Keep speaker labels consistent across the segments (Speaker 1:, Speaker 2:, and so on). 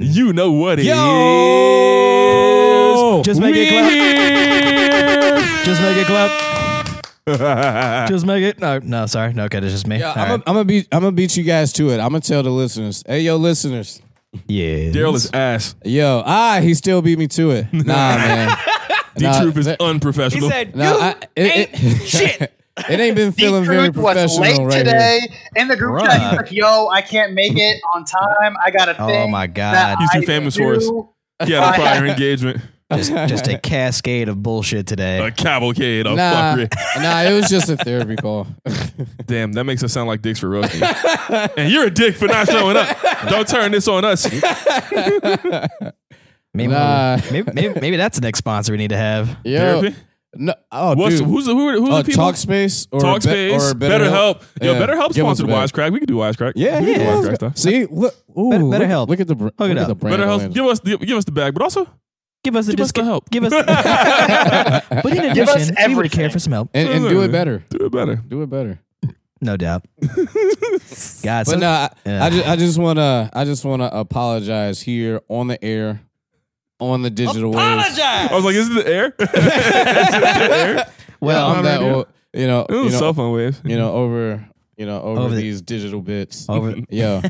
Speaker 1: You know what it is.
Speaker 2: Yo!
Speaker 3: Just make it clap.
Speaker 1: We're-
Speaker 3: Just make it clap. just make it. No, no, sorry. No, okay, that's just me.
Speaker 2: Yeah,
Speaker 3: All
Speaker 2: I'm gonna
Speaker 3: right.
Speaker 2: beat I'm gonna beat you guys to it. I'm gonna tell the listeners. Hey, yo, listeners.
Speaker 3: yeah.
Speaker 1: Daryl is ass.
Speaker 2: Yo, ah, he still beat me to it. Nah, man.
Speaker 1: D
Speaker 2: Nah,
Speaker 1: Troop is
Speaker 2: that-
Speaker 1: unprofessional.
Speaker 4: He said,
Speaker 2: Nah,
Speaker 4: "You
Speaker 2: I- it-
Speaker 4: ain't
Speaker 2: it-
Speaker 4: shit."
Speaker 2: It ain't been feeling very
Speaker 5: Truth was late
Speaker 2: professional right
Speaker 5: today
Speaker 2: here.
Speaker 5: in the group
Speaker 3: Bruh.
Speaker 5: chat. He's like, "Yo, I can't make it on time. I got a
Speaker 3: Oh
Speaker 5: thing."
Speaker 3: my God.
Speaker 5: that
Speaker 1: He's too
Speaker 5: I
Speaker 1: famous
Speaker 5: do."
Speaker 1: for us. he had a prior engagement,
Speaker 3: Just, just a cascade of bullshit today.
Speaker 1: a cavalcade of
Speaker 2: Nah,
Speaker 1: fuckery.
Speaker 2: nah, it was just a therapy call.
Speaker 1: Damn, that makes us sound like dicks for roasting. and you're a dick for not showing up. Don't turn this on us.
Speaker 3: Maybe,
Speaker 2: Nah.
Speaker 3: maybe, maybe, maybe that's the next sponsor we need to have.
Speaker 2: Yo,
Speaker 1: Therapy?
Speaker 2: no, oh,
Speaker 1: What's,
Speaker 2: dude.
Speaker 1: who's the, who are, who's
Speaker 2: Uh,
Speaker 1: the people?
Speaker 2: Talkspace or
Speaker 1: Talk
Speaker 2: Be-
Speaker 1: space,
Speaker 2: or
Speaker 1: better help. Yo,
Speaker 2: Yeah,
Speaker 1: better help
Speaker 2: give us
Speaker 1: sponsored
Speaker 2: a Better-
Speaker 1: Wisecrack. We could do Wisecrack.
Speaker 2: Yeah,
Speaker 1: we could do
Speaker 2: yeah.
Speaker 1: Wisecrack stuff.
Speaker 2: See, look, ooh,
Speaker 3: Better-
Speaker 2: look,
Speaker 3: BetterHelp.
Speaker 2: Look at the br- look
Speaker 3: it
Speaker 2: at
Speaker 3: up.
Speaker 2: the brand.
Speaker 1: Better help.
Speaker 2: awareness.
Speaker 1: Give us the give us the bag, but also
Speaker 3: Give us the
Speaker 1: Give us the
Speaker 3: discount-
Speaker 1: help.
Speaker 3: Give us. The, but in
Speaker 5: Give us
Speaker 3: addition, we would care
Speaker 5: everything.
Speaker 3: for some help,
Speaker 2: and, and do it better.
Speaker 1: do it better.
Speaker 2: Do it better.
Speaker 3: no doubt. God, so,
Speaker 2: But no, I,
Speaker 3: Yeah.
Speaker 2: I just I just wanna I just wanna apologize here on the air, on the digital waves.
Speaker 1: I was like, is it the air?
Speaker 3: well,
Speaker 2: On that, o- you know,
Speaker 1: Ooh,
Speaker 2: you know,
Speaker 1: cell phone waves.
Speaker 2: you know, over you know over,
Speaker 3: Over the-
Speaker 2: these digital bits.
Speaker 3: over,
Speaker 2: Yo,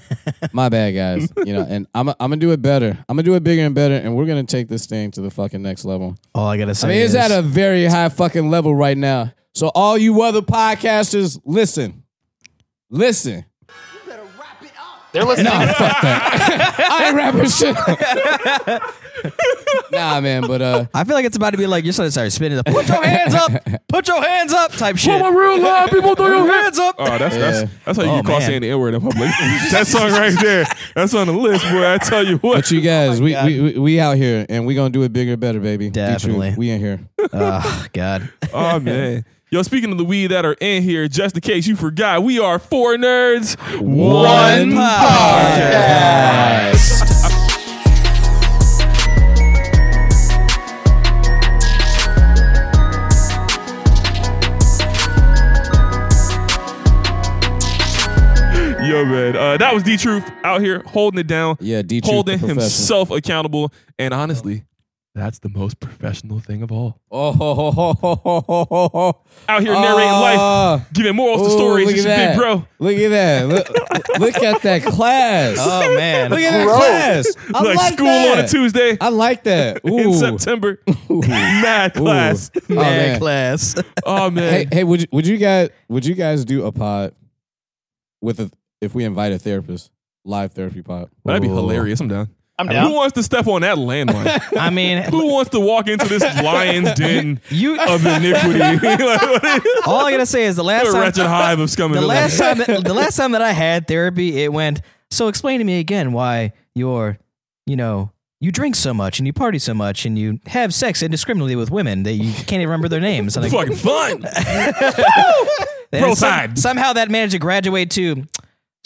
Speaker 2: my bad, guys. You know, and I'm I'm gonna do it better. I'm gonna do it bigger and better, and we're gonna take this thing to the fucking next level.
Speaker 3: all I gotta say
Speaker 2: I mean,
Speaker 3: is
Speaker 2: it's at a very high fucking level right now. So all you other podcasters, listen, listen.
Speaker 5: They're listening.
Speaker 2: Nah, fuck that. I ain't rapping shit. nah, man, but uh,
Speaker 3: I feel like it's about to be like you're so sorry. Spinning up. Put your hands up. Put your hands up. Type shit.
Speaker 1: my real life, people throw your hands.
Speaker 3: hands up.
Speaker 1: Oh, that's that's that's how you
Speaker 3: Oh,
Speaker 1: get caught
Speaker 3: man.
Speaker 1: saying the N word in public. that song right there. That's on the list, boy. I tell you what.
Speaker 2: but you guys, we,
Speaker 3: God.
Speaker 2: we we we out here, and we gonna do it bigger, and better, baby. D-Truth,
Speaker 3: Definitely.
Speaker 2: we in here.
Speaker 3: oh God.
Speaker 1: Oh man. Yo, speaking of the weed that are in here, just in case you forgot, we are four nerds.
Speaker 2: One
Speaker 1: Yo, man. Uh, that was D Truth out here holding it down,
Speaker 2: Yeah, D. Truth,
Speaker 1: holding
Speaker 2: the professional.
Speaker 1: himself accountable. And honestly, that's the most professional thing of all.
Speaker 2: Oh, ho, ho, ho, ho, ho, ho, ho, ho.
Speaker 1: Out here narrating
Speaker 2: Ah.
Speaker 1: life, giving morals to
Speaker 2: Ooh,
Speaker 1: stories.
Speaker 2: look
Speaker 1: It's
Speaker 2: at
Speaker 1: your big
Speaker 2: that.
Speaker 1: bro.
Speaker 2: Look at that. Look, look at that class.
Speaker 3: Oh man.
Speaker 2: look at that
Speaker 5: gross.
Speaker 2: class. I
Speaker 1: like,
Speaker 2: like,
Speaker 1: school
Speaker 2: that.
Speaker 1: on a Tuesday
Speaker 2: I like that. Ooh.
Speaker 1: in September.
Speaker 2: Ooh.
Speaker 1: Mad
Speaker 2: Ooh.
Speaker 1: class.
Speaker 2: Oh, man.
Speaker 3: class.
Speaker 1: Oh man.
Speaker 2: Hey, hey, would you, would you guys would you guys do a pod with a if we invite a therapist live therapy pod?
Speaker 1: That'd be hilarious. I'm down.
Speaker 5: I'm
Speaker 1: Who
Speaker 5: down.
Speaker 1: wants to step on that landmine?
Speaker 3: I mean,
Speaker 1: Who wants to walk into this lion's den
Speaker 3: you.
Speaker 1: of iniquity? like, what is-
Speaker 3: All I gotta say is the last
Speaker 1: a
Speaker 3: time.
Speaker 1: wretched hive of scum and
Speaker 3: the
Speaker 1: villainy.
Speaker 3: last time that, the last time that I had therapy, it went. So explain to me again why you're, you know, you drink so much and you party so much and you have sex indiscriminately with women that you can't even remember their names. And I-
Speaker 1: It's fucking fun.
Speaker 3: and
Speaker 1: pro
Speaker 3: some-
Speaker 1: side.
Speaker 3: somehow that managed to graduate to.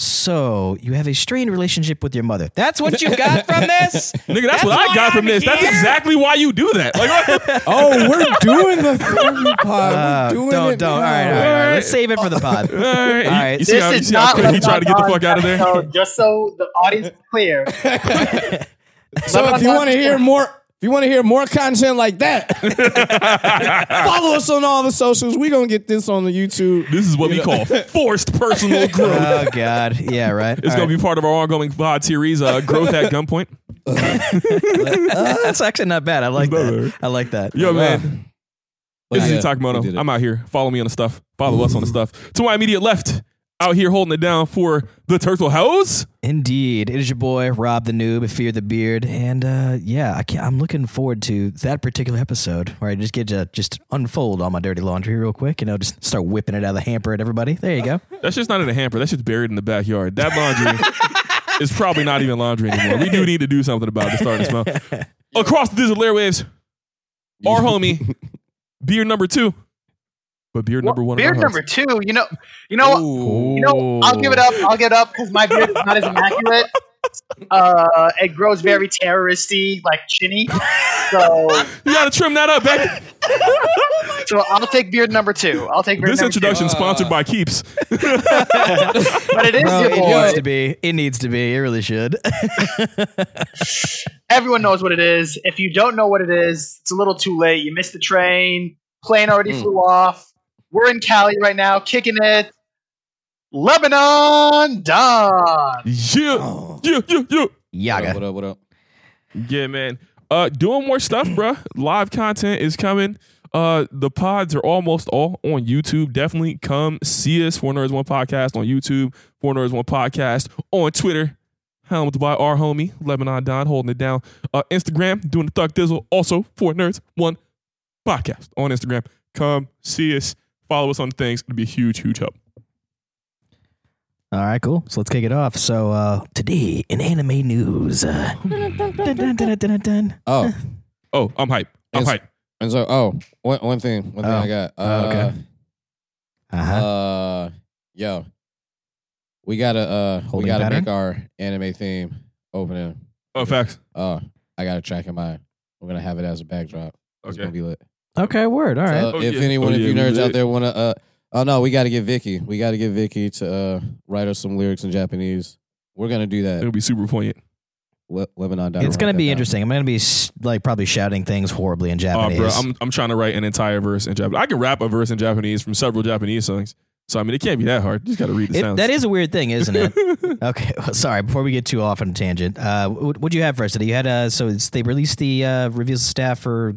Speaker 3: So you have a strained relationship with your mother. That's what you got from this.
Speaker 1: Nigga, that's, what I
Speaker 3: why
Speaker 1: got from
Speaker 3: I'm
Speaker 1: this. That's
Speaker 3: here?
Speaker 1: exactly why you do that. Like, what-
Speaker 2: Oh, we're doing the therapy pod.
Speaker 3: Uh,
Speaker 2: we're doing
Speaker 3: don't,
Speaker 2: it.
Speaker 3: don't. All right, all right, all right. Let's save it for the pod.
Speaker 1: all right. You-
Speaker 3: right.
Speaker 1: You, see
Speaker 5: This
Speaker 1: how, you
Speaker 5: is
Speaker 1: see how
Speaker 5: not
Speaker 1: quick he
Speaker 5: what's
Speaker 1: tried to get the
Speaker 5: on
Speaker 1: fuck out of there?
Speaker 5: So just so the audience is clear,
Speaker 2: So if you want to hear more, if you want to hear more content like that, follow us on all the socials. We're gonna get this on the YouTube.
Speaker 1: This is what we call forced personal growth.
Speaker 3: Oh God, yeah, right.
Speaker 1: It's going to be part of our ongoing pod series, uh, Growth at Gunpoint.
Speaker 3: That's actually not bad. I like
Speaker 1: Better.
Speaker 3: that. I like that.
Speaker 1: Yo, man. This is
Speaker 2: Yeah, we did
Speaker 1: Itakamoto.
Speaker 2: it.
Speaker 1: I'm out here. Follow me on the stuff. Follow us on the stuff. To my immediate left, out here holding it down for the Turtle House.
Speaker 3: Indeed, it is your boy Rob the Noob, Fear the Beard, and uh, yeah, I can't, I'm looking forward to that particular episode where I just get to just unfold all my dirty laundry real quick, and I'll just start whipping it out of the hamper at everybody. There you go.
Speaker 1: That's just not in a hamper. That's just buried in the backyard. That laundry is probably not even laundry anymore. We do need to do something about it starting to smell. Across the digital airwaves, our homie, beer number two, But beard number one. of
Speaker 5: beard
Speaker 1: our
Speaker 5: number
Speaker 1: hearts.
Speaker 5: two. You know, you know, you know. I'll give it up. I'll give it up because my beard is not as immaculate. Uh, it grows very terroristy, like chinny. So,
Speaker 1: You gotta trim that up, baby.
Speaker 5: so I'll take beard number two. I'll take beard
Speaker 1: this
Speaker 5: number two.
Speaker 1: introduction sponsored by Keeps.
Speaker 5: But it is
Speaker 3: Bro,
Speaker 5: your
Speaker 3: Oh, it needs
Speaker 5: boy.
Speaker 3: to be. It needs to be. It really should.
Speaker 5: Everyone knows what it is. If you don't know what it is, it's a little too late. You missed the train. Plane already
Speaker 3: Hmm.
Speaker 2: Mm.
Speaker 5: flew off. We're in Cali right now, kicking it. Lebanon Don.
Speaker 1: Yeah,
Speaker 2: Oh.
Speaker 1: yeah, yeah, yeah.
Speaker 2: What up,
Speaker 3: Yaga.
Speaker 2: what up, what up?
Speaker 1: Yeah, man. Uh, doing more stuff, bruh. Live content is coming. Uh, the pods are almost all on YouTube. Definitely come see us. Four Nerds One Podcast on YouTube. Four Nerds One Podcast on Twitter. Helmed by our homie Lebanon Don, holding it down. Uh, Instagram doing the Thug Dizzle. Also Four Nerds One Podcast on Instagram. Come see us. Follow us on things. It'll be a huge, huge help.
Speaker 3: All right, cool. So let's kick it off. So uh, today in anime news. Uh, dun, dun, dun, dun, dun.
Speaker 2: Oh,
Speaker 1: Oh, I'm hype. I'm
Speaker 2: Yes.
Speaker 1: hype.
Speaker 2: and so oh, one one thing, one thing
Speaker 3: Oh.
Speaker 2: I got. Uh,
Speaker 3: Oh, okay. Uh-huh.
Speaker 2: Uh, yo, we gotta uh, we
Speaker 3: Holding
Speaker 2: gotta
Speaker 3: pattern?
Speaker 2: make our anime theme opening.
Speaker 1: Oh, facts.
Speaker 2: Uh, I got a track in mind. We're gonna have it as a backdrop. It's
Speaker 1: Okay.
Speaker 2: gonna be lit.
Speaker 3: okay, word. All right.
Speaker 2: So
Speaker 1: Oh,
Speaker 2: if
Speaker 1: yeah.
Speaker 2: anyone
Speaker 1: Oh,
Speaker 2: of
Speaker 1: yeah,
Speaker 2: you
Speaker 1: we
Speaker 2: nerds
Speaker 1: lit.
Speaker 2: out there wanna, uh, oh no, we gotta get Vicky. We gotta get Vicky to uh, write us some lyrics in Japanese. We're gonna do that.
Speaker 1: It'll be super poignant.
Speaker 2: Le- Lebanon.
Speaker 3: it's gonna be interesting. I'm gonna be s- like probably shouting things horribly in
Speaker 1: Uh,
Speaker 3: Japanese.
Speaker 1: bro, I'm I'm trying to write an entire verse in Japanese. I can rap a verse in Japanese from several Japanese songs. So I mean, it can't be that hard. You just got to read the
Speaker 3: It-
Speaker 1: sounds.
Speaker 3: that is a weird thing, isn't it? okay, well, sorry. Before we get too off on a tangent, uh, what would you have first? Today? You had uh, so it's, they released the uh, reveals staff for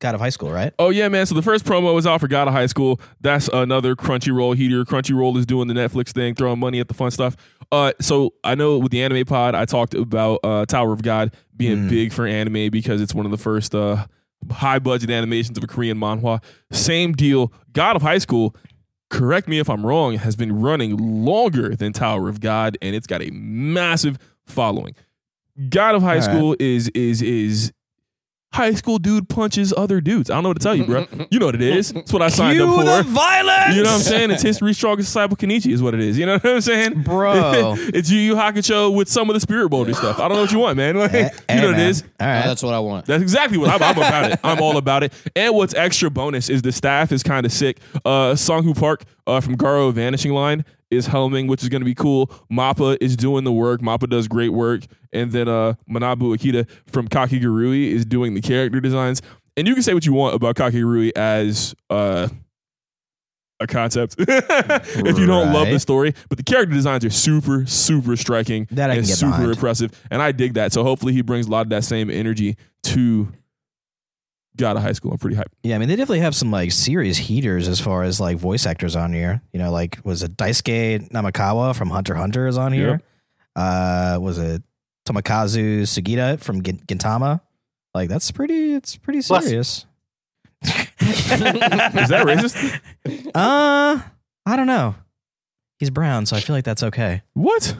Speaker 3: God of High School, right?
Speaker 1: Oh yeah, man! So the first promo is out for God of High School. That's another Crunchyroll heater. Crunchyroll is doing the Netflix thing, throwing money at the fun stuff. Uh, so I know with the anime pod, I talked about uh, Tower of God being
Speaker 3: Mm.
Speaker 1: big for anime because it's one of the first uh, high budget animations of a Korean manhwa. Same deal. God of High School. Correct me if I'm wrong. Has been running longer than Tower of God, and it's got a massive following. God of High
Speaker 3: All right.
Speaker 1: School is is is high school dude punches other dudes. I don't know what to tell you, bro. You know what it is. It's what I signed
Speaker 3: Cue
Speaker 1: up
Speaker 3: the
Speaker 1: for.
Speaker 3: violence,
Speaker 1: You know what I'm saying? It's history's strongest disciple Kenichi is what it is. You know what I'm saying?
Speaker 3: bro.
Speaker 1: it's Yu Yu Hakusho with some of the spirit boulder stuff. I don't know what you want, man. Like,
Speaker 3: Eh,
Speaker 1: you know
Speaker 3: eh,
Speaker 1: what it
Speaker 3: man.
Speaker 1: is.
Speaker 3: All right.
Speaker 2: Oh, that's what I want.
Speaker 1: That's exactly what I'm, I'm about it. I'm all about it. And what's extra bonus is the staff is kind of sick. Uh, Songhu Park uh, from Garo Vanishing Line is helming, which is going to be cool. Mappa is doing the work. Mappa does great work. And then uh, Manabu Akita from Kakigurui is doing the character designs. And you can say what you want about Kakigurui as uh, a concept if you don't love the
Speaker 3: Right.
Speaker 1: story, but the character designs are super, super striking
Speaker 3: That I
Speaker 1: and
Speaker 3: can get
Speaker 1: super
Speaker 3: behind.
Speaker 1: impressive. And I dig that. So hopefully he brings a lot of that same energy to God of High School. I'm pretty hyped.
Speaker 3: Yeah, I mean, they definitely have some like serious heaters as far as like voice actors on here. You know, like was it Daisuke Namikawa from Hunter x Hunter is on here? Uh, was it Tomokazu Sugita from Gin- Gintama? Like that's pretty. It's pretty
Speaker 5: Bless.
Speaker 3: serious.
Speaker 1: Is that racist?
Speaker 3: Uh, I don't know. He's brown, so I feel like that's okay.
Speaker 1: What?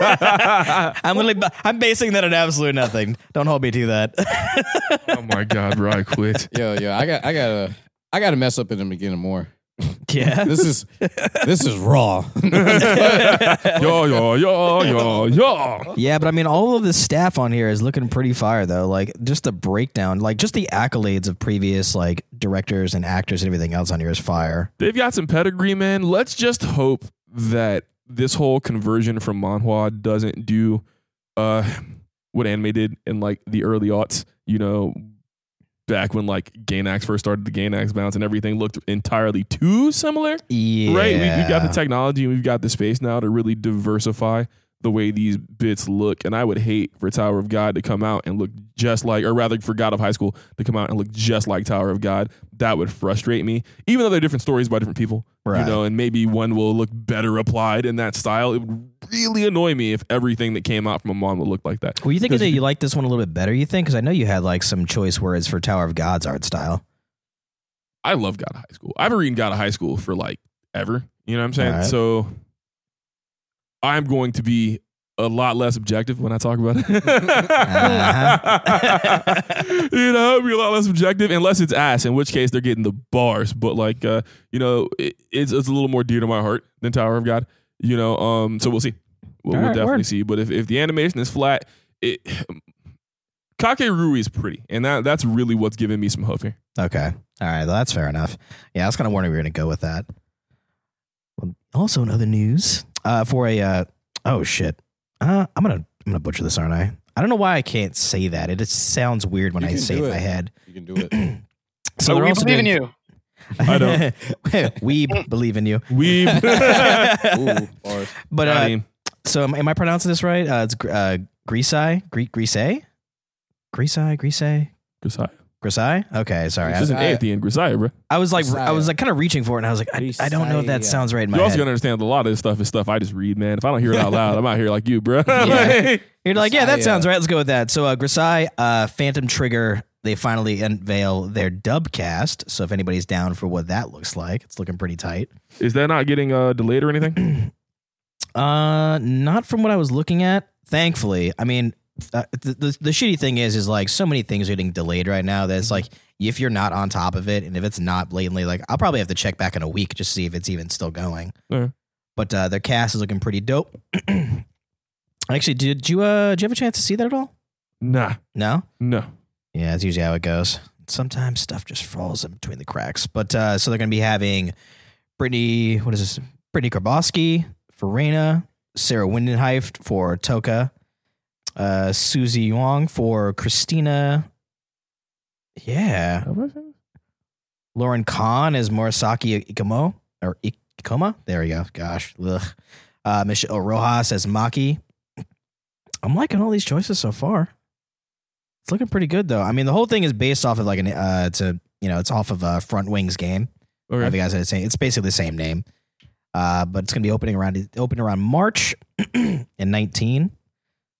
Speaker 3: I'm literally, I'm basing that on absolute nothing. Don't hold me to that.
Speaker 1: oh my God, bro, I quit.
Speaker 2: Yo, yo, I got, I gotta, I gotta mess up in the beginning more.
Speaker 3: yeah.
Speaker 2: This is, this is raw.
Speaker 1: Yo, yo, yo, yo, yo.
Speaker 3: Yeah, but I mean, all of the staff on here is looking pretty fire, though. Like, just the breakdown, like, just the accolades of previous, like, directors and actors and everything else on here is fire.
Speaker 1: They've got some pedigree, man. Let's just hope that this whole conversion from manhwa doesn't do uh, what anime did in like the early aughts. You know, back when like Gainax first started, the Gainax bounce and everything looked entirely too similar.
Speaker 3: Yeah.
Speaker 1: Right? We, we got the technology and we've got the space now to really diversify the way these bits look. And I would hate for Tower of God to come out and look just like, or rather for God of High School to come out and look just like Tower of God. That would frustrate me. Even though they're different stories by different people, you
Speaker 3: Right.
Speaker 1: know, and maybe one will look better applied in that style. It would really annoy me if everything that came out from a mom would look like that.
Speaker 3: Were you thinking that you like this one a little bit better, you think? Because I know you had, like, some choice words for Tower of God's art style.
Speaker 1: I love God of High School. I've been reading God of High School for like ever. You know what I'm saying?
Speaker 3: All right.
Speaker 1: So I'm going to be a lot less objective when I talk about it.
Speaker 3: Uh-huh.
Speaker 1: you know, be a lot less objective unless it's ass, in which case they're getting the bars. But like, uh, you know, it, it's it's a little more dear to my heart than Tower of God. You know, um, so we'll see. We'll,
Speaker 3: All
Speaker 1: we'll
Speaker 3: right,
Speaker 1: definitely
Speaker 3: word.
Speaker 1: see. But if if the animation is flat, it. Kake Rui is pretty, and that that's really what's giving me some hope here.
Speaker 3: Okay. All right. Well, that's fair enough. Yeah, I was kind of wondering we were going to go with that. Well, also, in other news, uh, for a uh, oh shit, uh, I'm gonna I'm gonna butcher this, aren't I? I don't know why I can't say that. It just sounds weird when
Speaker 2: You
Speaker 3: I
Speaker 2: can
Speaker 3: say it
Speaker 2: do
Speaker 3: in
Speaker 2: it.
Speaker 3: my head.
Speaker 2: You can do it.
Speaker 5: So
Speaker 3: they're
Speaker 5: we
Speaker 3: also
Speaker 5: believe in
Speaker 3: doing-
Speaker 5: you.
Speaker 1: I don't.
Speaker 3: we believe in you.
Speaker 1: We, I
Speaker 2: Ooh, bars.
Speaker 3: But uh,
Speaker 1: mean,
Speaker 3: so am, am I pronouncing this right? Uh, it's gr- uh, Greaseye, Gre- Greasey, Greaseye, Greasey,
Speaker 1: Grisaya.
Speaker 3: Greaseye. Okay, sorry.
Speaker 1: This is
Speaker 3: I,
Speaker 1: an A at the end, Grisaya, bro.
Speaker 3: I was like, I
Speaker 2: Greaseye.
Speaker 3: was like, kind of reaching for it, and I was like, I, I don't know if that
Speaker 2: Greaseye.
Speaker 3: sounds right in my
Speaker 1: You also
Speaker 3: head.
Speaker 1: gotta understand a lot of this stuff is stuff I just read, man. If I don't hear it out loud, I'm out here like you, bro.
Speaker 3: You're like, yeah, that
Speaker 2: Grisaya.
Speaker 3: sounds right. Let's go with that. So, uh, Grisai, uh, Phantom Trigger, they finally unveil their dubcast. So, if anybody's down for what that looks like, it's looking pretty tight.
Speaker 1: is that not getting uh, delayed or anything?
Speaker 3: Uh, not from what I was looking at, thankfully. I mean, uh, the, the the shitty thing is, is like so many things are getting delayed right now. That it's like if you're not on top of it, and if it's not blatantly, like I'll probably have to check back in a week just to see if it's even still going.
Speaker 1: Yeah.
Speaker 3: But uh, their cast is looking pretty dope. Actually, did you uh, did you have a chance to see that at all?
Speaker 1: Nah,
Speaker 3: No.
Speaker 1: no.
Speaker 3: Yeah, that's usually how it goes. Sometimes stuff just falls in between the cracks. But uh, so they're going to be having Brittany, what is this? Brittany Karboski for Reina, Sarah Windenheift for Toka, uh, Susie Yuang for Christina. Yeah. Lauren Kahn as Murasaki Ikomo or Ikoma. There we go. Gosh. Ugh. Uh, Michelle Rojas as Maki. I'm liking all these choices so far. It's looking pretty good though. I mean, the whole thing is based off of like an uh, it's a you know it's off of uh, Front Wings game. I
Speaker 1: Okay.
Speaker 3: think I said the same. It's basically the same name, uh, but it's gonna be opening around open around March and 19.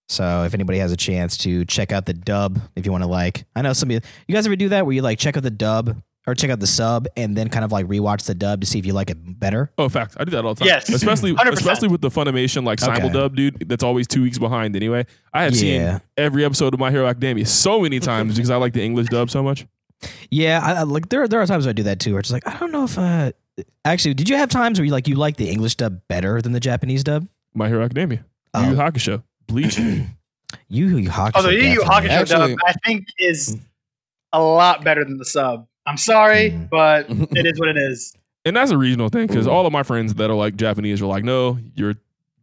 Speaker 3: So if anybody has a chance to check out the dub, if you want to like, I know some of you, you guys ever do that where you like check out the dub or check out the sub and then kind of like rewatch the dub to see if you like it better.
Speaker 1: Oh, facts. I do that all the time.
Speaker 5: Yes.
Speaker 1: especially
Speaker 5: 100%.
Speaker 1: especially with the Funimation like
Speaker 3: Okay.
Speaker 1: simuldub dude. That's always two weeks behind. Anyway, I have
Speaker 3: Yeah.
Speaker 1: seen every episode of My Hero Academia so many times because I like the English dub so much.
Speaker 3: Yeah, I, I like there there are times where I do that too. Where it's just like I don't know if uh, actually, did you have times where you like you like the English dub better than the Japanese dub?
Speaker 1: My Hero Academia,
Speaker 3: Oh.
Speaker 1: Yu Yu Hakusho, Bleach.
Speaker 3: You Yu Yu Hakusho.
Speaker 1: Oh,
Speaker 5: Although Yu Yu
Speaker 3: definitely.
Speaker 5: Hakusho dub,
Speaker 2: Actually-
Speaker 5: I think, is
Speaker 3: hmm.
Speaker 5: a lot better than the sub. I'm sorry,
Speaker 3: Mm.
Speaker 5: but it is what it is.
Speaker 1: and that's a regional thing because all of my friends that are like Japanese are like, no, you're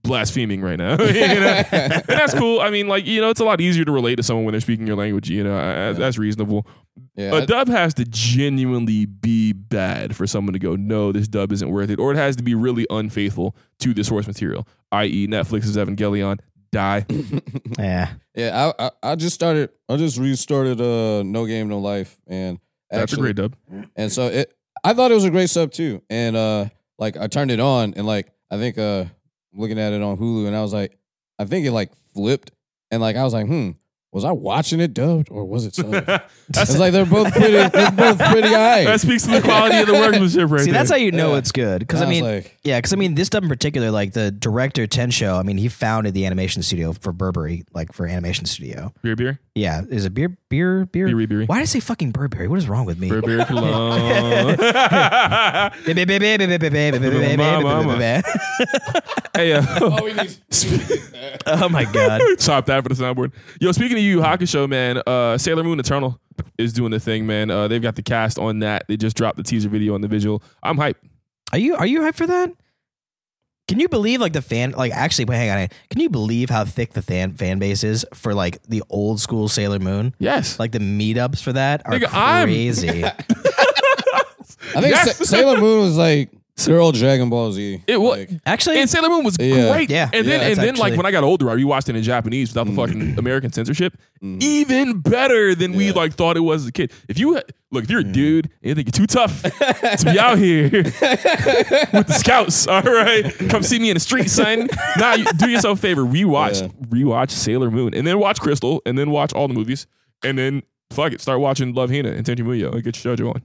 Speaker 1: blaspheming right now. You know? and that's cool. I mean, like you know, it's a lot easier to relate to someone when they're speaking your language. You know, I, I- that's reasonable.
Speaker 2: Yeah,
Speaker 1: A
Speaker 2: I-
Speaker 1: dub has to genuinely be bad for someone to go, no, this dub isn't worth it, or it has to be really unfaithful to the source material, i.e., Netflix's Evangelion. Die.
Speaker 3: Yeah.
Speaker 2: yeah. I, I I just started. I just restarted. Uh, no game, no life, and
Speaker 1: That's a
Speaker 2: actually-
Speaker 1: great dub.
Speaker 2: And so it, I thought it was a great sub too. And uh, like I turned it on, and like I think uh, looking at it on Hulu, and I was like, I think it like flipped, and like I was like, hmm, was I watching it dubbed or was it subbed?
Speaker 1: That's-
Speaker 2: it's like they're both pretty. They're both pretty. High.
Speaker 1: that speaks to the quality of the workmanship right
Speaker 3: See, that's how
Speaker 1: there.
Speaker 3: you know
Speaker 2: Yeah.
Speaker 3: it's good. Because I, mean,
Speaker 2: was like,
Speaker 3: Yeah, because I mean, this dub in particular, like the director Tensho, I mean, he founded the animation studio for Burberry, like for animation studio.
Speaker 1: beer, beer,
Speaker 3: Yeah, is it beer, beer, beer?
Speaker 1: beer, beer,
Speaker 3: Why did I say fucking Burberry? What is wrong with me?
Speaker 1: beer, beer, cologne. Hey, uh,
Speaker 3: Oh my god!
Speaker 1: chop that for the soundboard. Yo, speaking of you, Hakusho, man, uh, Sailor Moon Eternal is doing the thing, man. Uh, they've got the cast on that. They just dropped the teaser video on the visual. I'm hyped.
Speaker 3: Are you are you hyped for that? Can you believe like the fan like actually wait, hang on? Can you believe how thick the fan fan base is for like the old school Sailor Moon?
Speaker 1: Yes.
Speaker 3: Like the meetups for that are
Speaker 1: Nigga, I'm-
Speaker 3: crazy.
Speaker 2: I think
Speaker 1: Yes.
Speaker 2: Sa- Sailor Moon was like girl Dragon Ball Z.
Speaker 1: It was.
Speaker 2: Like,
Speaker 3: actually,
Speaker 1: and Sailor Moon was
Speaker 2: Yeah.
Speaker 1: great.
Speaker 3: Yeah.
Speaker 1: And then
Speaker 2: Yeah, Mm-hmm.
Speaker 1: and
Speaker 3: that's
Speaker 1: then like
Speaker 3: actually-
Speaker 1: when I got older, I rewatched it in Japanese without the fucking American censorship. Even better than we
Speaker 2: Yeah. Mm-hmm.
Speaker 1: like thought it was as a kid. If you look, if you're a dude and you think you're too tough to be out here with the scouts, all right, come see me in the street, son. Now you do yourself a favor, rewatch
Speaker 2: Yeah.
Speaker 1: rewatch Sailor Moon, and then watch Crystal, and then watch all the movies, and then fuck it, start watching Love Hina and Tenchi Muyo and get your shoujo on.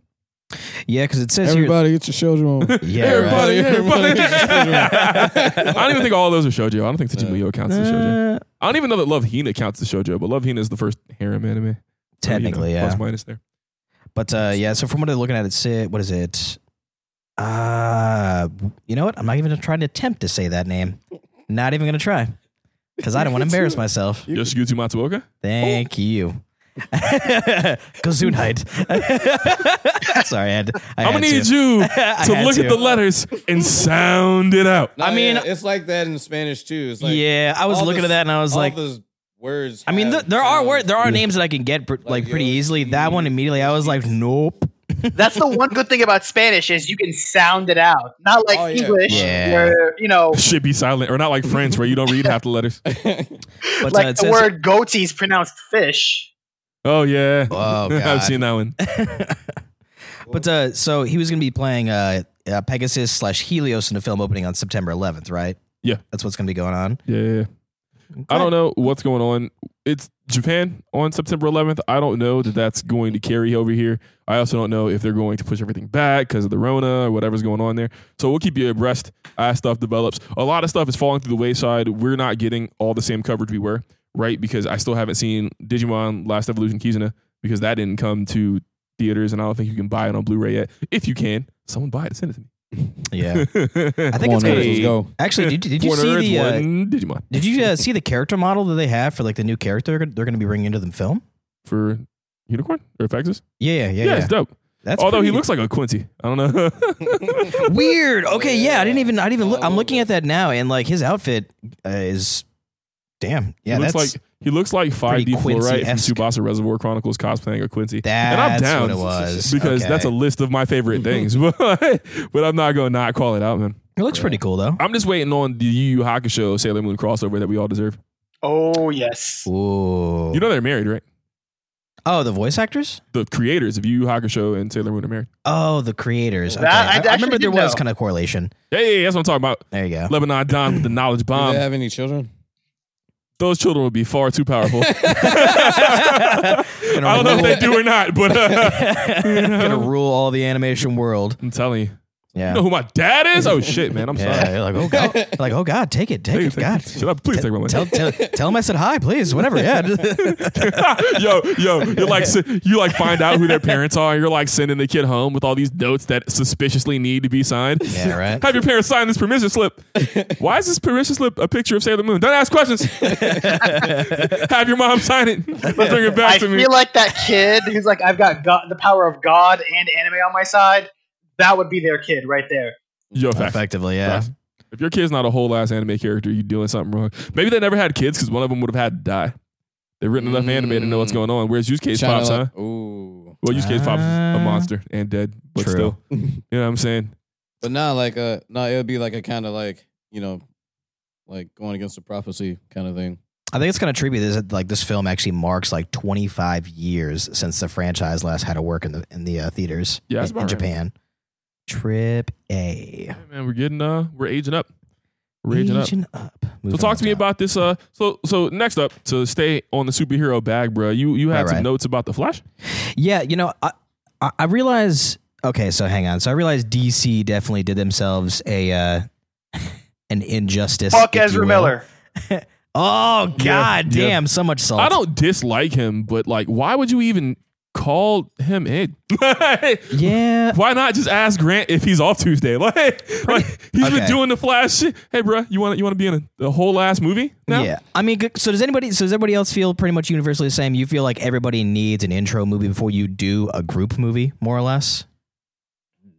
Speaker 3: Yeah, because it says
Speaker 2: Everybody, get your children on.
Speaker 3: here. Yeah, right.
Speaker 1: Everybody,
Speaker 2: Everybody,
Speaker 1: everybody.
Speaker 2: everybody.
Speaker 1: I don't even think all those are shojo. I don't think Tsuchimuyo Muyo counts as shojo.
Speaker 3: Uh,
Speaker 1: I don't even know that Love Hina counts as shojo, but Love Hina is the first harem anime. So, you know,
Speaker 3: Technically, yeah.
Speaker 1: Plus minus there.
Speaker 3: But uh, yeah, so from what I'm looking at, it's it. What is it? Uh, you know what? I'm not even trying to attempt to say that name. Not even gonna try, because I don't want to embarrass myself.
Speaker 2: You-
Speaker 1: Yoshiguchi Matsuoka.
Speaker 3: Thank you. Gesundheit. Sorry, I had. I
Speaker 1: I'm
Speaker 3: had
Speaker 1: gonna need
Speaker 3: to.
Speaker 1: you
Speaker 3: I
Speaker 1: to
Speaker 3: had
Speaker 1: look at
Speaker 3: to.
Speaker 1: the letters and sound it out.
Speaker 2: No,
Speaker 3: I mean-
Speaker 2: yeah, it's like that in Spanish too. It's like
Speaker 3: yeah, I was
Speaker 2: all
Speaker 3: looking
Speaker 2: this-
Speaker 3: at that and I was
Speaker 2: all
Speaker 3: like,
Speaker 2: those words.
Speaker 3: I mean,
Speaker 2: have
Speaker 3: th- there are
Speaker 2: sounds.
Speaker 3: word, there are names that I can get pr- like,
Speaker 2: Like,
Speaker 3: pretty
Speaker 2: yo,
Speaker 3: easily. That one immediately, I was like, nope.
Speaker 5: That's the one good thing about Spanish is you can sound it out. Not like
Speaker 2: Oh, yeah.
Speaker 5: English
Speaker 3: Yeah.
Speaker 5: where, you know,
Speaker 1: Should be silent, or not like French where you don't read half the letters.
Speaker 3: But uh,
Speaker 5: like
Speaker 3: it
Speaker 5: the
Speaker 3: says,
Speaker 5: word goatee is pronounced fish.
Speaker 1: Oh yeah.
Speaker 3: Oh, God.
Speaker 1: I've seen that one.
Speaker 3: But uh, so he was going to be playing uh, uh, Pegasus slash Helios in the film opening on September 11th, right?
Speaker 1: Yeah.
Speaker 3: that's what's going to be going on.
Speaker 1: Yeah, yeah, yeah. I don't know what's going on. It's Japan on September 11th. I don't know that that's going to carry over here. I also don't know if they're going to push everything back because of the Rona or whatever's going on there. So we'll keep you abreast as stuff develops. A lot of stuff is falling through the wayside. We're not getting all the same coverage we were, right? Because I still haven't seen Digimon Last Evolution Kizuna because that didn't come to theaters, and I don't think you can buy it on Blu-ray yet. If you can, someone buy it and send it to me.
Speaker 3: Yeah, I
Speaker 2: Come
Speaker 3: think it's
Speaker 2: on,
Speaker 3: going
Speaker 2: guys,
Speaker 1: Hey.
Speaker 2: let's
Speaker 3: to
Speaker 2: go.
Speaker 3: actually. Did, did you
Speaker 1: Corner
Speaker 3: see
Speaker 1: Earth
Speaker 3: the? Uh,
Speaker 1: one Digimon
Speaker 3: did you uh, see the character model that they have for like the new character they're going to be bringing into the film?
Speaker 1: for Unicorn or Faxes?
Speaker 3: Yeah, yeah, yeah.
Speaker 1: Yeah,
Speaker 3: yeah.
Speaker 1: it's dope.
Speaker 3: That's
Speaker 1: Although he
Speaker 3: pretty
Speaker 1: looks like a Quincy. I don't know.
Speaker 3: weird. Okay, yeah, I didn't even. I didn't even look.
Speaker 2: All
Speaker 3: I'm looking
Speaker 2: over.
Speaker 3: at that now, and like his outfit uh, is, damn, yeah,
Speaker 1: he looks
Speaker 3: that's
Speaker 1: like he looks like 5D
Speaker 3: pretty
Speaker 1: Fluorite from
Speaker 3: Quincy-esque.
Speaker 1: Tsubasa Reservoir Chronicles cosplaying a Quincy.
Speaker 3: that's
Speaker 1: and I'm down
Speaker 3: what it was
Speaker 1: because
Speaker 3: Okay. Mm-hmm.
Speaker 1: that's a list of my favorite things. but but I'm not gonna not call it out, man.
Speaker 3: It looks pretty cool though.
Speaker 1: I'm just waiting on the Yu Yu Hakusho Sailor Moon crossover that we all deserve.
Speaker 5: Oh, yes.
Speaker 3: Ooh.
Speaker 1: You know they're married, right?
Speaker 3: oh, the voice actors.
Speaker 1: The creators of Yu Yu Hakusho and Sailor Moon are married.
Speaker 3: Oh, the creators.
Speaker 5: That-
Speaker 3: Okay.
Speaker 5: I
Speaker 3: I, I
Speaker 5: actually
Speaker 3: remember there
Speaker 5: didn't
Speaker 3: was
Speaker 5: know.
Speaker 3: kind of correlation.
Speaker 1: Yeah, yeah, yeah, that's what I'm talking about.
Speaker 3: There you go.
Speaker 1: Lebanon Don with the knowledge
Speaker 3: Um,
Speaker 2: Do they
Speaker 1: bomb.
Speaker 2: have any children?
Speaker 1: Those children would be far too powerful. I
Speaker 3: Gonna
Speaker 1: don't know if they
Speaker 3: rule-
Speaker 1: do or not, but uh,
Speaker 3: Gonna rule all the animation world.
Speaker 1: I'm telling you.
Speaker 3: Yeah.
Speaker 1: You know who my dad is? Oh shit, man! I'm
Speaker 3: yeah.
Speaker 1: sorry.
Speaker 3: you're like, oh god. You're like, oh god, take it, take
Speaker 1: Take
Speaker 3: it,
Speaker 1: it, take
Speaker 3: God.
Speaker 1: it. Shut up! Please take my money.
Speaker 3: Tell, tell, tell him I said hi, please. Whatever. Yeah.
Speaker 1: yo, yo, you're like you like find out who their parents are. and You're like sending the kid home with all these notes that suspiciously need to be signed.
Speaker 3: yeah. Right.
Speaker 1: Have your parents sign this permission slip. Why is this permission slip a picture of Sailor Moon? Don't ask questions. Have your mom sign it. Bring it back
Speaker 5: I
Speaker 1: to
Speaker 5: feel
Speaker 1: me.
Speaker 5: like that kid who's like, I've got God, the power of God and anime on my side. That would be their kid right there.
Speaker 1: Yo, facts.
Speaker 3: Effectively. Yeah.
Speaker 1: Facts. If your kid's not a whole ass anime character, you're doing something wrong. Maybe they never had kids because one of them would have had to die. They've written enough anime to know what's
Speaker 3: Mm.
Speaker 1: going on. Whereas use case
Speaker 2: China,
Speaker 1: pops, huh?
Speaker 2: like- Ooh.
Speaker 1: Well, use case pops is a
Speaker 3: Ah.
Speaker 1: monster and dead, but
Speaker 3: True.
Speaker 1: still, you know what I'm saying?
Speaker 2: But nah, like uh nah, it would be like a kind of like, you know, like going against the prophecy kind of thing.
Speaker 3: I think it's kind of trippy. This like this film actually marks like 25 years since the franchise last had a work in the in the uh, theaters
Speaker 1: Yeah, that's
Speaker 3: in,
Speaker 1: about
Speaker 3: in
Speaker 1: right.
Speaker 3: Japan. Trip A.
Speaker 1: Hey, man, we're getting uh, we're aging up, we're aging, up.
Speaker 3: Aging up.
Speaker 1: So
Speaker 3: Moving
Speaker 1: talk
Speaker 3: on
Speaker 1: to me about this. Uh, so so next up to stay on the superhero bag, bro. You you had
Speaker 3: Right,
Speaker 1: some
Speaker 3: right.
Speaker 1: notes about the Flash.
Speaker 3: Yeah, you know, I I I realize. Okay, so hang on. So I realize DC definitely did themselves a uh, an injustice.
Speaker 5: Fuck
Speaker 3: if you
Speaker 5: Ezra
Speaker 3: will.
Speaker 5: Miller.
Speaker 3: Oh God,
Speaker 1: Yeah, yeah.
Speaker 3: damn! So much
Speaker 2: Oh.
Speaker 3: salt.
Speaker 1: I don't dislike him, but like, why would you even call him in?
Speaker 3: Yeah,
Speaker 1: why not just ask Grant if he's off Tuesday? Like, like he's
Speaker 3: Okay.
Speaker 1: been doing the Flash. shit. Hey, bro, you want you want to be in a, a whole ass movie now?
Speaker 3: yeah. I mean, g- so does anybody? So does everybody else feel pretty much universally the same? You feel like everybody needs an intro movie before you do a group movie, more or less.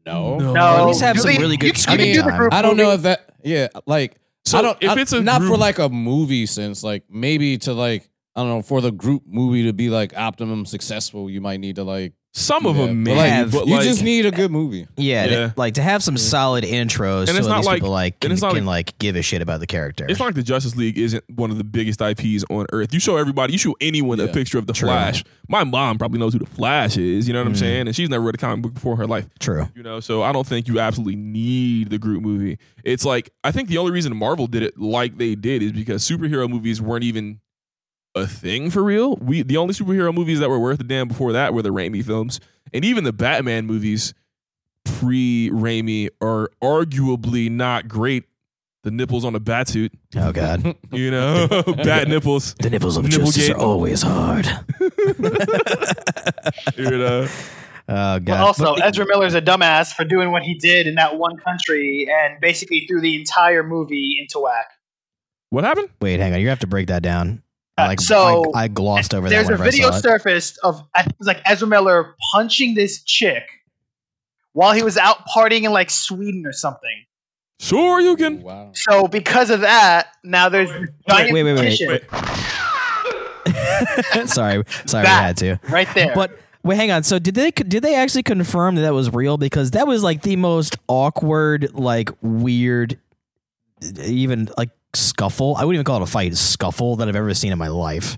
Speaker 2: No.
Speaker 1: No.
Speaker 5: No.
Speaker 1: Or at
Speaker 3: Oh, least have
Speaker 5: You
Speaker 3: some
Speaker 5: can-
Speaker 3: really good
Speaker 5: you can
Speaker 3: screen
Speaker 5: do the
Speaker 3: time.
Speaker 5: group
Speaker 2: I don't
Speaker 5: movie.
Speaker 2: know if that yeah, like
Speaker 1: So
Speaker 2: I don't
Speaker 1: if
Speaker 2: I-
Speaker 1: it's a
Speaker 2: not for
Speaker 1: group-
Speaker 2: like a movie sense, like maybe to like I don't know, for the group movie to be like optimum successful, you might need to like
Speaker 1: Some of
Speaker 2: do
Speaker 1: them,
Speaker 2: that.
Speaker 1: maybe,
Speaker 2: But, like,
Speaker 3: have-
Speaker 1: but
Speaker 2: you
Speaker 1: like,
Speaker 2: just need a good movie.
Speaker 3: Yeah, to-
Speaker 1: Yeah.
Speaker 3: like to have some solid intros, so
Speaker 1: it's
Speaker 3: at
Speaker 1: not
Speaker 3: least
Speaker 1: like-
Speaker 3: people like can,
Speaker 1: and it's not
Speaker 3: can like, give a shit about the character.
Speaker 1: It's not like the Justice League isn't one of the biggest IPs on earth. You show everybody, you show anyone a
Speaker 2: Yeah.
Speaker 1: picture of the
Speaker 3: True.
Speaker 1: Flash. My mom probably knows who the Flash is. You know what I'm saying? And she's never read a comic book before in her life.
Speaker 3: True.
Speaker 1: You know, so I don't think you absolutely need the group movie. It's like I think the only reason Marvel did it like they did is because superhero movies weren't even a thing for real. We the only superhero movies that were worth a damn before that were the Raimi films, and even the Batman movies pre Raimi are arguably not great. The nipples on a batsuit,
Speaker 3: Oh God,
Speaker 1: you know, bat nipples.
Speaker 3: the nipples of
Speaker 1: Nipple
Speaker 3: justice
Speaker 1: gate.
Speaker 3: are always hard.
Speaker 1: You know,
Speaker 3: Oh God.
Speaker 5: But also, Ezra Miller's a dumbass for doing what he did in that one country and basically threw the entire movie into whack.
Speaker 1: what happened?
Speaker 3: Wait, hang on. You have to break that down. I,
Speaker 5: Uh,
Speaker 3: like,
Speaker 5: so,
Speaker 3: I, I glossed over that
Speaker 5: There's a
Speaker 3: whenever I
Speaker 5: video
Speaker 3: saw it.
Speaker 5: surfaced of I think it was like Ezra Miller punching this chick while he was out partying in like Sweden or something.
Speaker 1: Sure, you can.
Speaker 2: Wow.
Speaker 5: So because of that, now there's this giant
Speaker 3: wait, wait, wait,
Speaker 5: petition
Speaker 1: wait.
Speaker 3: sorry, sorry,
Speaker 5: That.
Speaker 3: we had to.
Speaker 5: right there.
Speaker 3: But wait, hang on. So did they did they actually confirm that that was real? Because that was like the most awkward, like weird, even like scuffle. I wouldn't even call it a fight, scuffle that I've ever seen in my life.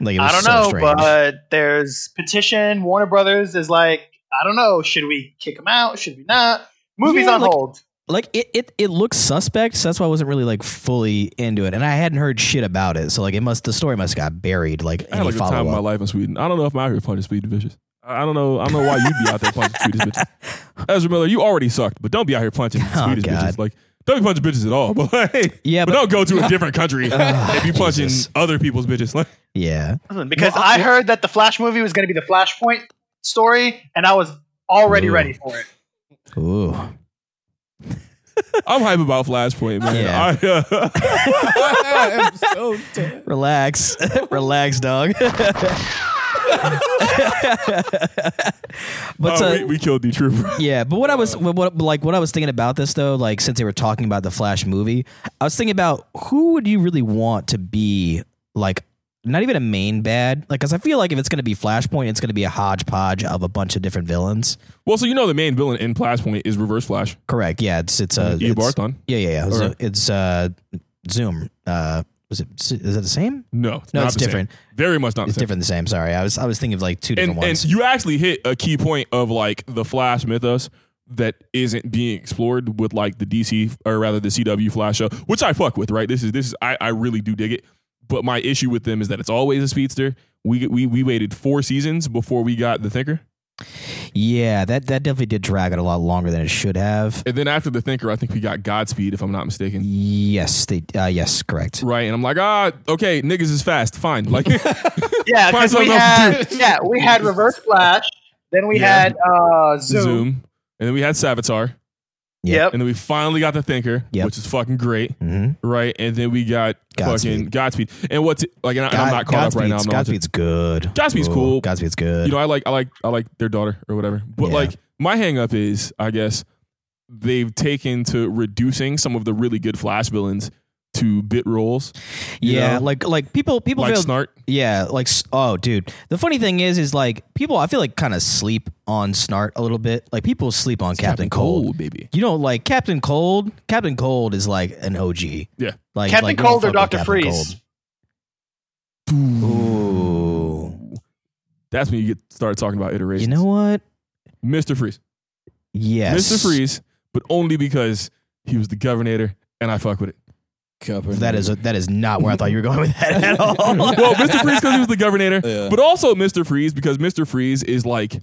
Speaker 3: Like it was
Speaker 5: I don't
Speaker 3: so
Speaker 5: know,
Speaker 3: strange.
Speaker 5: but there's petition. Warner Brothers is like, I don't know, should we kick him out? Should we not? Movie's
Speaker 3: Yeah,
Speaker 5: on
Speaker 3: like-
Speaker 5: hold.
Speaker 3: like it, it it looks suspect so that's why i wasn't really like fully into it and i hadn't heard shit about it so like it must the story must have got buried like
Speaker 1: I had
Speaker 3: any
Speaker 1: like a good time of my
Speaker 3: follow-up
Speaker 1: life in Sweden. I don't know if my could punch Swedish bitches. I I don't know. I don't know why you'd be out there punching Swedish bitches. Ezra Miller, you already sucked, but don't be out here punching
Speaker 3: Oh,
Speaker 1: Swedish
Speaker 3: God.
Speaker 1: bitches. Like, don't be punching bitches at all. But like,
Speaker 3: yeah
Speaker 1: but,
Speaker 3: but,
Speaker 1: don't go to a different country
Speaker 3: Ugh,
Speaker 1: and be punching
Speaker 3: Jesus.
Speaker 1: other people's bitches. Like,
Speaker 3: yeah
Speaker 5: Because I heard that the Flash movie was going to be the Flashpoint story, and I was already
Speaker 3: Ooh.
Speaker 5: ready for it.
Speaker 3: ooh
Speaker 1: I'm hype about Flashpoint, man. uh,
Speaker 3: Yeah.
Speaker 1: I, uh,
Speaker 2: I'm so dead.
Speaker 3: relax relax dog but
Speaker 1: oh,
Speaker 3: uh,
Speaker 1: we, we killed D Trooper.
Speaker 3: yeah but what i was what, what like what i was thinking about this though like since they were talking about the flash movie i was thinking about who would you really want to be like not even a main bad like because i feel like if it's going to be flashpoint it's going to be a hodgepodge of a bunch of different villains
Speaker 1: well, so you know the main villain in Flashpoint is Reverse Flash.
Speaker 3: correct yeah it's it's a
Speaker 1: Ian
Speaker 3: it's,
Speaker 1: Barton.
Speaker 3: yeah yeah yeah Zo-
Speaker 1: Or-
Speaker 3: it's uh zoom uh was it is it the same
Speaker 1: No, it's
Speaker 3: no
Speaker 1: not
Speaker 3: it's
Speaker 1: the same.
Speaker 3: different
Speaker 1: Very much not
Speaker 3: it's
Speaker 1: the same.
Speaker 3: different than the same sorry i was i was thinking of like two different
Speaker 1: and,
Speaker 3: ones
Speaker 1: and you actually hit a key point of like the Flash mythos that isn't being explored with like the DC or rather the CW Flash show, which I fuck with. Right? This is this is I, I really do dig it. But my issue with them is that it's always a speedster. We we we waited four seasons before we got the Thinker,
Speaker 3: yeah that that definitely did drag it a lot longer than it should have
Speaker 1: and then after the Thinker, I think we got Godspeed, if I'm not mistaken.
Speaker 3: yes they uh yes correct
Speaker 1: Right? And I'm like, ah, okay, niggas is fast. Fine. Like,
Speaker 5: Yeah,
Speaker 1: Find
Speaker 5: because we
Speaker 1: something else
Speaker 5: had yeah we had Reverse Flash, then we
Speaker 1: Yeah.
Speaker 5: had uh, Zoom.
Speaker 1: Zoom. And then we had Savitar.
Speaker 5: Yep.
Speaker 1: And then we finally got the Thinker,
Speaker 3: Yep.
Speaker 1: which is fucking great.
Speaker 3: hmm
Speaker 1: Right. And then we got fucking
Speaker 3: Godspeed.
Speaker 1: Godspeed. And what's like, and, I, am not caught up right now. I'm
Speaker 3: Godspeed's-
Speaker 1: not-
Speaker 3: Godspeed's good.
Speaker 1: Godspeed's
Speaker 3: Ooh,
Speaker 1: cool.
Speaker 3: Godspeed's good.
Speaker 1: you know, I like, I like, I like their daughter or whatever. But
Speaker 3: Yeah.
Speaker 1: like, my hang up is, I guess, they've taken to reducing some of the really good Flash villains to bit roles, you
Speaker 3: yeah,
Speaker 1: know?
Speaker 3: like like people people
Speaker 1: like
Speaker 3: feel
Speaker 1: Snart.
Speaker 3: yeah like s- oh dude. The funny thing is is like people I feel like kind of sleep on Snart a little bit. Like people sleep on Captain, Cold.
Speaker 1: baby.
Speaker 3: You know, like Captain Cold. Captain Cold is like an OG.
Speaker 1: Yeah.
Speaker 3: Like like,
Speaker 5: Captain
Speaker 3: we don't
Speaker 5: Cold
Speaker 3: fuck
Speaker 5: or
Speaker 3: with
Speaker 5: Dr.
Speaker 3: Captain
Speaker 5: Freeze?
Speaker 3: Cold. Ooh.
Speaker 1: That's when you get start talking about iterations.
Speaker 3: You know what?
Speaker 1: Mr. Freeze.
Speaker 3: Yes,
Speaker 1: Mr. Freeze, but only because he was the governor and I fuck with it.
Speaker 2: Covered.
Speaker 3: That is a, that is not where I thought you were going with that at all.
Speaker 1: Well, Mr. Freeze because he was the governor,
Speaker 2: Yeah.
Speaker 1: but also Mr. Freeze because Mr. Freeze is like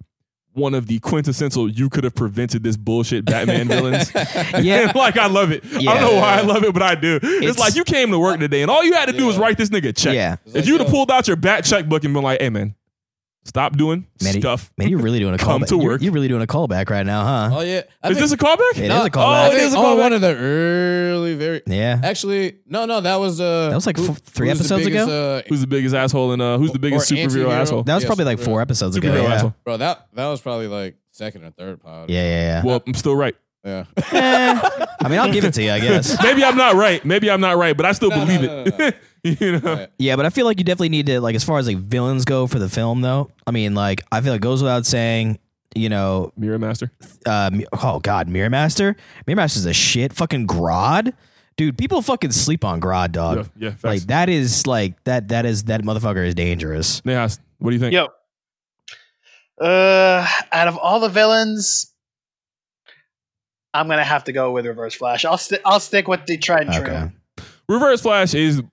Speaker 1: one of the quintessential you could have prevented this bullshit Batman villains.
Speaker 3: yeah,
Speaker 1: And, like I love it. I
Speaker 3: Yeah.
Speaker 1: don't know why I love it, but I do. It's,
Speaker 3: It's-
Speaker 1: like you came to work today and all you had to do was
Speaker 2: Yeah.
Speaker 1: write this nigga a check.
Speaker 3: yeah.
Speaker 1: If you'd have pulled out your bat checkbook and been like, "Hey man, stop doing
Speaker 3: Man, he-
Speaker 1: stuff."
Speaker 3: Man, you're really doing a
Speaker 1: Come
Speaker 3: callback.
Speaker 1: to
Speaker 3: You're-
Speaker 1: work.
Speaker 3: You're, really doing a callback right now, huh?
Speaker 2: Oh yeah. I
Speaker 1: Is
Speaker 2: think-
Speaker 1: this a callback?
Speaker 3: It is a
Speaker 1: Oh,
Speaker 3: callback.
Speaker 1: it is a
Speaker 2: Oh,
Speaker 1: callback.
Speaker 2: one of the early, very.
Speaker 3: yeah.
Speaker 2: Actually, no, no, that was uh,
Speaker 3: That was like f- three
Speaker 2: who's the
Speaker 3: episodes ago?
Speaker 2: biggest, Uh,
Speaker 1: who's the biggest asshole and uh, who's the biggest
Speaker 2: Or
Speaker 1: superhero
Speaker 2: anti-hero.
Speaker 1: asshole?
Speaker 3: That was
Speaker 2: Yes,
Speaker 3: probably like
Speaker 2: superhero.
Speaker 3: four episodes ago.
Speaker 1: Superhero
Speaker 3: yeah.
Speaker 1: asshole.
Speaker 2: bro, that that was probably like second or third pod.
Speaker 3: Yeah, yeah, yeah.
Speaker 1: Well, I'm still right.
Speaker 2: yeah.
Speaker 3: Eh, I mean, I'll give it to you, I guess.
Speaker 1: Maybe I'm not right. Maybe I'm not right, but I still
Speaker 2: No, no,
Speaker 1: believe
Speaker 2: no,
Speaker 1: it.
Speaker 2: no,
Speaker 1: you know,
Speaker 2: Right.
Speaker 3: Yeah, but I feel like you definitely need to like as far as like villains go for the film though. I mean, like I feel like it goes without saying, you know,
Speaker 1: Mirror Master.
Speaker 3: uh, Mi- oh god, Mirror Master. Mirror Master's a shit. Fucking Grodd. Dude, people fucking sleep on Grodd, dog.
Speaker 1: yeah, yeah. Facts.
Speaker 3: like that is like that that is that motherfucker is dangerous.
Speaker 1: Nejas, what do you think?
Speaker 5: Yo. Uh, out of all the villains, I'm gonna have to go with Reverse Flash. I'll sti I'll stick with the tried and true.
Speaker 3: Okay.
Speaker 1: Reverse Flash is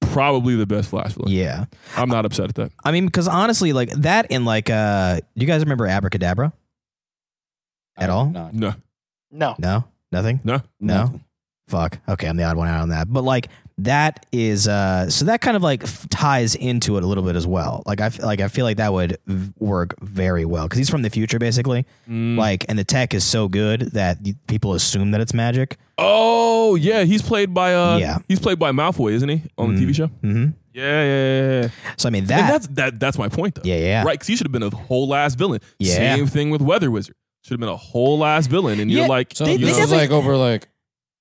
Speaker 1: probably the best Flash villain.
Speaker 3: Yeah.
Speaker 1: I'm not upset at that.
Speaker 3: I mean, because honestly, like that and like uh you guys remember Abracadabra? At all?
Speaker 2: Nah.
Speaker 1: No.
Speaker 5: No.
Speaker 3: No, nothing.
Speaker 1: No.
Speaker 3: No?
Speaker 2: Nothing.
Speaker 3: Fuck. Okay, I'm the odd one out on that. But like that is uh so that kind of like f- ties into it a little bit as well. Like I f- like I feel like that would v- work very well cuz he's from the future basically.
Speaker 1: Mm.
Speaker 3: Like and the tech is so good that y- people assume that it's magic.
Speaker 1: Oh yeah, he's played by uh
Speaker 3: Yeah.
Speaker 1: he's played by Malfoy, isn't he? On the TV show.
Speaker 3: Mhm.
Speaker 1: Yeah, yeah, yeah. yeah.
Speaker 3: So I mean
Speaker 1: And
Speaker 3: that
Speaker 1: that's that that's my point though.
Speaker 3: Yeah, yeah.
Speaker 1: Right, because he should have been a whole ass villain.
Speaker 3: Yeah.
Speaker 1: Same thing with Weather Wizard. Should have been a whole ass villain, and
Speaker 3: Yeah,
Speaker 1: you're like,
Speaker 2: So
Speaker 3: They-
Speaker 1: you
Speaker 3: they
Speaker 2: this
Speaker 1: know,
Speaker 2: is
Speaker 3: definitely-
Speaker 2: like over like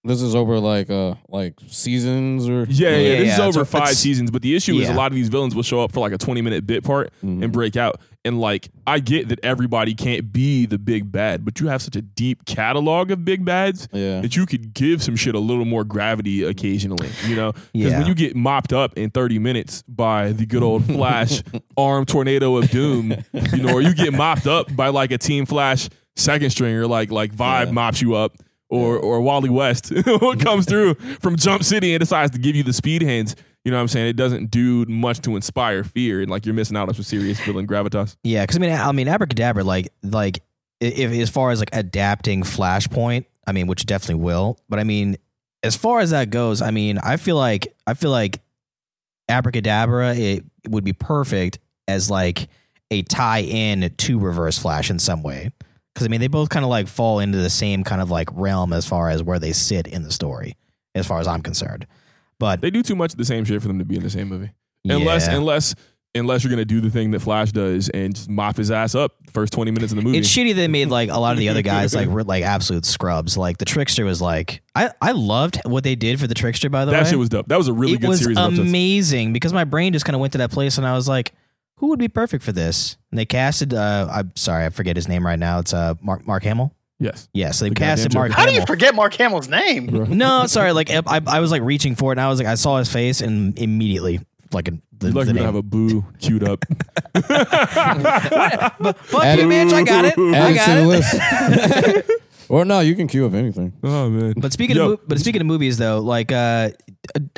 Speaker 2: this is over like uh like seasons or
Speaker 1: yeah, yeah,
Speaker 3: Yeah,
Speaker 1: this
Speaker 3: yeah,
Speaker 1: is over
Speaker 3: it's-
Speaker 1: five
Speaker 3: it's-
Speaker 1: seasons. But the issue is a
Speaker 3: Yeah. Mm-hmm.
Speaker 1: lot of these villains will show up for like a 20 minute bit part
Speaker 2: Mhm.
Speaker 1: and break out. And like, I get that everybody can't be the big bad, but you have such a deep catalog of big bads
Speaker 2: yeah.
Speaker 1: that you could give some shit a little more gravity occasionally, you know? Because
Speaker 3: Yeah.
Speaker 1: when you get mopped up in 30 minutes by the good old Flash arm tornado of doom, you know, or you get mopped up by like a Team Flash second stringer, like like Vibe
Speaker 2: Yeah.
Speaker 1: mops you up, or or Wally West comes through from Jump City and decides to give you the speed hands. You know what I'm saying? It doesn't do much to inspire fear, and like you're missing out on some serious villain gravitas.
Speaker 3: yeah, cuz I mean I mean abracadabra like like i- if as far as like adapting Flashpoint, I mean which it definitely will, but I mean as far as that goes, I mean I feel like I feel like abracadabra it would be perfect as like a tie in to reverse flash in some way because i mean they both kind of like fall into the same kind of like realm as far as where they sit in the story as far as i'm concerned but
Speaker 1: They do too much of the same shit for them to be in the same movie. Unless
Speaker 3: yeah.
Speaker 1: unless unless you're gonna do the thing that Flash does and just mop his ass up the first twenty minutes of the movie.
Speaker 3: it's shitty they made like a lot of the other guys like were like absolute scrubs like the trickster was like i i loved what they did for the trickster by the
Speaker 1: that
Speaker 3: way
Speaker 1: shit was dope. That was a really
Speaker 3: it
Speaker 1: good
Speaker 3: was
Speaker 1: series of episodes.
Speaker 3: amazing because my brain just kind of went to that place and I was like, who would be perfect for this? And they casted. Uh, I'm sorry, I forget his name right now. It's uh, Mark Mark Hamill.
Speaker 1: Yes.
Speaker 3: Yeah, so they
Speaker 1: The goddamn
Speaker 3: casted Mark
Speaker 5: How do you
Speaker 3: Hamill.
Speaker 5: forget Mark Hamill's name?
Speaker 3: no, sorry. Like I, I was like reaching for it, and I was like, I saw his face, and immediately, like the,
Speaker 1: You're
Speaker 3: the
Speaker 1: lucky to
Speaker 3: name.
Speaker 1: have a boo queued up.
Speaker 3: Fuck
Speaker 2: Add
Speaker 3: you,
Speaker 2: it-
Speaker 3: bitch! I got it.
Speaker 2: Add
Speaker 3: I
Speaker 2: it to the
Speaker 3: got it.
Speaker 2: list. or no, you can queue up anything.
Speaker 1: oh man.
Speaker 3: But speaking
Speaker 1: Yo.
Speaker 3: of mo- but speaking of movies though, like uh,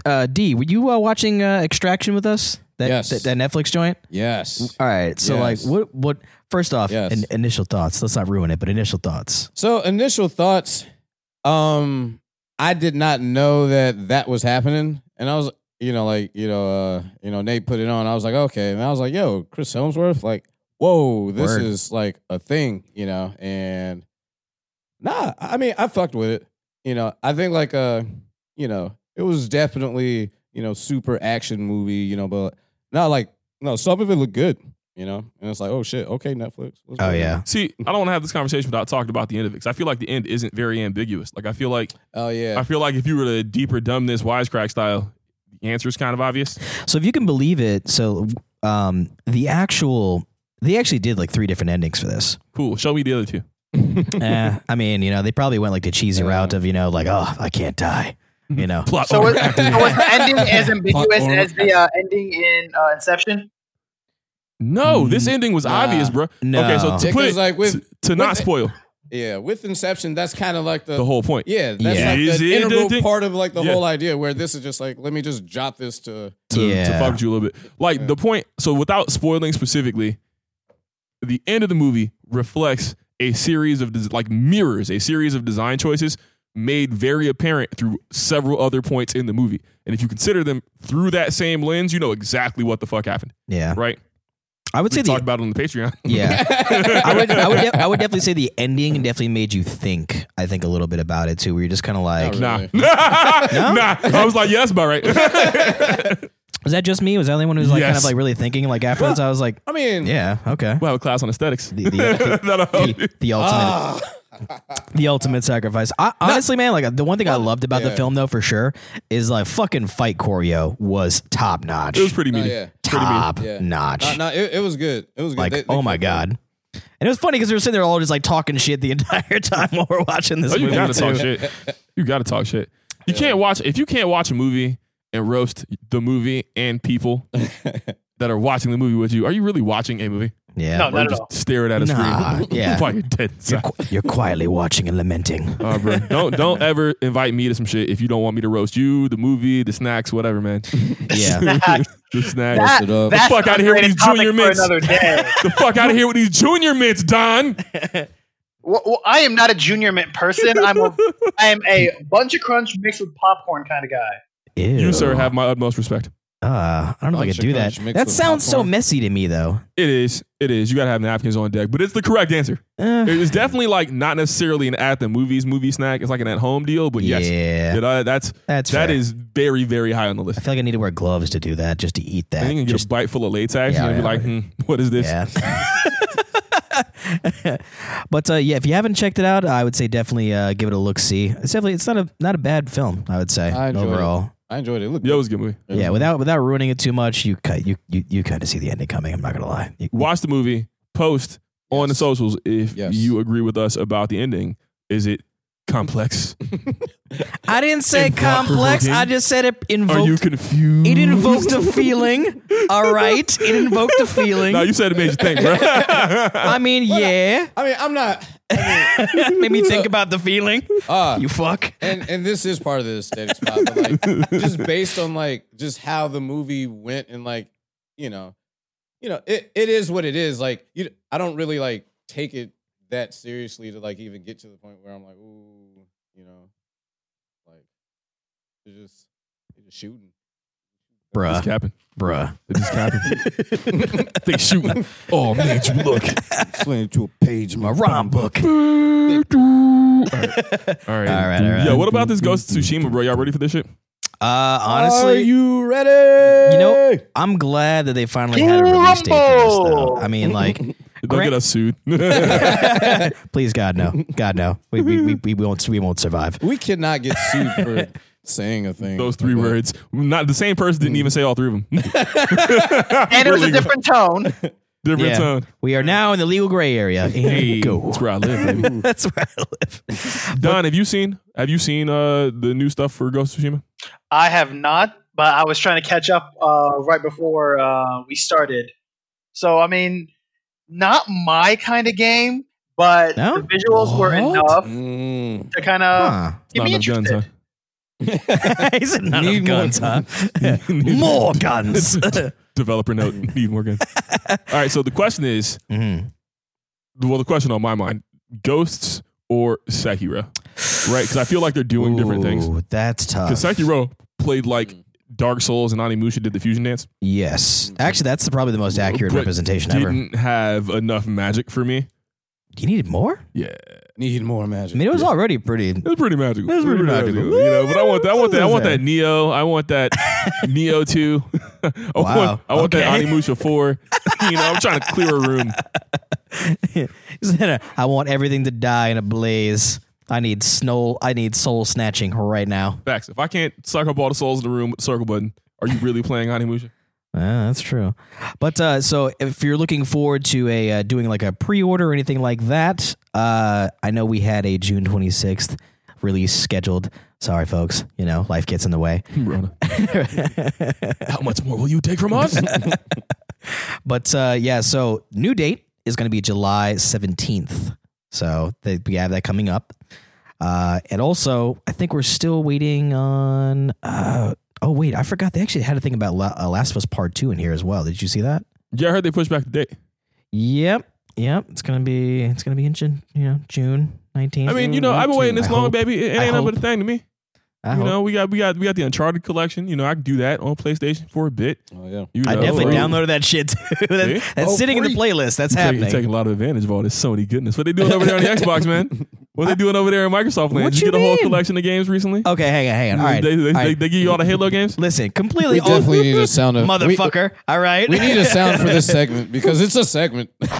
Speaker 3: uh, D, were you uh, watching uh, Extraction with us? That,
Speaker 2: Yes.
Speaker 3: that that Netflix joint.
Speaker 2: Yes.
Speaker 3: All right. So
Speaker 2: Yes.
Speaker 3: like, what what? First off,
Speaker 2: Yes.
Speaker 3: in, initial thoughts. Let's not ruin it, but initial thoughts.
Speaker 2: So initial thoughts. Um, I did not know that that was happening, and I was, you know, like, you know, uh, you know, Nate put it on. I was like, okay, and I was like, yo, Chris Helmsworth, like, whoa, this
Speaker 3: Word.
Speaker 2: is like a thing, you know, and nah, I mean, I fucked with it, you know. I think like, uh, you know, it was definitely, you know, super action movie, you know, but not like, no, some of it looked good, you know, and it's like, oh shit, okay, Netflix. let's go.
Speaker 3: Oh yeah.
Speaker 1: See, I don't want to have this conversation without talking about the end of it because I feel like the end isn't very ambiguous. Like I feel like
Speaker 2: oh yeah.
Speaker 1: I feel like if you were to deeper dumb this wisecrack style, the answer is kind of obvious.
Speaker 3: So if you can believe it, so um, the actual they actually did like three different endings for this.
Speaker 1: Cool. Show me the other two.
Speaker 3: Eh, I mean, you know, they probably went like the cheesy
Speaker 2: Yeah.
Speaker 3: route of you know, like oh, I can't die, you know.
Speaker 1: Plot.
Speaker 5: So was,
Speaker 1: armor.
Speaker 5: so was the ending as ambiguous
Speaker 2: Plot-
Speaker 5: as the uh, ending in uh, Inception?
Speaker 1: no, this
Speaker 3: Mm.
Speaker 1: ending was
Speaker 2: Nah.
Speaker 1: obvious, bro.
Speaker 3: No.
Speaker 1: Okay, so to
Speaker 2: Because,
Speaker 1: put it,
Speaker 2: like, with-
Speaker 1: to, to not
Speaker 2: with-
Speaker 1: spoil
Speaker 2: Yeah, with Inception, that's kind of like the,
Speaker 1: the whole point.
Speaker 2: yeah, that's
Speaker 3: Yeah.
Speaker 2: like
Speaker 1: Is
Speaker 2: the
Speaker 1: it
Speaker 2: integral
Speaker 1: the-
Speaker 2: part of like the
Speaker 1: Yeah.
Speaker 2: whole idea. Where this is just like, let me just jot this to
Speaker 1: to, to
Speaker 3: Yeah.
Speaker 1: fuck with you a little bit. Like
Speaker 2: Yeah.
Speaker 1: the point, so without spoiling specifically, the end of the movie reflects a series of des- like mirrors, a series of design choices made very apparent through several other points in the movie. And if you consider them through that same lens, you know exactly what the fuck happened,
Speaker 3: Yeah,
Speaker 1: right?
Speaker 3: I would
Speaker 1: We
Speaker 3: say
Speaker 1: talked
Speaker 3: the
Speaker 1: about it on the Patreon.
Speaker 3: yeah. I would, I would, def- I would definitely say the ending definitely made you think. I think a little bit about it too, where you're just kind of like,
Speaker 2: Not
Speaker 1: Nah,
Speaker 2: Really?
Speaker 1: nah. I was like, yeah, that's about right.
Speaker 3: was that just me? Was that the only one who was like kind
Speaker 1: Yes.
Speaker 3: of like really thinking? Like afterwards, I was like,
Speaker 2: I mean,
Speaker 3: yeah, okay.
Speaker 1: we'll have a class on aesthetics.
Speaker 3: The, the,
Speaker 1: That'll help you.
Speaker 3: the, the ultimate
Speaker 2: ah,
Speaker 3: the ultimate sacrifice. I, honestly, man, like the one thing I loved about the
Speaker 2: yeah.
Speaker 3: film, though, for sure, is like fucking fight choreo was top notch.
Speaker 1: It was pretty
Speaker 2: no,
Speaker 1: meaty.
Speaker 2: Oh, yeah,
Speaker 3: top
Speaker 2: yeah.
Speaker 3: notch.
Speaker 2: Nah, nah, it, it was good. It was good.
Speaker 3: like,
Speaker 2: They- they
Speaker 3: oh my
Speaker 2: kept it.
Speaker 3: god. And it was funny because we were sitting there all just like talking shit the entire time while we're watching this
Speaker 1: Oh, you
Speaker 3: movie.
Speaker 1: gotta
Speaker 3: too.
Speaker 1: talk shit. You gotta talk shit. You can't watch if you can't watch a movie and roast the movie and people that are watching the movie with you. Are you really watching a movie?
Speaker 3: Yeah,
Speaker 5: No,
Speaker 3: bro.
Speaker 1: Or
Speaker 5: not at
Speaker 1: just
Speaker 5: all.
Speaker 1: staring at a
Speaker 3: Nah,
Speaker 1: screen.
Speaker 3: yeah.
Speaker 1: Why you're dead.
Speaker 3: You're,
Speaker 1: inside.
Speaker 3: qu- you're quietly watching and lamenting.
Speaker 1: Uh, bro, don't don't ever invite me to some shit if you don't want me to roast you, the movie, the snacks, whatever, man.
Speaker 3: Yeah,
Speaker 5: That-
Speaker 1: The snacks.
Speaker 5: that-
Speaker 2: it up.
Speaker 5: that's
Speaker 1: The fuck
Speaker 5: an
Speaker 1: outta here with
Speaker 5: underrated
Speaker 1: these junior
Speaker 5: topic for
Speaker 1: mints.
Speaker 5: another day.
Speaker 1: the fuck out of here with these junior mints, Don.
Speaker 5: Well, well, I am not a junior mint person. I'm a I am a bunch of crunch mixed with popcorn kind of guy.
Speaker 3: Ew.
Speaker 1: You, sir, have my utmost respect.
Speaker 3: Uh, I don't know if I
Speaker 2: Bunch
Speaker 3: could
Speaker 2: of
Speaker 3: do that.
Speaker 2: crunch mixed
Speaker 3: That
Speaker 2: with
Speaker 3: sounds so
Speaker 2: popcorn.
Speaker 3: messy to me, though.
Speaker 1: It is. It is. You gotta have napkins on deck, but it's the correct answer.
Speaker 3: Eh.
Speaker 1: It's definitely like not necessarily an at the movies movie snack. It's like an at home deal, but yes,
Speaker 3: Yeah,
Speaker 1: You know, that's
Speaker 3: that's
Speaker 1: that
Speaker 3: fair.
Speaker 1: is very very high on the
Speaker 3: I
Speaker 1: list.
Speaker 3: feel like I need to wear gloves to do that, just to eat
Speaker 1: And you
Speaker 3: that.
Speaker 1: can get
Speaker 3: Just
Speaker 1: a bite full of latex
Speaker 3: Yeah,
Speaker 1: and you'll be
Speaker 3: yeah.
Speaker 1: like, hmm, what is this?
Speaker 3: Yeah. but uh, yeah, if you haven't checked it out, I would say definitely uh, give it a look. See, it's definitely it's not a not a bad film. I would say
Speaker 2: I enjoyed it.
Speaker 3: overall.
Speaker 2: I enjoyed it. Look,
Speaker 1: Yo, it was a good movie.
Speaker 3: Yeah, without without ruining it too much, you cut you you, you kind of see the ending coming. I'm not gonna lie. You-
Speaker 1: Watch the movie. Post on the socials if
Speaker 2: Yes.
Speaker 1: you agree with us about the ending. Is it complex?
Speaker 3: I didn't say
Speaker 1: Thought
Speaker 3: complex. I
Speaker 1: provoking.
Speaker 3: just said it
Speaker 1: Are you
Speaker 3: invoked.
Speaker 1: confused?
Speaker 3: It invoked a feeling. All right, it invoked a feeling.
Speaker 1: No, you said it made you think, bro.
Speaker 3: I mean, yeah.
Speaker 2: I mean, I'm not.
Speaker 3: Made me think about the feeling.
Speaker 2: Uh,
Speaker 3: You fuck.
Speaker 2: and and this is part of the aesthetic spot, but like just based on like just how the movie went and like you know, you know it, it is what it is. Like you, I don't really like take it that seriously to like even get to the point where I'm like, ooh, you know, like they're just they're just shooting.
Speaker 1: It's
Speaker 3: Bruh,
Speaker 1: capping.
Speaker 3: bruh.
Speaker 1: It just happened. they shooting. Oh man, you look.
Speaker 2: Explain to a page,
Speaker 3: My rhyme book.
Speaker 1: All right. All
Speaker 3: All
Speaker 1: right.
Speaker 3: right, all right.
Speaker 1: Yo, what about this Ghost of Tsushima, bro? Y'all ready for this shit?
Speaker 3: Uh,
Speaker 2: Are
Speaker 3: honestly,
Speaker 2: you ready?
Speaker 3: You know- I'm glad that they finally had a release date for this. Though.
Speaker 5: Rumble!
Speaker 3: I mean, like,
Speaker 1: Don't
Speaker 3: Grant-
Speaker 1: get us sued. That's
Speaker 3: please, God no, God no. We we, we, we won't we won't survive.
Speaker 2: we cannot get sued for saying a thing.
Speaker 1: Those three words. Not the same person didn't even say all three of them.
Speaker 5: And it was a
Speaker 1: Really?
Speaker 5: different tone.
Speaker 1: Different
Speaker 3: Yeah.
Speaker 1: tone.
Speaker 3: We are now in the legal gray area. And
Speaker 1: Hey,
Speaker 3: go.
Speaker 1: that's where I live, baby.
Speaker 3: That's where I live.
Speaker 1: Don, have you seen? Have you seen uh, the new stuff for Ghost of Tsushima?
Speaker 5: I have not, but I was trying to catch up uh, right before uh, we started. So I mean, not my kind of game, but
Speaker 3: No?
Speaker 5: the visuals were
Speaker 3: What?
Speaker 5: enough
Speaker 2: Mm.
Speaker 5: to kind of
Speaker 1: It's
Speaker 5: keep me
Speaker 1: not enough
Speaker 5: interested.
Speaker 1: guns,
Speaker 3: Huh. he said none
Speaker 2: Need
Speaker 3: of guns,
Speaker 2: more
Speaker 3: huh?
Speaker 1: Need
Speaker 3: more guns.
Speaker 1: huh? Developer note: Need more guns. all right. So the question is,
Speaker 3: Mhm.
Speaker 1: well, the question on my mind: Ghosts or Sekiro? Right? Because I feel like they're doing different things.
Speaker 3: Ooh, That's tough.
Speaker 1: Because Sekiro played like Dark Souls and Animusha did the fusion dance.
Speaker 3: Yes, actually, that's probably the most accurate
Speaker 1: But
Speaker 3: representation ever.
Speaker 1: Didn't have enough magic for me.
Speaker 3: You needed more.
Speaker 1: Yeah,
Speaker 2: Need more Oh,
Speaker 3: I
Speaker 2: magic.
Speaker 3: mean, it was already pretty.
Speaker 1: it was pretty magical.
Speaker 3: It was pretty magical.
Speaker 1: You know, but I want that. I want that. I want
Speaker 3: Yeah.
Speaker 1: that Neo. I want that Neo two. I
Speaker 3: Wow.
Speaker 1: want. I want that
Speaker 3: Okay.
Speaker 1: Animusha four. you know, I'm trying to clear a room.
Speaker 3: I want everything to die in a blaze. I need snow. I need soul snatching right now.
Speaker 1: Facts. If I can't circle all the souls in the room with the circle button, are you really playing Animusha?
Speaker 3: Yeah, Ah, that's true. But uh, so if you're looking forward to a uh, doing like a pre-order or anything like that, uh, I know we had a June 26th release scheduled. Sorry, folks. You know, life gets in the way.
Speaker 1: Brother. How much more will you take from us?
Speaker 3: But uh, yeah, so new date is going to be July 17th. So they, we have that coming up. Uh, and also, I think we're still waiting on. Uh, oh, wait, I forgot. They actually had a thing about La- uh, Last of Us Part 2 in here as well. Did you see that?
Speaker 1: yeah, I heard they pushed back the date.
Speaker 3: Yep. Yep. It's going to be it's going to be in June, you know, June 19th.
Speaker 1: I mean, you know, I've been waiting this
Speaker 3: I
Speaker 1: long,
Speaker 3: hope-
Speaker 1: baby. It
Speaker 3: I
Speaker 1: ain't nothing but
Speaker 3: hope.
Speaker 1: a thing to me.
Speaker 3: I
Speaker 1: you
Speaker 3: hope.
Speaker 1: know, we got we got we got the Uncharted collection. You know, I can do that on PlayStation for a bit.
Speaker 2: Oh yeah.
Speaker 1: You
Speaker 3: I
Speaker 1: know,
Speaker 3: definitely
Speaker 1: like-
Speaker 3: downloaded that shit too.
Speaker 1: See?
Speaker 3: that, that's
Speaker 2: Oh,
Speaker 3: sitting in the
Speaker 2: free.
Speaker 3: playlist. That's
Speaker 1: You're taking-
Speaker 3: happening.
Speaker 1: You're taking a lot of advantage of all this Sony goodness. What they doing over there on the Xbox, man? What they doing over there in Microsoft land?
Speaker 3: What
Speaker 1: Did you,
Speaker 3: you
Speaker 1: get a whole
Speaker 3: mean?
Speaker 1: collection of games recently?
Speaker 3: okay, hang on, hang on. All right.
Speaker 1: They, they,
Speaker 3: all
Speaker 1: they,
Speaker 3: right.
Speaker 1: they give you all the Halo games.
Speaker 3: Listen, completely
Speaker 2: We
Speaker 3: off-
Speaker 2: definitely need a sound of
Speaker 3: motherfucker. all right.
Speaker 2: We, we need a sound for this segment because it's a segment.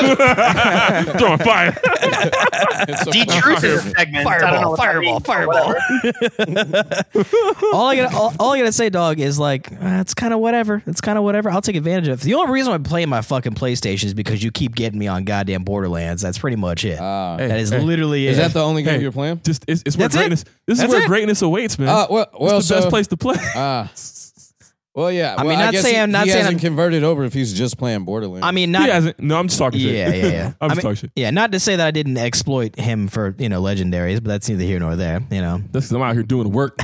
Speaker 1: Throwing fire.
Speaker 2: It's a
Speaker 5: D-Truth is a segment. I don't know
Speaker 3: Fireball,
Speaker 5: what that
Speaker 3: fireball,
Speaker 5: means, but
Speaker 3: fireball.
Speaker 5: whatever.
Speaker 3: all I gotta, all, all I gotta say, dog, is like, uh, it's kind of whatever. It's kind of whatever. I'll take advantage of. it. The only reason I'm playing my fucking PlayStation is because you keep getting me on goddamn Borderlands. That's pretty much it.
Speaker 2: Ah.
Speaker 1: Hey,
Speaker 3: that is
Speaker 1: hey,
Speaker 3: literally
Speaker 2: is
Speaker 3: it.
Speaker 2: that the only game
Speaker 1: Hey.
Speaker 2: you're playing?
Speaker 1: Just it's, it's where
Speaker 3: That's it.
Speaker 1: greatness. This
Speaker 3: That's
Speaker 1: is where
Speaker 3: it.
Speaker 1: greatness awaits, man.
Speaker 2: Uh, well, well,
Speaker 1: it's the
Speaker 2: so,
Speaker 1: best place to play.
Speaker 3: Uh,
Speaker 2: Ah. well, yeah.
Speaker 3: I
Speaker 2: well,
Speaker 3: mean, not
Speaker 2: guess
Speaker 3: saying-
Speaker 2: he,
Speaker 3: not
Speaker 2: he
Speaker 3: saying
Speaker 2: hasn't
Speaker 3: I'm-
Speaker 2: converted over if he's just playing Borderlands.
Speaker 3: I mean,
Speaker 1: he
Speaker 3: not.
Speaker 1: hasn't. No, I'm just talking shit.
Speaker 3: Yeah, yeah, yeah.
Speaker 1: I'm
Speaker 3: I
Speaker 1: just
Speaker 3: mean-
Speaker 1: talking shit.
Speaker 3: Yeah, not to say that I didn't exploit him for you know legendaries, but that's neither here nor there. You know,
Speaker 1: That's 'cause I'm out here doing the work.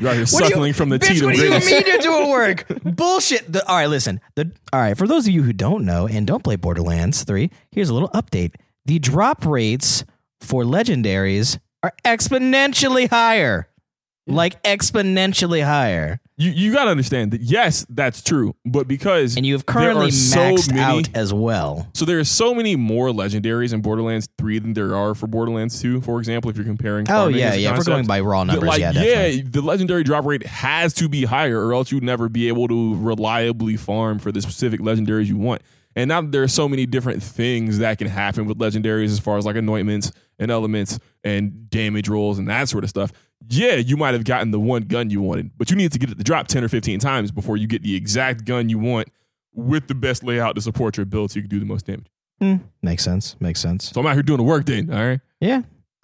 Speaker 1: You're out here suckling from the tea
Speaker 3: Bitch,
Speaker 1: to
Speaker 3: what do you
Speaker 1: greatness.
Speaker 3: mean you're doing work? Bullshit. The- all right, listen. The, all right, for those of you who don't know and don't play Borderlands 3, here's a little update. the drop rates for legendaries are exponentially higher. Like exponentially higher.
Speaker 1: You you gotta understand that yes, that's true. But because
Speaker 3: And you have
Speaker 1: There are
Speaker 3: currently
Speaker 1: so
Speaker 3: maxed
Speaker 1: many-
Speaker 3: out as well.
Speaker 1: so there are so many more legendaries in Borderlands 3 than there are for Borderlands 2, for example, if you're comparing
Speaker 3: Oh
Speaker 1: farming
Speaker 3: yeah,
Speaker 1: as a
Speaker 3: yeah. If we're
Speaker 1: concept.
Speaker 3: going by raw numbers,
Speaker 1: like
Speaker 3: yeah, definitely.
Speaker 1: the legendary drop rate has to be higher, or else you'd never be able to reliably farm for the specific legendaries you want. And now that there are so many different things that can happen with legendaries, as far as like anointments and elements and damage rolls and that sort of stuff. Yeah, you might have gotten the one gun you wanted, but you need to get it to drop ten or fifteen times before you get the exact gun you want with the best layout to support your build, so you can do the most damage.
Speaker 3: Hmm, makes sense. Makes sense.
Speaker 1: So I'm out here doing the work, then. All right.
Speaker 3: Yeah.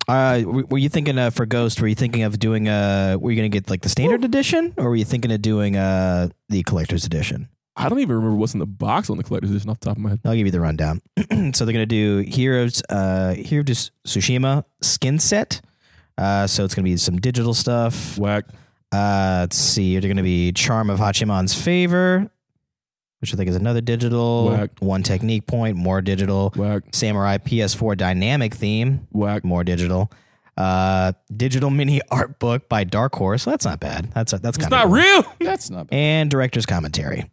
Speaker 3: Uh, w- were you thinking uh, for Ghost? Were you thinking of doing uh Were you gonna get like the standard edition, or were you thinking of doing uh the collector's edition?
Speaker 1: I don't even remember what's in the box on the collector's edition off the top of my head.
Speaker 3: I'll give you the rundown. so they're gonna do Heroes, uh, Hero of Tsushima skin set. Uh, so it's gonna be some digital stuff.
Speaker 1: Whack.
Speaker 3: Uh, let's see. They're gonna be Charm of Hachiman's Favor, which I think is another digital
Speaker 1: Whack.
Speaker 3: one technique point, more digital.
Speaker 1: Whack.
Speaker 3: Samurai PS4 dynamic theme,
Speaker 1: Whack.
Speaker 3: more digital. Uh, digital mini art book by Dark Horse. That's not bad. That's
Speaker 1: It's
Speaker 3: that's kinda
Speaker 1: not
Speaker 3: cool.
Speaker 1: real.
Speaker 2: That's not bad.
Speaker 3: And director's commentary.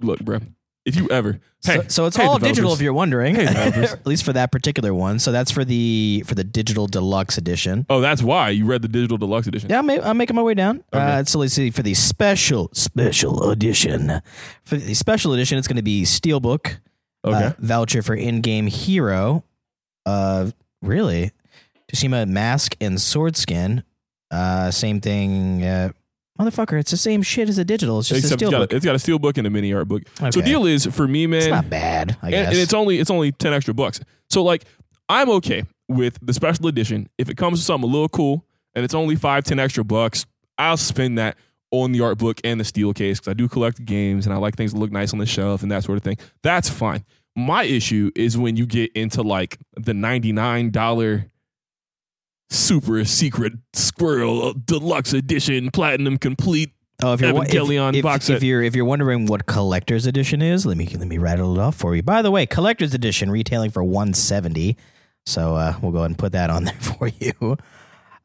Speaker 1: Look, bro. If you ever, hey,
Speaker 3: so, so it's
Speaker 1: hey,
Speaker 3: all
Speaker 1: developers.
Speaker 3: digital if you're wondering.
Speaker 1: Hey, developers.
Speaker 3: At least for that particular one. So that's for the for the digital deluxe edition.
Speaker 1: Oh, that's why you read the digital deluxe edition.
Speaker 3: Yeah, I'm, ma- I'm making my way down.
Speaker 1: Okay.
Speaker 3: Uh, so let's see for the special special edition. For the special edition, it's going to be Steelbook
Speaker 1: Okay.
Speaker 3: uh, voucher for in-game hero. Uh, really, Tsushima mask and sword skin. Uh, same thing. Uh, motherfucker, it's the same shit as a digital. It's just
Speaker 1: Except
Speaker 3: a
Speaker 1: it's got,
Speaker 3: steelbook.
Speaker 1: a, it's got a steel book and a mini art book. So
Speaker 3: Okay.
Speaker 1: deal is for me, man.
Speaker 3: It's not bad. I
Speaker 1: and,
Speaker 3: guess
Speaker 1: and it's only it's only ten extra bucks. So like I'm okay with the special edition if it comes with something a little cool and it's only five ten extra bucks. I'll spend that on the art book and the steel case because I do collect games and I like things that look nice on the shelf and that sort of thing. That's fine. My issue is when you get into like the ninety nine dollar super secret squirrel deluxe edition platinum complete.
Speaker 3: oh, if you're wa-
Speaker 1: Evangelion
Speaker 3: if,
Speaker 1: box
Speaker 3: if,
Speaker 1: set.
Speaker 3: if you're if you're wondering what collector's edition is, let me let me rattle it off for you. By the way, collector's edition retailing for 170. So uh, we'll go ahead and put that on there for you.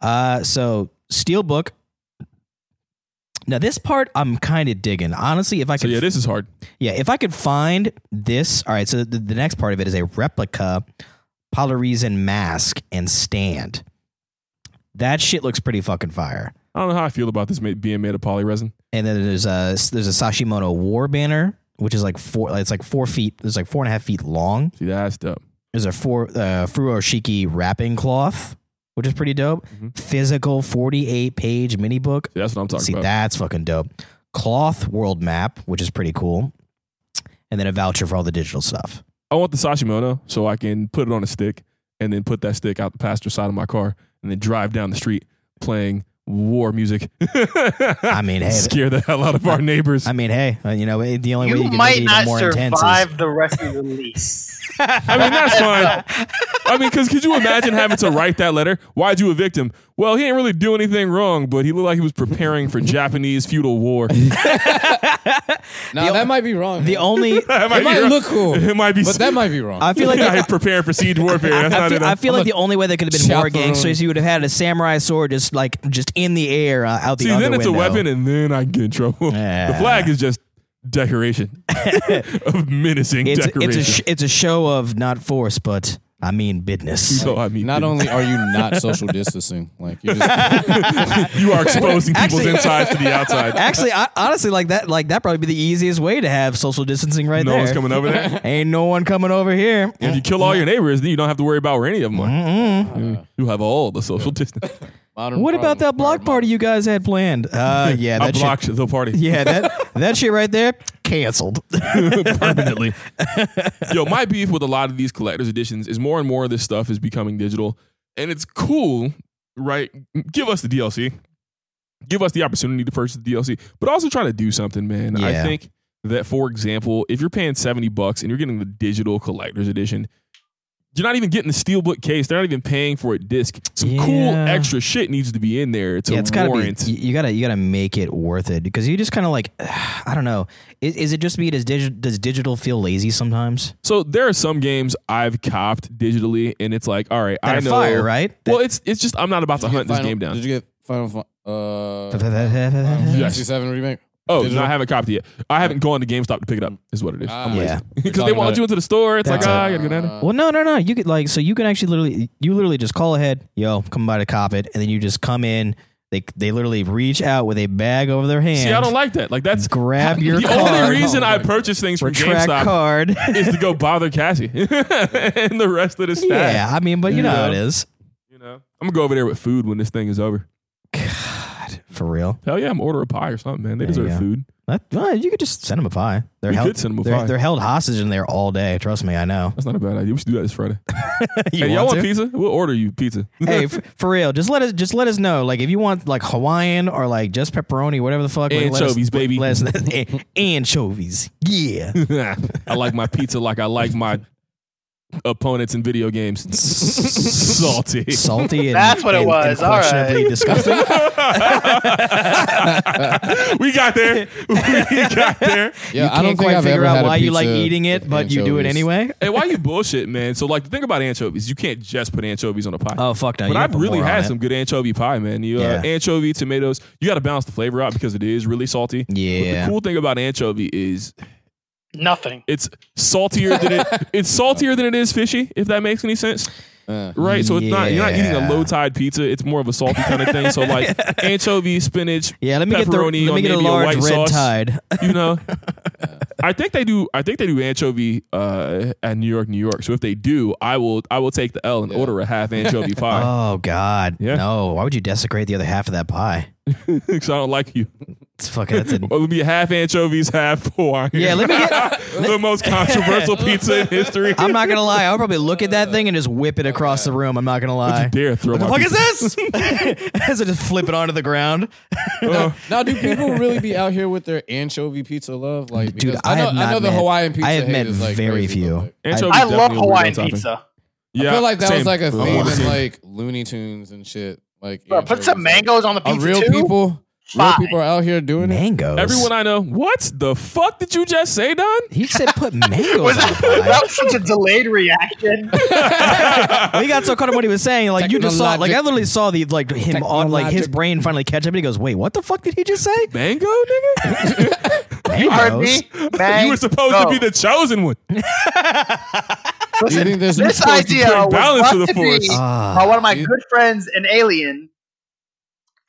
Speaker 3: Uh, so steelbook. Now this part I'm kind of digging. Honestly, if I
Speaker 1: So
Speaker 3: could
Speaker 1: yeah, this is hard.
Speaker 3: Yeah, if I could find this, all right. So the, the next part of it is a replica Polarizen mask and stand. That shit looks pretty fucking fire.
Speaker 1: I don't know how I feel about this ma- being made of polyresin.
Speaker 3: And then there's a there's a Sashimono war banner, which is like four. It's like four feet. It's like four and a half feet long.
Speaker 1: See, that's dope.
Speaker 3: There's a four uh, Furoshiki wrapping cloth, which is pretty dope.
Speaker 1: Mhm.
Speaker 3: Physical 48 page mini book.
Speaker 1: See, that's what I'm talking
Speaker 3: See,
Speaker 1: about.
Speaker 3: that's fucking dope. Cloth world map, which is pretty cool. And then a voucher for all the digital stuff.
Speaker 1: I want the Sashimono so I can put it on a stick and then put that stick out the passenger side of my car and then drive down the street playing war music. I
Speaker 3: mean, hey,
Speaker 1: scare the hell out of our neighbors.
Speaker 3: I mean, hey, uh, you know, it- the only way
Speaker 5: you
Speaker 3: you can make it
Speaker 5: might
Speaker 3: even
Speaker 5: not
Speaker 3: more intense
Speaker 5: survive the rest of the release.
Speaker 1: I mean, that's fine. I mean, because could you imagine having to write that letter? Why'd you evict him? Well, he didn't really do anything wrong, but he looked like he was preparing for Japanese feudal war. It
Speaker 2: Now that might be wrong.
Speaker 3: is the
Speaker 2: man.
Speaker 3: only.
Speaker 2: it might
Speaker 1: wrong.
Speaker 2: look cool,
Speaker 1: It might be.
Speaker 2: but that might be wrong.
Speaker 3: I feel like.
Speaker 1: I prepared for siege warfare. That's
Speaker 3: I
Speaker 1: not
Speaker 3: feel,
Speaker 1: enough.
Speaker 3: I feel like the only way there could have been more
Speaker 2: chaperone.
Speaker 3: gangsters, you would have had a samurai sword just like just in the air uh, out the
Speaker 1: See,
Speaker 3: other
Speaker 1: then it's a
Speaker 3: window.
Speaker 1: weapon, and then I get in trouble. The
Speaker 3: Yeah.
Speaker 1: flag is just decoration of menacing
Speaker 3: It's
Speaker 1: decoration.
Speaker 3: it's a sh- it's a show of not force, but I mean business.
Speaker 1: so I mean,
Speaker 2: not only are you not social distancing, like you're just
Speaker 1: you are exposing people's
Speaker 3: Actually-
Speaker 1: insides to the outside.
Speaker 3: Actually, I, honestly, like that, like that probably be the easiest way to have social distancing right
Speaker 1: No
Speaker 3: there.
Speaker 1: one's coming over there.
Speaker 3: Ain't no one coming over here.
Speaker 1: If you kill all your neighbors, then you don't have to worry about where any of them are. You have all the social distance.
Speaker 2: modern.
Speaker 3: What
Speaker 2: problem.
Speaker 3: about that block party you guys had planned? Uh, yeah,
Speaker 1: I
Speaker 3: that shit,
Speaker 1: blocked the party
Speaker 3: yeah, that that shit right there, canceled.
Speaker 1: permanently. Yo, my beef with a lot of these collector's editions is more and more of this stuff is becoming digital, and it's cool, right? Give us the DLC, give us the opportunity to purchase the DLC, but also try to do something, man. I
Speaker 3: Yeah.
Speaker 1: think that, for example, if you're paying seventy bucks and you're getting the digital collector's edition, You're not even getting the steelbook case. They're not even paying for a disc. Some cool
Speaker 3: Yeah.
Speaker 1: extra shit needs to be in there to
Speaker 3: yeah, it's gotta
Speaker 1: warrant.
Speaker 3: be. You you gotta you gotta make it worth it because you just kind of like I don't know. Is, is it just me? Does digi- does digital feel lazy sometimes?
Speaker 1: So there are some games I've copped digitally, and it's like, all right,
Speaker 3: That
Speaker 1: I
Speaker 3: are
Speaker 1: know.
Speaker 3: fire, right?
Speaker 1: Well, it's it's just I'm not about to
Speaker 2: Did you
Speaker 1: hunt
Speaker 2: get
Speaker 1: this
Speaker 2: Final-
Speaker 1: game down.
Speaker 2: Did you get Final Fu- uh
Speaker 3: yeah.
Speaker 1: Yes.
Speaker 2: yes. 7 remake?
Speaker 1: oh no,
Speaker 2: digital?
Speaker 1: I haven't copped it yet. I haven't gone to GameStop to pick it up. Is what it is.
Speaker 2: Ah. We're
Speaker 1: Because they
Speaker 2: talking
Speaker 1: want
Speaker 2: about
Speaker 1: you into the store. It's like,
Speaker 3: That's
Speaker 1: ah,
Speaker 3: it.
Speaker 1: I gotta go down. there.
Speaker 2: Uh,
Speaker 3: Well, no, no, no. You could like so you can actually literally you literally just call ahead, yo, come by to cop it, and then you just come in. They they literally reach out with a bag over their hand.
Speaker 1: See, I don't like that. Like that's
Speaker 3: grab your
Speaker 1: the
Speaker 3: card,
Speaker 1: only reason
Speaker 2: Oh
Speaker 1: I
Speaker 2: my
Speaker 1: purchase things from
Speaker 3: retract
Speaker 1: GameStop
Speaker 3: card.
Speaker 1: is to go bother Cassie and the rest of the staff.
Speaker 3: yeah, I mean, but you know how it
Speaker 1: Yeah.
Speaker 3: is.
Speaker 1: You know, I'm gonna go over there with food when this thing is over.
Speaker 3: God, for real.
Speaker 1: Hell yeah, I'm order a pie or something, man. They
Speaker 3: There you
Speaker 1: deserve
Speaker 3: go.
Speaker 1: food.
Speaker 3: That, well, you could just send them a pie. They're
Speaker 1: We
Speaker 3: held,
Speaker 1: could send 'em a
Speaker 3: they're,
Speaker 1: pie.
Speaker 3: They're held hostage in there all day. Trust me, I know.
Speaker 1: That's not a bad idea. We should do that this Friday.
Speaker 3: you
Speaker 1: hey, y'all want
Speaker 3: to?
Speaker 1: pizza? We'll order you pizza.
Speaker 3: hey, f- for real, just let us just let us know. Like if you want like Hawaiian or like just pepperoni, whatever the fuck. like, let us-
Speaker 1: Anchovies, baby.
Speaker 3: Let us, an- anchovies. Yeah.
Speaker 1: I like my pizza like I like my opponents in video games. Salty.
Speaker 3: Salty and
Speaker 5: That's what it
Speaker 3: and- and
Speaker 5: was. All right.
Speaker 3: questionably disgusting.
Speaker 1: we got there. We got there.
Speaker 2: yeah, I
Speaker 3: you
Speaker 2: don't
Speaker 3: can't
Speaker 2: think
Speaker 3: quite
Speaker 2: I've
Speaker 3: figure
Speaker 2: ever
Speaker 3: out
Speaker 2: had a
Speaker 3: why you like
Speaker 2: pizza
Speaker 3: eating it,
Speaker 2: with
Speaker 3: but you do it
Speaker 2: anchovies.
Speaker 3: anyway.
Speaker 1: Hey, why you bullshit, man? So like the thing about anchovies, you can't just put anchovies on a pie.
Speaker 3: Oh fuck no!
Speaker 1: but
Speaker 3: you
Speaker 1: I've
Speaker 3: gotta put
Speaker 1: really
Speaker 3: more on
Speaker 1: had
Speaker 3: it.
Speaker 1: some good anchovy pie, man. You uh,
Speaker 3: Yeah.
Speaker 1: anchovy, tomatoes. You got to balance the flavor out because it is really salty. But
Speaker 3: Yeah.
Speaker 1: the cool thing about anchovy is
Speaker 5: Nothing.
Speaker 1: it's saltier than it. It's saltier than it is fishy. If that makes any sense,
Speaker 2: Uh,
Speaker 1: right? So it's not you're not eating a
Speaker 3: Yeah.
Speaker 1: low tide pizza. It's more of a salty kind of thing. So like anchovy, spinach,
Speaker 3: Yeah, let me get the, let
Speaker 1: pepperoni on
Speaker 3: me get a
Speaker 1: maybe a
Speaker 3: large
Speaker 1: white
Speaker 3: red
Speaker 1: sauce.
Speaker 3: tide.
Speaker 1: you know. I think they do. I think they do anchovy uh, at New York, New York. So if they do, I will. I will take the L and
Speaker 2: Yeah.
Speaker 1: order a half anchovy pie
Speaker 3: Oh god,
Speaker 1: Yeah.
Speaker 3: no! Why would you desecrate the other half of that pie?
Speaker 1: because I don't like you.
Speaker 3: It's fucking. That's a,
Speaker 1: Well, it'll be half anchovies, half Hawaiian.
Speaker 3: yeah, let me get.
Speaker 1: the most controversial pizza in history.
Speaker 3: I'm not gonna lie. I'll probably look at that thing and just whip it across the room. I'm not gonna
Speaker 1: Don't
Speaker 3: lie.
Speaker 1: you dare throw
Speaker 3: What the
Speaker 1: my
Speaker 3: fuck is
Speaker 1: pizza.
Speaker 3: this? As I just flip it onto the ground.
Speaker 1: Uh,
Speaker 2: Now, do people really be out here with their anchovy pizza love? Like,
Speaker 3: Dude,
Speaker 2: because I know,
Speaker 3: have not
Speaker 2: I know the
Speaker 3: met-
Speaker 2: Hawaiian pizza.
Speaker 3: I have
Speaker 2: hate
Speaker 3: met
Speaker 2: is, like,
Speaker 3: very
Speaker 2: crazy, but,
Speaker 3: few.
Speaker 2: like-
Speaker 3: I-
Speaker 1: anchovy
Speaker 5: I love
Speaker 1: definitely a weirdo
Speaker 5: Hawaiian
Speaker 1: topping.
Speaker 5: pizza.
Speaker 1: Yeah,
Speaker 2: I feel like that
Speaker 1: same.
Speaker 2: was like a
Speaker 1: Bro,
Speaker 2: theme in
Speaker 1: same.
Speaker 2: like Looney Tunes and shit. Like,
Speaker 5: Bro, put
Speaker 2: anchovies,
Speaker 5: some
Speaker 2: like-
Speaker 5: mangoes on the
Speaker 2: Are
Speaker 5: pizza
Speaker 2: real
Speaker 5: too.
Speaker 2: people, real
Speaker 5: Fine.
Speaker 2: people are out here doing it.
Speaker 3: mangoes.
Speaker 1: Everyone I know. What the fuck did you just say, Don?
Speaker 3: He said put mangoes
Speaker 5: Was
Speaker 3: on
Speaker 5: that,
Speaker 3: the
Speaker 5: that was such a delayed reaction.
Speaker 3: pie. We got so caught up in what he was saying. Like you just saw. Like
Speaker 2: Technologic-
Speaker 3: I literally saw the like him on like his
Speaker 2: Technologic-
Speaker 3: brain finally catch up. And he goes, "Wait, what the fuck did he just say?"
Speaker 1: Mango, nigga.
Speaker 5: You heard me?
Speaker 3: Mangoes.
Speaker 5: Mango.
Speaker 1: you were supposed to be the chosen one.
Speaker 2: Do you think there's
Speaker 5: This
Speaker 2: supposed to
Speaker 5: idea
Speaker 1: bring
Speaker 5: was
Speaker 1: balance to
Speaker 5: brought
Speaker 1: the
Speaker 5: me
Speaker 1: force.
Speaker 3: Ah.
Speaker 5: by one of my
Speaker 2: you-
Speaker 5: good friends, an alien,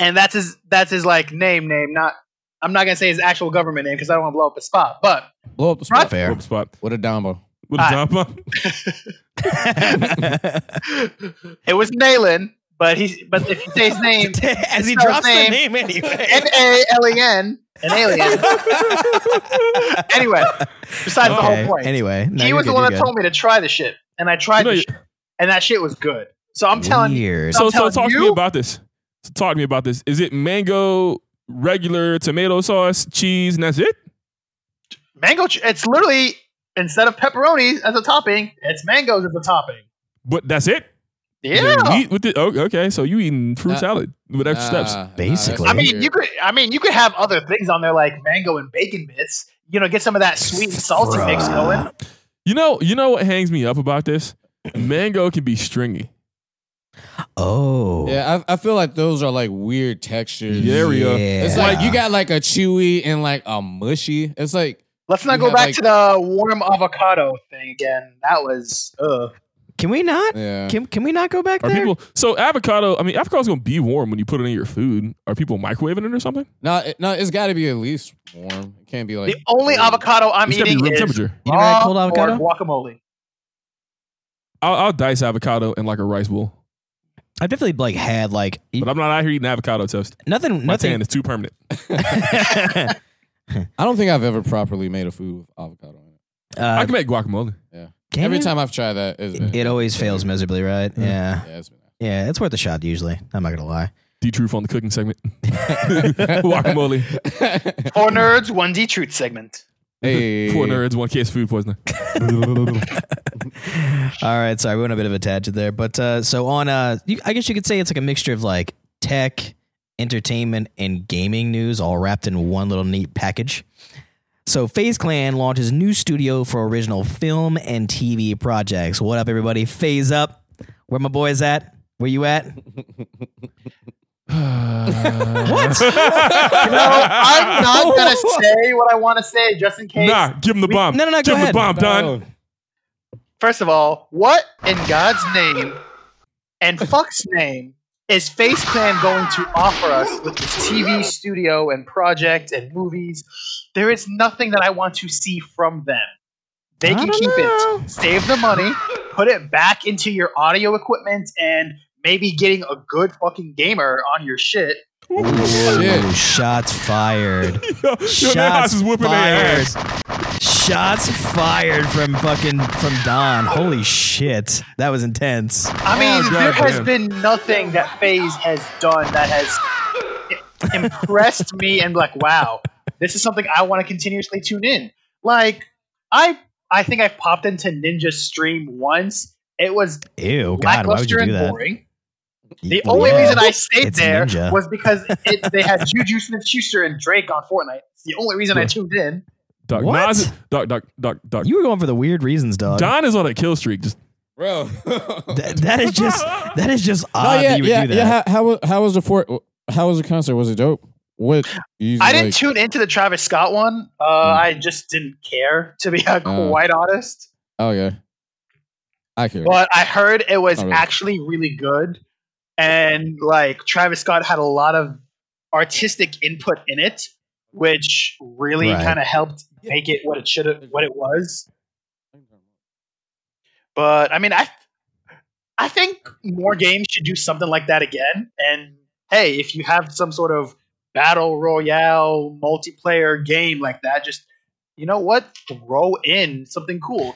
Speaker 5: and that's his that's his like name name. Not I'm not gonna say his actual government name because I don't want to blow up a spot. But
Speaker 2: blow up the
Speaker 5: spot.
Speaker 2: spot?
Speaker 3: Fair.
Speaker 1: Whoop spot.
Speaker 2: What a dombo.
Speaker 1: With a
Speaker 5: Hi.
Speaker 1: dump on.
Speaker 5: it was Nalen. But he but if you say his name,
Speaker 3: As he
Speaker 5: Spell
Speaker 3: drops the
Speaker 5: name.
Speaker 3: name anyway.
Speaker 5: N A L E N, an alien. anyway, besides the whole
Speaker 3: Okay,
Speaker 5: point,
Speaker 3: Anyway, no,
Speaker 5: he
Speaker 3: you're
Speaker 5: was the
Speaker 3: good,
Speaker 5: one
Speaker 3: you're
Speaker 5: that
Speaker 3: good.
Speaker 5: told me to try the shit, and I tried
Speaker 1: No,
Speaker 5: the
Speaker 1: you-
Speaker 5: shit, and that shit was good. So I'm telling you,
Speaker 3: Weird.
Speaker 1: So, so
Speaker 5: telling
Speaker 1: talk to me
Speaker 5: you.
Speaker 1: about this. So talk to me about this. Is it mango, regular tomato sauce, cheese, and that's it?
Speaker 5: mango. Ch- it's literally instead of pepperoni as a topping, it's mangoes as a topping.
Speaker 1: But that's it. Is
Speaker 5: Yeah,
Speaker 1: there meat with it. Oh, okay, so you eating fruit
Speaker 2: Nah.
Speaker 1: salad with extra steps.
Speaker 2: Nah, nah,
Speaker 3: Basically.
Speaker 5: I
Speaker 2: that's
Speaker 5: mean
Speaker 2: weird.
Speaker 5: you could. I mean you could have other things on there like mango and bacon bits. You know, get some of that sweet and salty mix going.
Speaker 1: You know, you know what hangs me up about this? Mango can be stringy.
Speaker 3: Oh.
Speaker 2: Yeah, I, I feel like those are like weird textures.
Speaker 1: Yeah. area.
Speaker 2: It's like you got like a chewy and like a mushy. It's like
Speaker 5: Let's not
Speaker 2: You
Speaker 5: go
Speaker 2: have,
Speaker 5: back
Speaker 2: like-
Speaker 5: to the warm avocado thing again. That was ugh.
Speaker 3: Can we not?
Speaker 2: yeah.
Speaker 3: Can Can we not go back
Speaker 1: Are
Speaker 3: there?
Speaker 1: people so avocado? I mean, avocado's gonna be warm when you put it in your food. Are people microwaving it or something?
Speaker 2: No, it, no, it's got to be at least warm. It can't be like
Speaker 5: The only
Speaker 2: cold.
Speaker 5: avocado I'm
Speaker 1: uh, it's gotta be
Speaker 5: eating
Speaker 1: room
Speaker 5: is
Speaker 1: temperature.
Speaker 3: You never had
Speaker 5: raw
Speaker 3: cold
Speaker 5: or
Speaker 3: avocado?
Speaker 5: guacamole.
Speaker 1: I'll, I'll dice avocado in like a rice bowl,
Speaker 3: I've definitely like had like e-
Speaker 1: but I'm not out here eating avocado toast.
Speaker 3: nothing.
Speaker 1: My tan
Speaker 3: Nothing.
Speaker 1: is too permanent.
Speaker 3: uh,
Speaker 2: I don't think I've ever properly made a food with avocado in it.
Speaker 1: I can make guacamole.
Speaker 3: Uh, can
Speaker 2: Every
Speaker 3: you?
Speaker 2: time I've tried that, it's been,
Speaker 3: it always fails miserably, right?
Speaker 1: Yeah.
Speaker 3: Yeah.
Speaker 2: Yeah, it's been
Speaker 3: Yeah, it's worth a shot usually. I'm not gonna lie.
Speaker 1: D truth on the cooking segment. guacamole.
Speaker 5: Four nerds, one D truth segment.
Speaker 2: hey,
Speaker 1: Four nerds, one case food poisoner.
Speaker 3: All right, sorry, we went a bit of a tangent there, but uh, so on. Uh, you, I guess you could say it's like a mixture of like tech, entertainment, and gaming news, all wrapped in one little neat package. So, Phase Clan launches new studio for original film and TV projects. What up, everybody? Phase up. Where my boys at? Where you at?
Speaker 1: what?
Speaker 5: No, I'm not gonna say what I want to say just in case.
Speaker 1: Nah, give him the bomb.
Speaker 3: No, no, no,
Speaker 1: Give
Speaker 3: go
Speaker 1: him the
Speaker 3: ahead.
Speaker 1: bomb, Don.
Speaker 5: First of all, what in God's name and fuck's name is Face Clan going to offer us with this TV studio and project and movies? There is nothing that I want to see from them. They
Speaker 3: I
Speaker 5: can
Speaker 3: don't
Speaker 5: keep
Speaker 3: know.
Speaker 5: it, save the money, put it back into your audio equipment, and maybe getting a good fucking gamer on your shit.
Speaker 2: Shit.
Speaker 3: Ooh, shots
Speaker 1: Yo, yo,
Speaker 3: fired.
Speaker 1: their house
Speaker 3: Oh. Shots
Speaker 1: is whipping their
Speaker 3: fired.
Speaker 1: ass.
Speaker 3: Shots fired from fucking from Don. Holy shit, that was intense.
Speaker 5: I mean,
Speaker 1: Oh,
Speaker 5: there has
Speaker 1: goddamn.
Speaker 5: been nothing that FaZe has done that has i- impressed me and like, wow, this is something I want to continuously tune in. Like, I I think I popped into Ninja Stream once. It was
Speaker 3: Ew, Oh, God, why would
Speaker 5: lackluster
Speaker 3: you do
Speaker 5: and
Speaker 3: that?
Speaker 5: boring. The only
Speaker 3: Yeah.
Speaker 5: reason I stayed
Speaker 3: It's
Speaker 5: there
Speaker 3: Ninja.
Speaker 5: was because it, they had Juju Smith Schuster and Drake on Fortnite. It's the only reason I tuned in.
Speaker 1: Doc,
Speaker 3: What?
Speaker 1: Nas is- Doc, Doc, Doc, Doc.
Speaker 3: you were going for the weird reasons, dog.
Speaker 1: Don is on a kill streak. Just
Speaker 2: Bro.
Speaker 3: That- that is just that is just
Speaker 2: Oh
Speaker 3: odd
Speaker 2: yeah,
Speaker 3: that you would
Speaker 2: yeah,
Speaker 3: do that.
Speaker 2: yeah. How, how was how was the four? How was the concert? Was it dope? What? You
Speaker 5: I
Speaker 2: just,
Speaker 5: didn't
Speaker 2: like-
Speaker 5: tune into the Travis Scott one. Uh,
Speaker 3: Mm.
Speaker 5: I just didn't care, to be uh, quite honest.
Speaker 2: oh yeah. I care.
Speaker 5: But I heard it was
Speaker 2: Not really.
Speaker 5: actually really good, and like Travis Scott had a lot of artistic input in it, which really
Speaker 3: Right.
Speaker 5: kind of helped make it what it should have, what it was. But I mean, I, I think more games should do something like that again. And hey, if you have some sort of battle royale multiplayer game like that, just you know what, throw in something cool.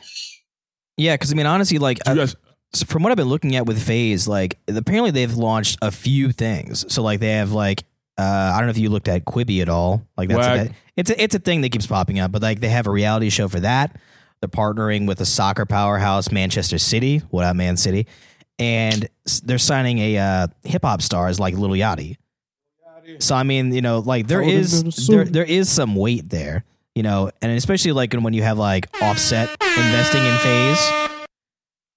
Speaker 3: Yeah, because I mean, honestly, like
Speaker 1: you
Speaker 3: uh,
Speaker 1: guys,
Speaker 3: so from what I've been looking at with Phase, like apparently they've launched a few things. So like they have like uh, I don't know if you looked at Quibi at all. Like that's
Speaker 1: Whack.
Speaker 3: it's a, it's a thing that keeps popping up. But like they have a reality show for that. They're partnering with a soccer powerhouse, Manchester City. What up, Man City? And s- they're signing a uh, hip hop stars like Lil Yachty. So I mean, you know, like there
Speaker 2: Throw them
Speaker 3: is
Speaker 2: in the
Speaker 3: there
Speaker 2: soup.
Speaker 3: there is some weight there, you know, and especially like when you have like Offset investing in Phase.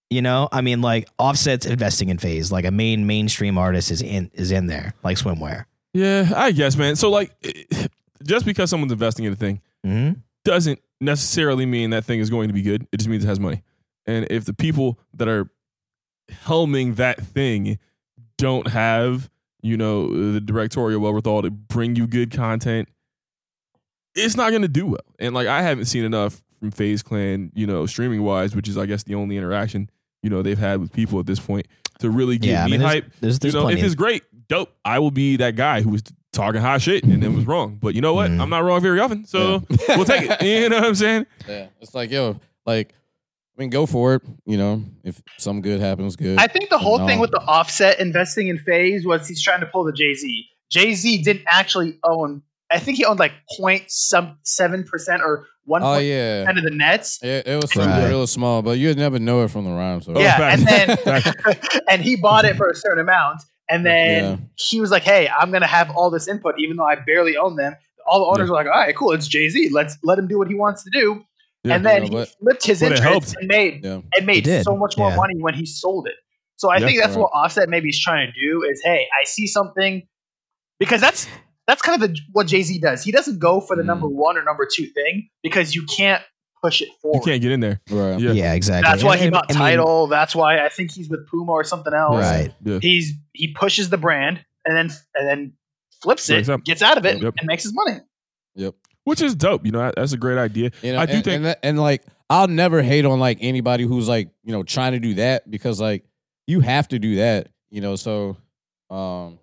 Speaker 3: You know, I mean, like Offset's investing in Phase, like a main mainstream artist is in is in there, like swimwear.
Speaker 1: yeah, I guess, man. So like, eh, just because someone's investing in a thing
Speaker 3: hmm
Speaker 1: doesn't necessarily mean that thing is going to be good. It just means it has money. And if the people that are helming that thing don't have, you know, the directorial well wherewithal to bring you good content, it's not going to do well. And like, I haven't seen enough from Phase Clan, you know, streaming wise, which is, I guess, the only interaction, you know, they've had with people at this point to really get
Speaker 3: Yeah, I
Speaker 1: me
Speaker 3: mean, there's,
Speaker 1: hype.
Speaker 3: there's, there's
Speaker 1: you know, if
Speaker 3: plenty.
Speaker 1: it's
Speaker 3: Of,
Speaker 1: great, dope. I will be that guy who was talking hot shit and then was wrong. But you know what?
Speaker 3: Mhm.
Speaker 1: I'm not wrong very often, so we'll take it. You know what I'm saying?
Speaker 2: Yeah, it's like yo, like I mean, go for it. You know, if something good happens, good.
Speaker 5: I think the whole
Speaker 2: No.
Speaker 5: thing with the offset investing in phase was he's trying to pull the Jay Z. Jay Z didn't actually own. I think he owned like point some seven percent or one
Speaker 2: oh
Speaker 5: percent
Speaker 2: yeah,
Speaker 5: of the Nets.
Speaker 2: it, it was something
Speaker 3: Right.
Speaker 2: real small, but you'd never know it from the rhyme. So
Speaker 1: Oh,
Speaker 5: yeah,
Speaker 1: facts.
Speaker 5: and then and he bought it for a certain amount, and then
Speaker 2: Yeah.
Speaker 5: he was like, "Hey, I'm gonna have all this input, even though I barely own them." All the owners were like, "All right, cool, it's Jay Z. Let's let him do what he wants to do."
Speaker 1: Yeah,
Speaker 5: and then
Speaker 2: you know,
Speaker 5: he
Speaker 2: but-
Speaker 5: flipped his
Speaker 1: But it
Speaker 5: interest
Speaker 1: helped.
Speaker 5: and made
Speaker 2: Yeah.
Speaker 5: and made
Speaker 3: It did,
Speaker 5: so much more
Speaker 3: yeah.
Speaker 5: money when he sold it. So I
Speaker 1: Yeah,
Speaker 5: think that's
Speaker 2: right.
Speaker 5: what Offset maybe is trying to do is hey, I see something because that's that's kind of the, what Jay Z does. He doesn't go for the
Speaker 2: Mm.
Speaker 5: number one or number two thing because you can't push it
Speaker 1: You
Speaker 5: forward.
Speaker 1: can't get in there.
Speaker 2: right.
Speaker 1: Yeah.
Speaker 3: yeah, exactly.
Speaker 5: That's why he
Speaker 3: And-
Speaker 5: bought
Speaker 3: I mean,
Speaker 5: title. that's why I think he's with Puma or something else.
Speaker 3: Right.
Speaker 1: Yeah.
Speaker 5: He's he pushes the brand and then and then flips it,
Speaker 1: Breaks up.
Speaker 5: gets out of it,
Speaker 1: Yep.
Speaker 5: and makes his money.
Speaker 1: Which is dope. You know, that- that's a great idea.
Speaker 2: You know,
Speaker 1: I do
Speaker 2: and,
Speaker 1: think-
Speaker 2: and, that- and like I'll never hate on like anybody who's like you know trying to do that because like you have to do that. You know, so um,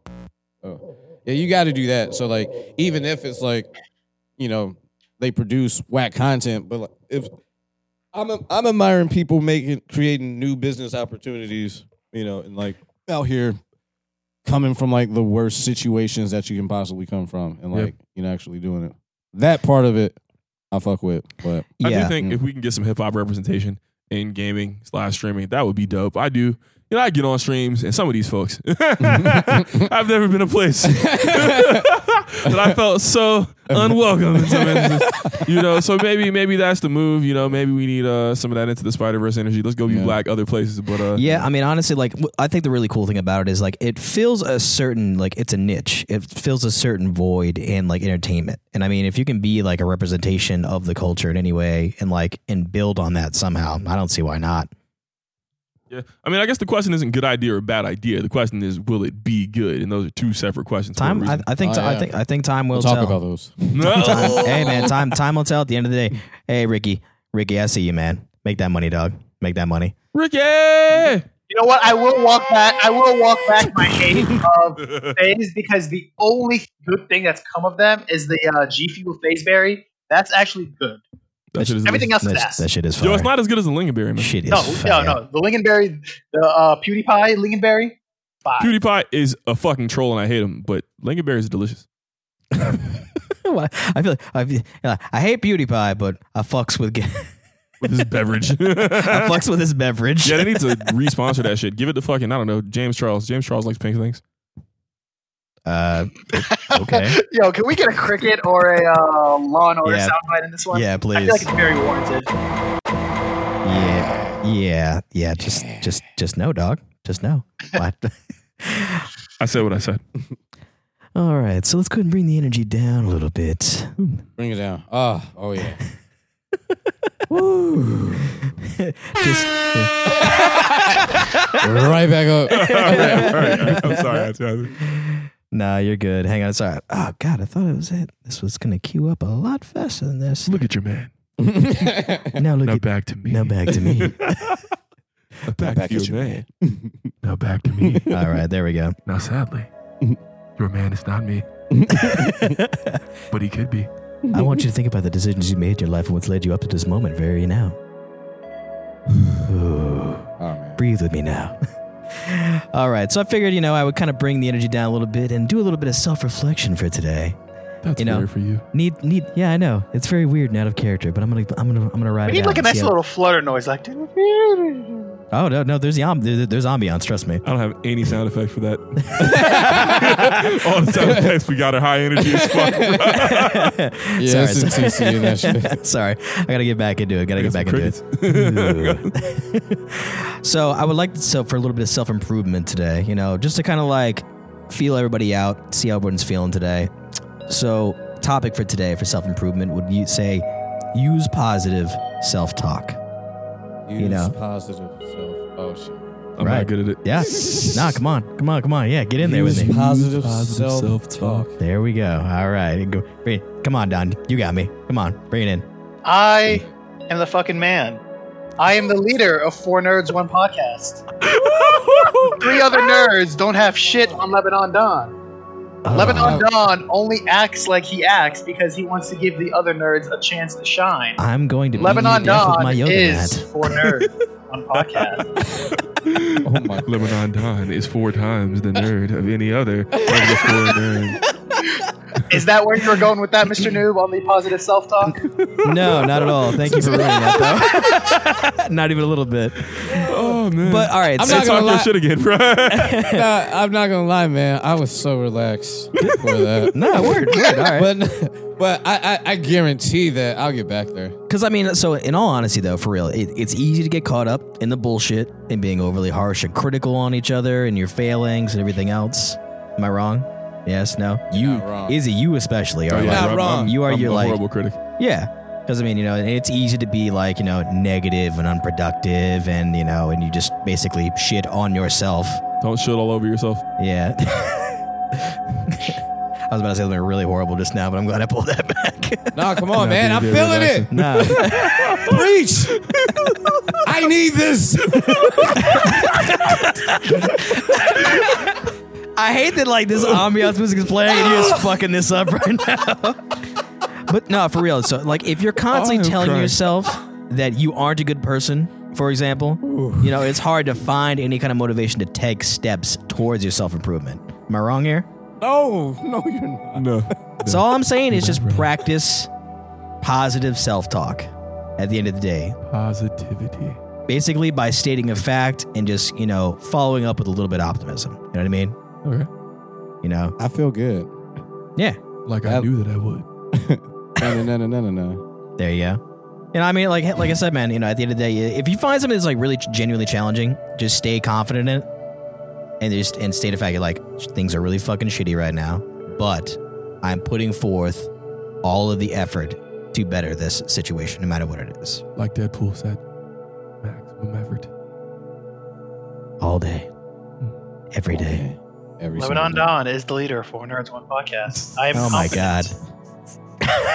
Speaker 2: oh. yeah, you got to do that. So like even if it's like you know they produce whack content, but like, if I'm I'm admiring people making creating new business opportunities. You know, and like out here coming from like the worst situations that you can possibly come from, and
Speaker 1: Yeah.
Speaker 2: like you know actually doing it. That part of it I fuck with, but
Speaker 1: I do
Speaker 3: yeah,
Speaker 1: think
Speaker 2: Mm.
Speaker 1: if we can get some hip hop representation in gaming slash streaming. That would be dope. I do. You know, I get on streams and some of these folks. I've never been a place that I felt so unwelcome. In some instances. you know, so maybe maybe that's the move. You know, maybe we need uh, some of that into the Spider Verse energy. Let's go be
Speaker 2: Yeah.
Speaker 1: black other places. But uh,
Speaker 3: Yeah, I mean, honestly, like w- I think the really cool thing about it is like it fills a certain like it's a niche. It fills a certain void in like entertainment. And I mean, if you can be like a representation of the culture in any way and like and build on that somehow, I don't see why not.
Speaker 1: yeah. I mean, I guess the question isn't good idea or bad idea. The question is, will it be good? And those are two separate questions. for a
Speaker 3: Time, I,
Speaker 1: reason.
Speaker 3: I think,
Speaker 2: Oh,
Speaker 3: ti- I
Speaker 2: yeah.
Speaker 3: think, I think time will
Speaker 2: We'll talk
Speaker 3: tell.
Speaker 2: about those.
Speaker 3: Time-
Speaker 1: no.
Speaker 3: hey man, time, time will tell. At the end of the day, hey Ricky, Ricky, I see you, man. Make that money, dog. Make that money.
Speaker 1: Ricky.
Speaker 5: You know what? I will walk back. I will walk back my hate of phase because the only good thing that's come of them is the uh, G Fuel phase berry. That's actually good.
Speaker 1: That shit is
Speaker 5: Everything else is
Speaker 3: That,
Speaker 5: ass.
Speaker 3: that shit is fire.
Speaker 1: Yo, it's not as good as the lingonberry, man.
Speaker 3: Shit is
Speaker 5: No, no,
Speaker 3: fire.
Speaker 5: no. The lingonberry, the uh, PewDiePie lingonberry. Fine.
Speaker 1: PewDiePie is a fucking troll and I hate him, but lingonberry is delicious.
Speaker 3: Well, I feel I, feel, I hate beauty pie, but I fucks with ga-
Speaker 1: With his beverage.
Speaker 3: I fucks with this beverage.
Speaker 1: yeah, they need to responsor that shit. Give it to fucking, I don't know, James Charles. James Charles likes pink things.
Speaker 3: Uh, okay.
Speaker 5: Yo, can we get a cricket or a uh, Law and Order
Speaker 3: Yeah.
Speaker 5: soundbite in this one?
Speaker 3: yeah,
Speaker 5: I
Speaker 3: please.
Speaker 5: feel like it's very warranted.
Speaker 3: yeah, yeah, yeah. Just, just, just no, dog. Just no. What?
Speaker 1: I said what I said.
Speaker 3: All right, so let's go ahead and bring the energy down a little bit.
Speaker 2: Bring it down. Ah, oh yeah.
Speaker 3: just
Speaker 2: right back up.
Speaker 1: all, right, all right, all right. I'm sorry. I said-
Speaker 3: nah, you're good. Hang on, sorry. Oh God, I thought it was it. This was gonna queue up a lot faster than this.
Speaker 1: Look at your man.
Speaker 3: Now look
Speaker 1: Now
Speaker 3: at
Speaker 1: back to me.
Speaker 3: now back to me.
Speaker 1: back,
Speaker 2: back
Speaker 1: to
Speaker 2: at
Speaker 1: your man. now back to me.
Speaker 3: All right, there we go.
Speaker 1: Now, sadly, your man is not me, but he could be.
Speaker 3: I want you to think about the decisions you made in your life and what's led you up to this moment, very now. Ooh.
Speaker 2: oh man.
Speaker 3: breathe with me now. All right, so I figured, you know, I would kind of bring the energy down a little bit and do a little bit of self-reflection for today.
Speaker 1: That's
Speaker 3: You know.
Speaker 1: fair for you.
Speaker 3: Need, need, yeah, I know it's very weird and out of character, but I'm gonna, I'm gonna, I'm gonna ride
Speaker 5: We
Speaker 3: it
Speaker 5: need
Speaker 3: out
Speaker 5: like a
Speaker 3: and
Speaker 5: nice
Speaker 3: see how-
Speaker 5: little flutter noise, like. All
Speaker 3: Oh no, no, there's the amb- there- there's ambiance. Trust me.
Speaker 1: I don't have any sound effects for that. All the sound effects we got are high energy as fuck.
Speaker 2: Yeah,
Speaker 3: sorry,
Speaker 2: it's in
Speaker 3: sorry.
Speaker 2: CC and that shit.
Speaker 3: Sorry, I gotta get back into it. Gotta
Speaker 1: Got
Speaker 3: get
Speaker 1: some
Speaker 3: back into it. Ooh. so I would like to so for a little bit of self improvement today. You know, just to kind of like feel everybody out, see how everyone's feeling today. So topic for today for self improvement would you say use positive self talk? You
Speaker 2: Use
Speaker 3: know.
Speaker 2: positive self. Oh shit.
Speaker 1: I'm
Speaker 3: Right.
Speaker 1: not good at it.
Speaker 3: Yeah. nah, come on, come on, come on. Yeah, get in there
Speaker 2: Use
Speaker 3: with me.
Speaker 2: positive,
Speaker 1: Positive
Speaker 2: self,
Speaker 1: self-talk.
Speaker 2: talk.
Speaker 3: There we go. All right, go, bring, come on, Don. You got me. Come on, bring it in.
Speaker 5: I am the fucking man. I am the leader of Four Nerds One Podcast. Three other nerds don't have shit on Lebanon Don.
Speaker 3: Uh,
Speaker 5: Lebanon Don only acts like he acts because he wants to give the other nerds a chance to shine.
Speaker 3: I'm going to beat you to
Speaker 5: Lebanon
Speaker 3: death with my
Speaker 5: Don
Speaker 3: yoga
Speaker 5: is
Speaker 3: mat.
Speaker 5: Four Nerds One Podcast.
Speaker 2: Oh my.
Speaker 1: Lebanon Don is four times the nerd of any other of the four nerds.
Speaker 5: Is that where you were going with that, Mr. Noob, on the positive self talk?
Speaker 3: No, not at all. Thank you for ruining that, though. not even a little bit.
Speaker 1: Oh man!
Speaker 3: But all right,
Speaker 2: I'm
Speaker 3: so
Speaker 1: Say
Speaker 2: not
Speaker 1: talk
Speaker 2: gonna
Speaker 1: your
Speaker 2: lie.
Speaker 1: shit again, bro.
Speaker 2: Nah, I'm not gonna lie, man. I was so relaxed for that.
Speaker 3: no word, word. All right,
Speaker 2: But but I, I I guarantee that I'll get back there.
Speaker 3: because I mean, so in all honesty, though, for real, it, it's easy to get caught up in the bullshit and being overly harsh and critical on each other and your failings and everything else. Am I wrong? Yes, no. You,
Speaker 2: not wrong.
Speaker 3: Izzy, you especially are
Speaker 2: You're
Speaker 3: like,
Speaker 2: not wrong.
Speaker 3: you are
Speaker 1: I'm
Speaker 3: your
Speaker 1: a
Speaker 3: like,
Speaker 1: horrible critic.
Speaker 3: yeah. Because I mean, you know, and it's easy to be like, you know, negative and unproductive, and you know, and you just basically shit on yourself
Speaker 1: Don't shit all over yourself.
Speaker 3: Yeah. I was about to say something really horrible just now, but I'm glad I pulled that back.
Speaker 2: Nah, come on,
Speaker 1: Nah,
Speaker 2: man. I'm
Speaker 1: dude,
Speaker 2: feeling
Speaker 1: relaxing.
Speaker 2: it.
Speaker 3: no.
Speaker 2: Preach. I need this.
Speaker 3: I hate that like this ambiance music is playing and you're just fucking this up right now. but no, for real. So like if you're constantly
Speaker 1: Oh,
Speaker 3: telling
Speaker 1: Christ.
Speaker 3: yourself that you aren't a good person, for example, you know, it's hard to find any kind of motivation to take steps towards your self improvement. Am I wrong here?
Speaker 2: No, no, you're not.
Speaker 1: No.
Speaker 3: So all I'm saying is just practice positive self talk at the end of the day.
Speaker 1: Positivity.
Speaker 3: basically by stating a fact and just you know following up with a little bit of optimism. You know what I mean?
Speaker 1: Okay.
Speaker 3: You know,
Speaker 2: I feel good.
Speaker 1: Like I
Speaker 2: That-
Speaker 1: knew that I would.
Speaker 2: No, no, no, no, no, no.
Speaker 3: there you go. And I mean, like like I said, man, you know, at the end of the day, if you find something that's like really genuinely challenging, just stay confident in it, and just and state the fact that like things are really fucking shitty right now, but I'm putting forth all of the effort to better this situation, no matter what it is,
Speaker 1: Like Deadpool said, maximum effort.
Speaker 3: all day, every day.
Speaker 2: Every single
Speaker 5: Lebanon
Speaker 2: day.
Speaker 5: Don is the leader for Nerds One Podcast. I am
Speaker 3: Oh my
Speaker 5: confident.
Speaker 3: god.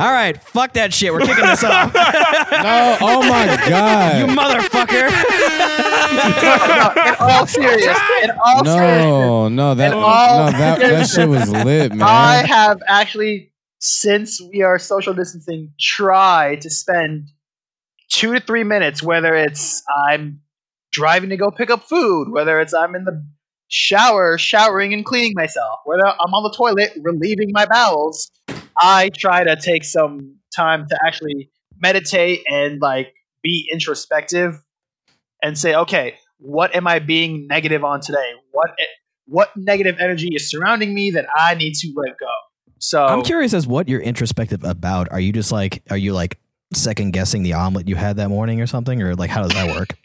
Speaker 3: All right, fuck that shit. We're kicking this off.
Speaker 2: No, oh my
Speaker 3: you
Speaker 2: god.
Speaker 3: motherfucker.
Speaker 5: in all serious, in all seriousness,
Speaker 2: No, no, that
Speaker 5: And
Speaker 2: no,
Speaker 5: all-
Speaker 2: that, that shit was lit,
Speaker 5: I
Speaker 2: man.
Speaker 5: have actually, since we are social distancing, tried to spend two to three minutes, whether it's I'm driving to go pick up food, whether it's I'm in the shower, showering and cleaning myself, whether I'm on the toilet relieving my bowels, I try to take some time to actually meditate and like be introspective and say, okay, what am I being negative on today? What e-, what negative energy is surrounding me that I need to let go? So
Speaker 3: I'm curious as what you're introspective about. Are you just like are you like second guessing the omelet you had that morning or something or like how does that work?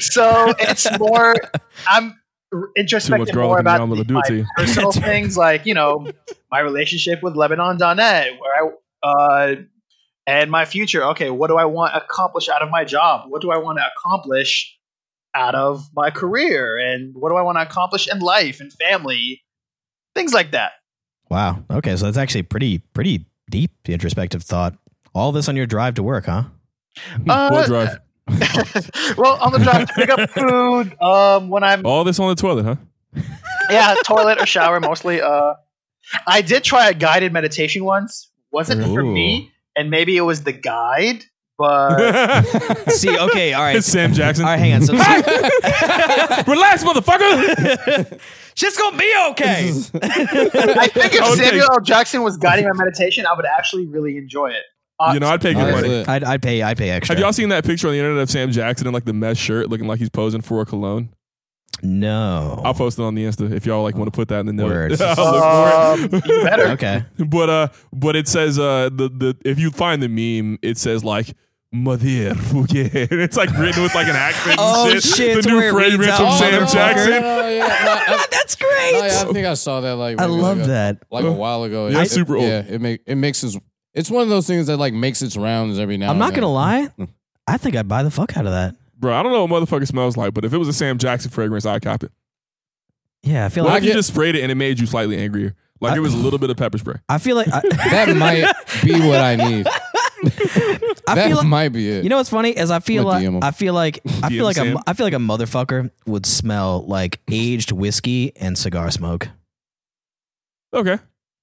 Speaker 5: so it's more I'm
Speaker 1: Too much
Speaker 5: introspective
Speaker 1: garlic
Speaker 5: more
Speaker 1: in the
Speaker 5: about
Speaker 1: omelet will do
Speaker 5: my
Speaker 1: it to you.
Speaker 5: personal things like you know my relationship with Lebanon Donnet, where I uh, and my future. Okay, what do I want to accomplish out of my job? What do I want to accomplish out of my career? And what do I want to accomplish in life and family? Things like that.
Speaker 3: Wow. Okay, so that's actually pretty pretty deep introspective thought. All this on your drive to work, huh?
Speaker 1: Blood
Speaker 5: Uh,
Speaker 1: drive.
Speaker 5: well, on the drive to pick up food. Um, when I'm
Speaker 1: All this on the toilet, huh?
Speaker 5: yeah, toilet or shower mostly. Uh, I did try a guided meditation once. Wasn't for
Speaker 3: Ooh.
Speaker 5: me, and maybe it was the guide, but
Speaker 3: See, okay, all right.
Speaker 1: it's Sam Jackson.
Speaker 3: All right, hang on. So,
Speaker 1: Relax, motherfucker.
Speaker 3: shit's gonna be okay.
Speaker 5: I think if
Speaker 1: Okay.
Speaker 5: Samuel L. Jackson was guiding my meditation, I would actually really enjoy it. Uh,
Speaker 1: you know, I'd take your
Speaker 2: That's
Speaker 1: money.
Speaker 2: lit.
Speaker 3: I'd, I'd pay. I'd pay extra.
Speaker 1: Have y'all seen that picture on the internet of Sam Jackson in like the mesh shirt, looking like he's posing for a cologne?
Speaker 3: no.
Speaker 1: I'll post it on the Insta if y'all like want to put that in the note.
Speaker 3: Word.
Speaker 1: I'll look for
Speaker 5: um,
Speaker 1: it.
Speaker 5: you better.
Speaker 3: okay.
Speaker 1: But uh, but it says uh the the if you find the meme, it says like Mother Fugue. It's like written with like an accent.
Speaker 3: Oh,
Speaker 1: and
Speaker 3: shit, it's
Speaker 1: The new
Speaker 3: where it
Speaker 1: fragrance
Speaker 3: reads
Speaker 1: from
Speaker 3: out.
Speaker 1: Sam
Speaker 3: Oh,
Speaker 1: Jackson.
Speaker 2: Oh, yeah, no, I,
Speaker 3: That's great.
Speaker 2: no, yeah, I think I saw that like
Speaker 3: I
Speaker 2: maybe, like,
Speaker 3: love
Speaker 2: a-
Speaker 3: that.
Speaker 2: like a while ago.
Speaker 1: Yeah,
Speaker 2: It-
Speaker 1: super old.
Speaker 2: Yeah, it make it makes its it's one of those things that like makes its rounds every now
Speaker 3: I'm
Speaker 2: and
Speaker 3: not gonna
Speaker 2: then.
Speaker 3: lie. I think I'd buy the fuck out of that.
Speaker 1: Bro, I don't know what motherfucker smells like, but if it was a Sam Jackson fragrance, I'd cop it.
Speaker 3: Yeah, I feel
Speaker 1: What
Speaker 3: like
Speaker 1: if you
Speaker 2: get-
Speaker 1: just sprayed it and it made you slightly angrier? Like
Speaker 3: I-
Speaker 1: it was a little bit of pepper spray.
Speaker 3: I feel like I,
Speaker 2: That might be what I need.
Speaker 3: I
Speaker 2: that
Speaker 3: feel like
Speaker 2: might be it.
Speaker 3: you know what's funny is I feel
Speaker 2: I'ma
Speaker 3: like
Speaker 2: DM him.
Speaker 3: I feel like I
Speaker 1: DM
Speaker 3: feel like a,
Speaker 1: Sam.
Speaker 3: mo- I feel like a motherfucker would smell like aged whiskey and cigar smoke.
Speaker 1: Okay.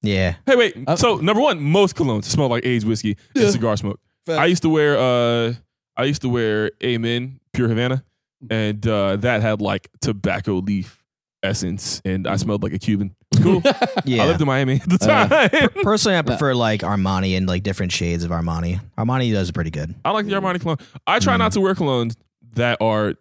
Speaker 3: Yeah,
Speaker 1: Hey, wait.
Speaker 2: Uh,
Speaker 1: so number one, most colognes smell like aged whiskey and
Speaker 2: Yeah.
Speaker 1: cigar smoke.
Speaker 2: Fact.
Speaker 1: I used to wear uh I used to wear Amen Pure Havana, and uh, that had like tobacco leaf essence, and I smelled like a Cuban. Cool. I
Speaker 3: yeah. Uh-huh.
Speaker 1: lived in Miami at the
Speaker 2: Uh,
Speaker 1: time.
Speaker 3: Personally, I prefer like Armani and like different shades of Armani. Armani does pretty good.
Speaker 1: I like the Armani cologne. I
Speaker 3: Mm.
Speaker 1: try not to wear colognes that are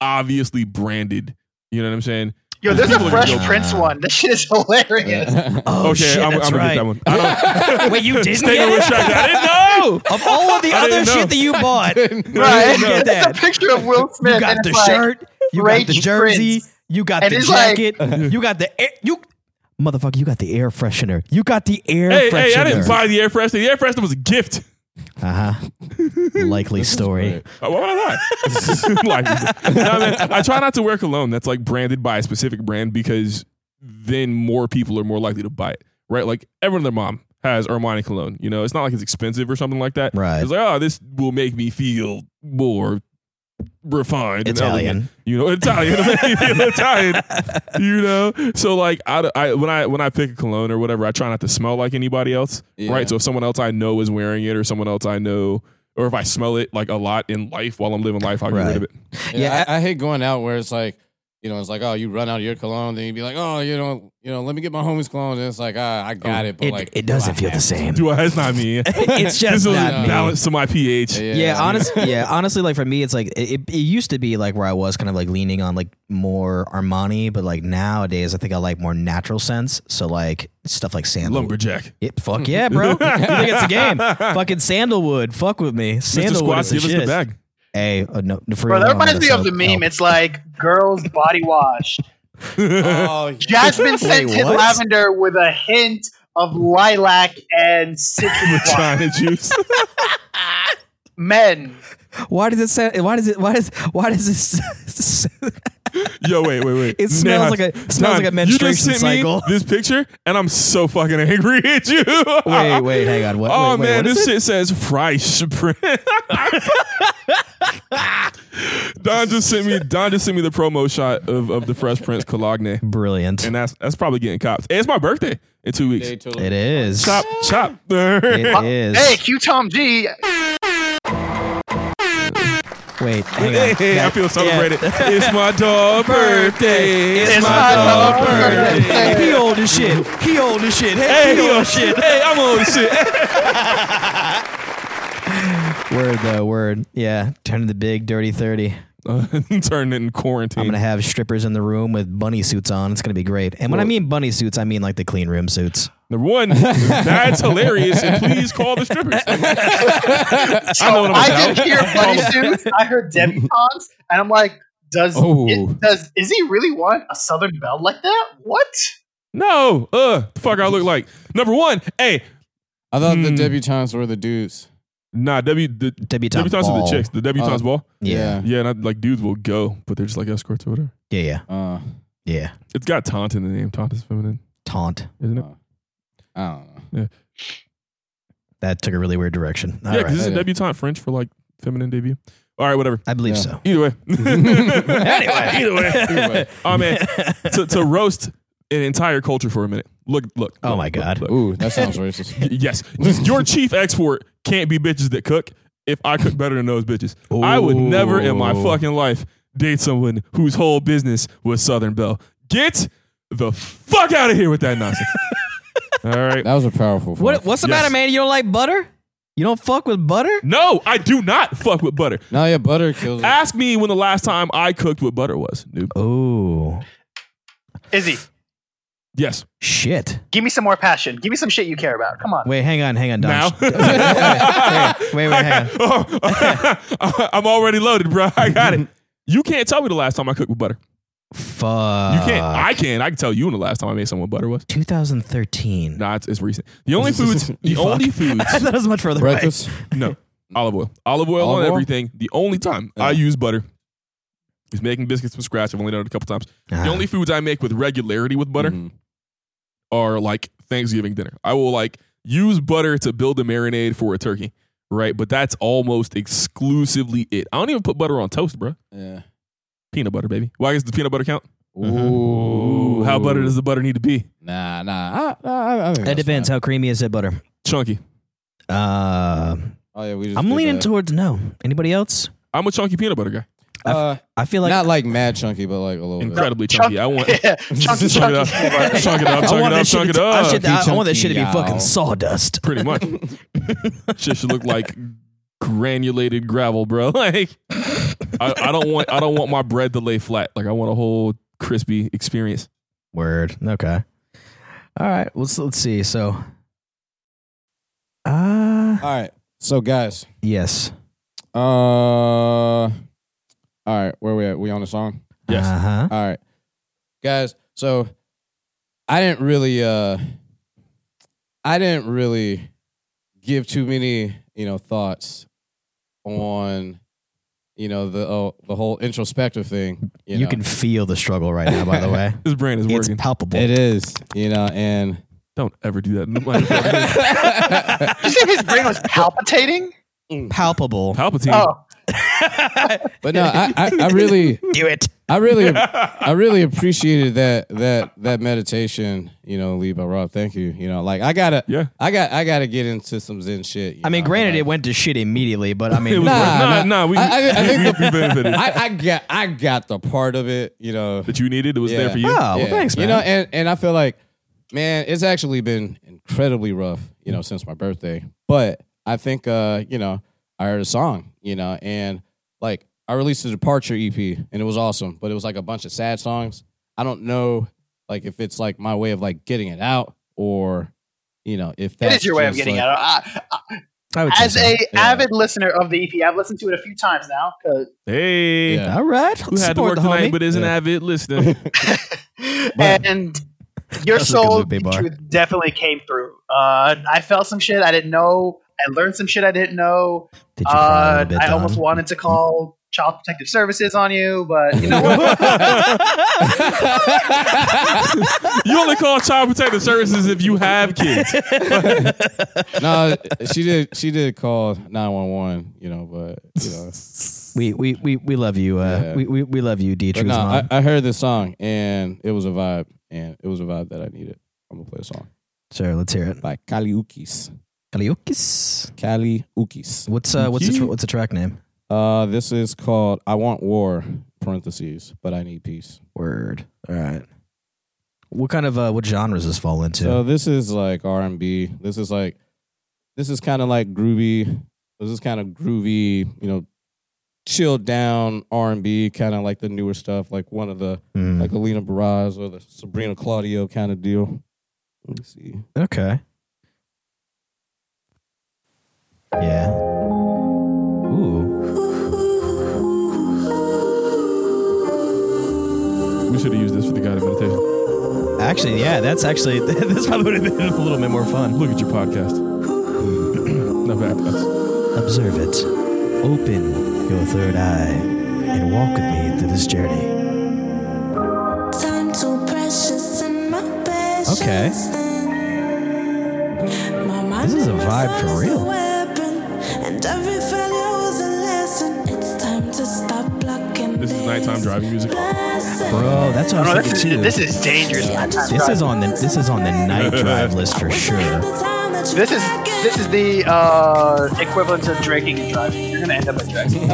Speaker 1: obviously branded. You know what I'm saying?
Speaker 5: Yo, there's a
Speaker 1: People are
Speaker 5: Fresh
Speaker 1: gonna
Speaker 3: go-
Speaker 5: Prince one. This shit is hilarious.
Speaker 3: Oh
Speaker 1: okay,
Speaker 3: shit,
Speaker 1: I'm,
Speaker 3: that's
Speaker 1: I'm gonna get
Speaker 3: right.
Speaker 1: that one. I don't,
Speaker 3: Wait, you didn't
Speaker 1: Stay
Speaker 3: get
Speaker 1: on
Speaker 3: it?
Speaker 1: track. I didn't know.
Speaker 3: Oh, Of all of the
Speaker 1: I
Speaker 3: other
Speaker 1: didn't know.
Speaker 3: shit that you bought, you
Speaker 5: Right?
Speaker 3: Look at
Speaker 5: It's a
Speaker 3: that.
Speaker 5: picture of Will Smith.
Speaker 3: got
Speaker 5: and
Speaker 3: the
Speaker 5: it's like,
Speaker 3: shirt, you got the
Speaker 5: French
Speaker 3: jersey,
Speaker 5: Prince.
Speaker 3: you got
Speaker 5: And
Speaker 3: the
Speaker 5: it's like-
Speaker 3: jacket, you got the air, you motherfucker, you got the air freshener, you got the air
Speaker 1: Hey,
Speaker 3: freshener.
Speaker 1: hey, I didn't buy the air freshener. The air freshener was a gift.
Speaker 3: Uh-huh. Likely story.
Speaker 1: Oh, Why would I lie? Like, no, man, I try not to wear cologne that's like branded by a specific brand because then more people are more likely to buy it, right? Like everyone, and their mom has Armani cologne. You know, it's not like it's expensive or something like that.
Speaker 3: Right.
Speaker 1: It's like, oh, this will make me feel more refined. and
Speaker 3: Italian.
Speaker 1: elegant. you know, Italian, It'll make me feel Italian. You know, so like I, I when I when I pick a cologne or whatever, I try not to smell like anybody else,
Speaker 2: Yeah.
Speaker 1: right? So if someone else I know is wearing it, or someone else I know. Or if I smell it like a lot in life while I'm living life, I'll get rid
Speaker 3: Right.
Speaker 1: of it.
Speaker 2: Yeah, I, I hate going out where it's like, you know, it's like, oh, you run out of your cologne, then you'd be like, oh, you know, you know, let me get my homie's cologne. And it's like, ah, I got it, but
Speaker 3: Oh, It,
Speaker 2: like,
Speaker 3: it
Speaker 2: do
Speaker 3: doesn't
Speaker 2: I
Speaker 3: feel
Speaker 2: have
Speaker 3: the
Speaker 2: to?
Speaker 3: same.
Speaker 1: Do I? It's not me.
Speaker 3: it's
Speaker 1: this
Speaker 3: just
Speaker 1: is
Speaker 3: not me.
Speaker 1: balance to my pH.
Speaker 2: Yeah,
Speaker 3: Yeah,
Speaker 2: I mean,
Speaker 3: honest. yeah, honestly, like for me, it's like it, it used to be like where I was kind of like leaning on like more Armani, but like nowadays, I think I like more natural scents. So like stuff like sandal.
Speaker 1: Lumberjack.
Speaker 3: Yeah, fuck yeah, bro! you think it's a game? Fucking sandalwood. Fuck with me.
Speaker 1: Mr.
Speaker 3: Sandalwood
Speaker 1: Squats,
Speaker 3: is the
Speaker 1: give us the
Speaker 3: shit.
Speaker 1: bag.
Speaker 3: Hey, uh, no, for
Speaker 5: Bro,
Speaker 3: real,
Speaker 5: that
Speaker 3: no,
Speaker 5: reminds me
Speaker 3: that's
Speaker 5: of the
Speaker 3: not-
Speaker 5: meme.
Speaker 3: no.
Speaker 5: It's like girls body wash.
Speaker 2: Oh, yeah.
Speaker 5: Jasmine scented
Speaker 3: what?
Speaker 5: lavender with a hint of lilac and citrus. wash.
Speaker 1: China juice.
Speaker 5: Men,
Speaker 3: Why does it sound? Why does it? Why does? Why does this?
Speaker 1: Yo, wait, wait, wait.
Speaker 3: It smells like a- it smells like a
Speaker 1: Nah, you just
Speaker 3: menstruation
Speaker 1: sent me
Speaker 3: cycle.
Speaker 1: this picture, and I'm so fucking angry at you.
Speaker 3: wait, wait, hang on. What?
Speaker 1: oh
Speaker 3: wait, wait,
Speaker 1: man,
Speaker 3: what is
Speaker 1: this
Speaker 3: it?
Speaker 1: shit says fry sprint. Don just sent me. Don just sent me the promo shot of, of the Fresh Prince Cologne,
Speaker 3: brilliant.
Speaker 1: and uh, that's that's probably getting cops. Hey, it's my birthday in two weeks.
Speaker 2: Day till-
Speaker 3: It is.
Speaker 1: Chop, chop.
Speaker 3: It is.
Speaker 5: Uh, hey, Q Tom G,
Speaker 3: Wait, hang on.
Speaker 1: Hey, I
Speaker 3: That-
Speaker 1: feel celebrated.
Speaker 3: yeah.
Speaker 1: It's my dog birthday.
Speaker 3: It's, my,
Speaker 5: my
Speaker 3: dog,
Speaker 5: dog
Speaker 3: birthday.
Speaker 5: birthday.
Speaker 3: Oh, He old as shit. He old as shit. Hey,
Speaker 1: Hey,
Speaker 3: he
Speaker 1: yo,
Speaker 3: old as shit.
Speaker 1: shit. Hey, I'm on this shit.
Speaker 3: Word though, word. Yeah, turn to the big dirty thirty.
Speaker 1: Uh, Turn it in
Speaker 3: I'm
Speaker 1: quarantine.
Speaker 3: gonna have strippers in the room with bunny suits on. It's gonna be great. And when I mean bunny suits, I mean like the clean room suits.
Speaker 1: Number one, that's hilarious, and please call the strippers.
Speaker 5: So
Speaker 1: I know what I'm
Speaker 5: I
Speaker 1: about.
Speaker 5: didn't hear bunny suits. I heard debutantes, and I'm like, does
Speaker 2: Oh.
Speaker 5: it, does is he really want a Southern Belle like that? What?
Speaker 1: No, uh, the fuck I look like. Number one, hey,
Speaker 2: I thought the
Speaker 1: Hmm.
Speaker 2: debutantes were the dudes.
Speaker 1: nah, W the
Speaker 3: Debutante
Speaker 1: debutantes are the
Speaker 3: ball. Uh,
Speaker 1: chicks. The debutantes
Speaker 2: Oh.
Speaker 1: ball.
Speaker 3: Yeah.
Speaker 1: Yeah, not like dudes will go, but they're just like escorts or whatever.
Speaker 3: yeah, yeah,
Speaker 2: Uh,
Speaker 3: yeah.
Speaker 1: It's got taunt in the name. Taunt is feminine,
Speaker 3: Taunt.
Speaker 1: isn't it?
Speaker 2: I don't know.
Speaker 3: That took a really weird direction. All
Speaker 1: yeah,
Speaker 3: right,
Speaker 1: because it's a
Speaker 2: Okay.
Speaker 1: debutante French for like feminine debut. All right, whatever.
Speaker 3: I believe
Speaker 2: Yeah.
Speaker 3: so.
Speaker 1: Either way.
Speaker 3: Anyway.
Speaker 1: Either way.
Speaker 2: Anyway.
Speaker 1: Oh man, to, to roast an entire culture for a minute. Look, look.
Speaker 3: Oh
Speaker 1: look,
Speaker 3: my
Speaker 1: look,
Speaker 3: God.
Speaker 1: look.
Speaker 2: Ooh, that sounds racist.
Speaker 1: Y- Yes, Just your chief export can't be bitches that cook. If I cook better than those bitches, I would never in my
Speaker 3: Ooh.
Speaker 1: fucking life date someone whose whole business was Southern Belle. Get the fuck out of here with that nonsense. All right.
Speaker 2: That was a powerful.
Speaker 3: What? What's the
Speaker 1: Yes.
Speaker 3: matter, man? You don't like butter? You don't fuck with butter?
Speaker 1: No, I do not fuck with butter.
Speaker 2: Now yeah, butter kills.
Speaker 3: Ah,
Speaker 2: it.
Speaker 1: Ask me when the last time I cooked with butter was. Noob.
Speaker 3: Oh
Speaker 5: Is he?
Speaker 1: Yes.
Speaker 3: shit!
Speaker 5: Give me some more passion. Give me some shit you care about. Come on.
Speaker 3: Wait, hang on, hang on, Don.
Speaker 1: Now.
Speaker 3: wait, wait, wait, hang on.
Speaker 1: Oh, I'm already loaded, bro. I got it. You can't tell me the last time I cooked with butter.
Speaker 3: Fuck.
Speaker 1: You
Speaker 3: Uh,
Speaker 1: can't. I can. I can tell you when the last time I made someone butter was.
Speaker 3: 2013.
Speaker 1: Nah, it's, it's recent. The only foods, the
Speaker 3: You fuck.
Speaker 1: only foods,
Speaker 3: I thought it was much further away.
Speaker 2: breakfast.
Speaker 1: no, olive oil, olive oil
Speaker 2: Olive
Speaker 1: on
Speaker 2: oil?
Speaker 1: everything. The only time I
Speaker 2: Yeah.
Speaker 1: use butter is making biscuits from scratch. I've only done it a couple times.
Speaker 3: Ah.
Speaker 1: The only foods I make with regularity with butter
Speaker 2: Mhm.
Speaker 1: are like Thanksgiving dinner. I will like use butter to build a marinade for a turkey, right? But that's almost exclusively it. I don't even put butter on toast, bro.
Speaker 2: Yeah.
Speaker 1: Peanut butter, baby. Well, I guess the peanut butter count.
Speaker 3: Uh-huh.
Speaker 2: Ooh.
Speaker 1: How butter does the butter need to be?
Speaker 2: Nah, nah. I, I, I think
Speaker 3: That
Speaker 2: that's
Speaker 3: depends. How creamy is that butter?
Speaker 1: Chunky.
Speaker 3: Uh,
Speaker 2: fine. Oh yeah, we just.
Speaker 3: I'm
Speaker 2: did
Speaker 3: leaning
Speaker 2: that.
Speaker 3: towards no. Anybody else?
Speaker 1: I'm a chunky peanut butter guy.
Speaker 2: Uh,
Speaker 3: I feel like
Speaker 2: not like mad chunky, but like a little bit.
Speaker 1: Incredibly chunky. I want.
Speaker 5: Yeah, chunky,
Speaker 1: Chunk it
Speaker 5: chunky.
Speaker 1: up. Chunk it up.
Speaker 3: I
Speaker 1: Chunk it
Speaker 3: want
Speaker 1: up.
Speaker 3: that
Speaker 1: Chunk
Speaker 3: shit.
Speaker 1: it
Speaker 3: To, I,
Speaker 1: up.
Speaker 3: should, I, I want
Speaker 2: Chunky,
Speaker 3: that shit to be
Speaker 2: y'all.
Speaker 3: fucking sawdust.
Speaker 1: Pretty much. Shit should look like granulated gravel, bro. Like I, I don't want I don't want my bread to lay flat. Like I want a whole crispy experience.
Speaker 3: Word. Okay. All right. Let's let's see. So. Uh
Speaker 2: All right. So guys,
Speaker 3: yes.
Speaker 2: uh, all right, where we at? We on a song?
Speaker 1: Yes.
Speaker 3: Uh huh.
Speaker 2: All right, guys. So I didn't really, uh, I didn't really give too many, you know, thoughts on, you know, the oh, the whole introspective thing. You,
Speaker 3: You,
Speaker 2: know.
Speaker 3: can feel the struggle right now. By the way,
Speaker 1: This brain is
Speaker 3: it's
Speaker 1: working.
Speaker 3: palpable.
Speaker 2: It is, you know, and
Speaker 1: don't ever do that. in the microphone.
Speaker 5: Did you say his brain was palpitating?
Speaker 3: palpable.
Speaker 1: Palpatine.
Speaker 5: Oh,
Speaker 2: But no, I, I, I really,
Speaker 3: Do it.
Speaker 2: I really, I really appreciated that that that meditation. You know, lead by Rob. Thank you. You know, like I gotta,
Speaker 1: Yeah.
Speaker 2: I got, I gotta get into some Zen shit. you
Speaker 3: I mean,
Speaker 2: know,
Speaker 3: granted,
Speaker 2: like-
Speaker 3: it went to shit immediately, but I
Speaker 1: It
Speaker 3: mean,
Speaker 1: was nah,
Speaker 2: Nah,
Speaker 1: nah,
Speaker 2: nah.
Speaker 1: We,
Speaker 2: I- I- I
Speaker 1: we-
Speaker 2: think
Speaker 1: we- we benefited
Speaker 2: I, I got, I got the part of it. You know,
Speaker 1: that you needed. It was there
Speaker 2: Yeah.
Speaker 1: for you.
Speaker 3: oh, well,
Speaker 2: Yeah.
Speaker 3: thanks, man.
Speaker 2: You know, and, and I feel like, man, it's actually been incredibly rough, you know, since my birthday. But I think, uh, you know, I heard a song, you know, and like I released a Departure EP and it was awesome, but it was like a bunch of sad songs. I don't know, like, if it's like my way of like getting it out or, you know, if
Speaker 5: It
Speaker 2: that's
Speaker 5: is your way of
Speaker 2: just,
Speaker 5: getting
Speaker 2: like-
Speaker 5: out. I, I,
Speaker 3: I would say
Speaker 5: as
Speaker 3: so.
Speaker 5: a
Speaker 2: Yeah.
Speaker 5: avid listener of the EP, I've listened to it a few times now. 'cause-
Speaker 1: Hey,
Speaker 2: Yeah.
Speaker 3: All right.
Speaker 1: who had to
Speaker 3: Support
Speaker 1: work
Speaker 3: the
Speaker 1: tonight
Speaker 3: homie.
Speaker 1: but isn't
Speaker 2: Yeah.
Speaker 1: avid listening?
Speaker 2: But-
Speaker 5: and your
Speaker 3: That's a good
Speaker 5: soul
Speaker 3: loop, Big Bar.
Speaker 5: truth definitely came through. Uh, I felt some shit I didn't know. I learned some shit I didn't know.
Speaker 3: Did you cry a
Speaker 5: Uh,
Speaker 3: little bit,
Speaker 5: I almost
Speaker 3: Don?
Speaker 5: wanted to call Child Protective Services on you, but you know what?
Speaker 1: you only call child protective services if you have kids.
Speaker 2: no, she did, she did call 911, you know, but, you know.
Speaker 3: We, we, we, we love you. Uh,
Speaker 2: Yeah.
Speaker 3: we, we, we love you,
Speaker 2: But
Speaker 3: Dietrich's
Speaker 2: no,
Speaker 3: mom.
Speaker 2: I, I heard this song and it was a vibe, and it was a vibe that I needed. I'm gonna play a song
Speaker 3: sure, let's hear it.
Speaker 2: by Kali Ukis.
Speaker 3: Kaliokis.
Speaker 2: Kali Ukis.
Speaker 3: What's uh, what's the tr
Speaker 1: Kaliokis.
Speaker 3: what's the track name?
Speaker 2: Uh, this is called "I Want War" (parentheses), but I need peace.
Speaker 3: Word. All right. What kind of uh, what genres this fall into?
Speaker 2: So this is like R and B. This is like, this is kind of like groovy. This is kind of groovy. You know, chilled down R and B, kind of like the newer stuff, like one of the
Speaker 3: Hmm.
Speaker 2: like Alina Baraz or the Sabrina Claudio kind of deal. Let me see.
Speaker 3: Okay. Yeah. Ooh.
Speaker 1: we should have used this for the guided meditation.
Speaker 3: Actually, yeah, that's actually this probably would have been a little bit more fun.
Speaker 1: Look at your podcast. Not bad. That's-
Speaker 3: Observe it. Open your third eye and walk with me through this journey.
Speaker 4: Time too precious and my patience
Speaker 3: Okay.
Speaker 4: thin. My mind
Speaker 3: This is a vibe for
Speaker 4: is a
Speaker 3: real.
Speaker 4: weapon, And every failure was a lesson. It's time to stop blocking.
Speaker 1: This is nighttime
Speaker 4: these
Speaker 1: driving music.
Speaker 4: blessings.
Speaker 3: Bro, that's what
Speaker 5: No,
Speaker 3: I was
Speaker 5: this,
Speaker 3: thinking too.
Speaker 5: is, this is dangerous.
Speaker 4: Yeah,
Speaker 5: nighttime
Speaker 3: This
Speaker 5: drive.
Speaker 3: is on the this is on the night drive list for
Speaker 4: Wish I had
Speaker 3: sure.
Speaker 4: the time that you
Speaker 5: This is
Speaker 4: back in.
Speaker 5: this is the uh, equivalent of drinking and driving. You're gonna end up at driving.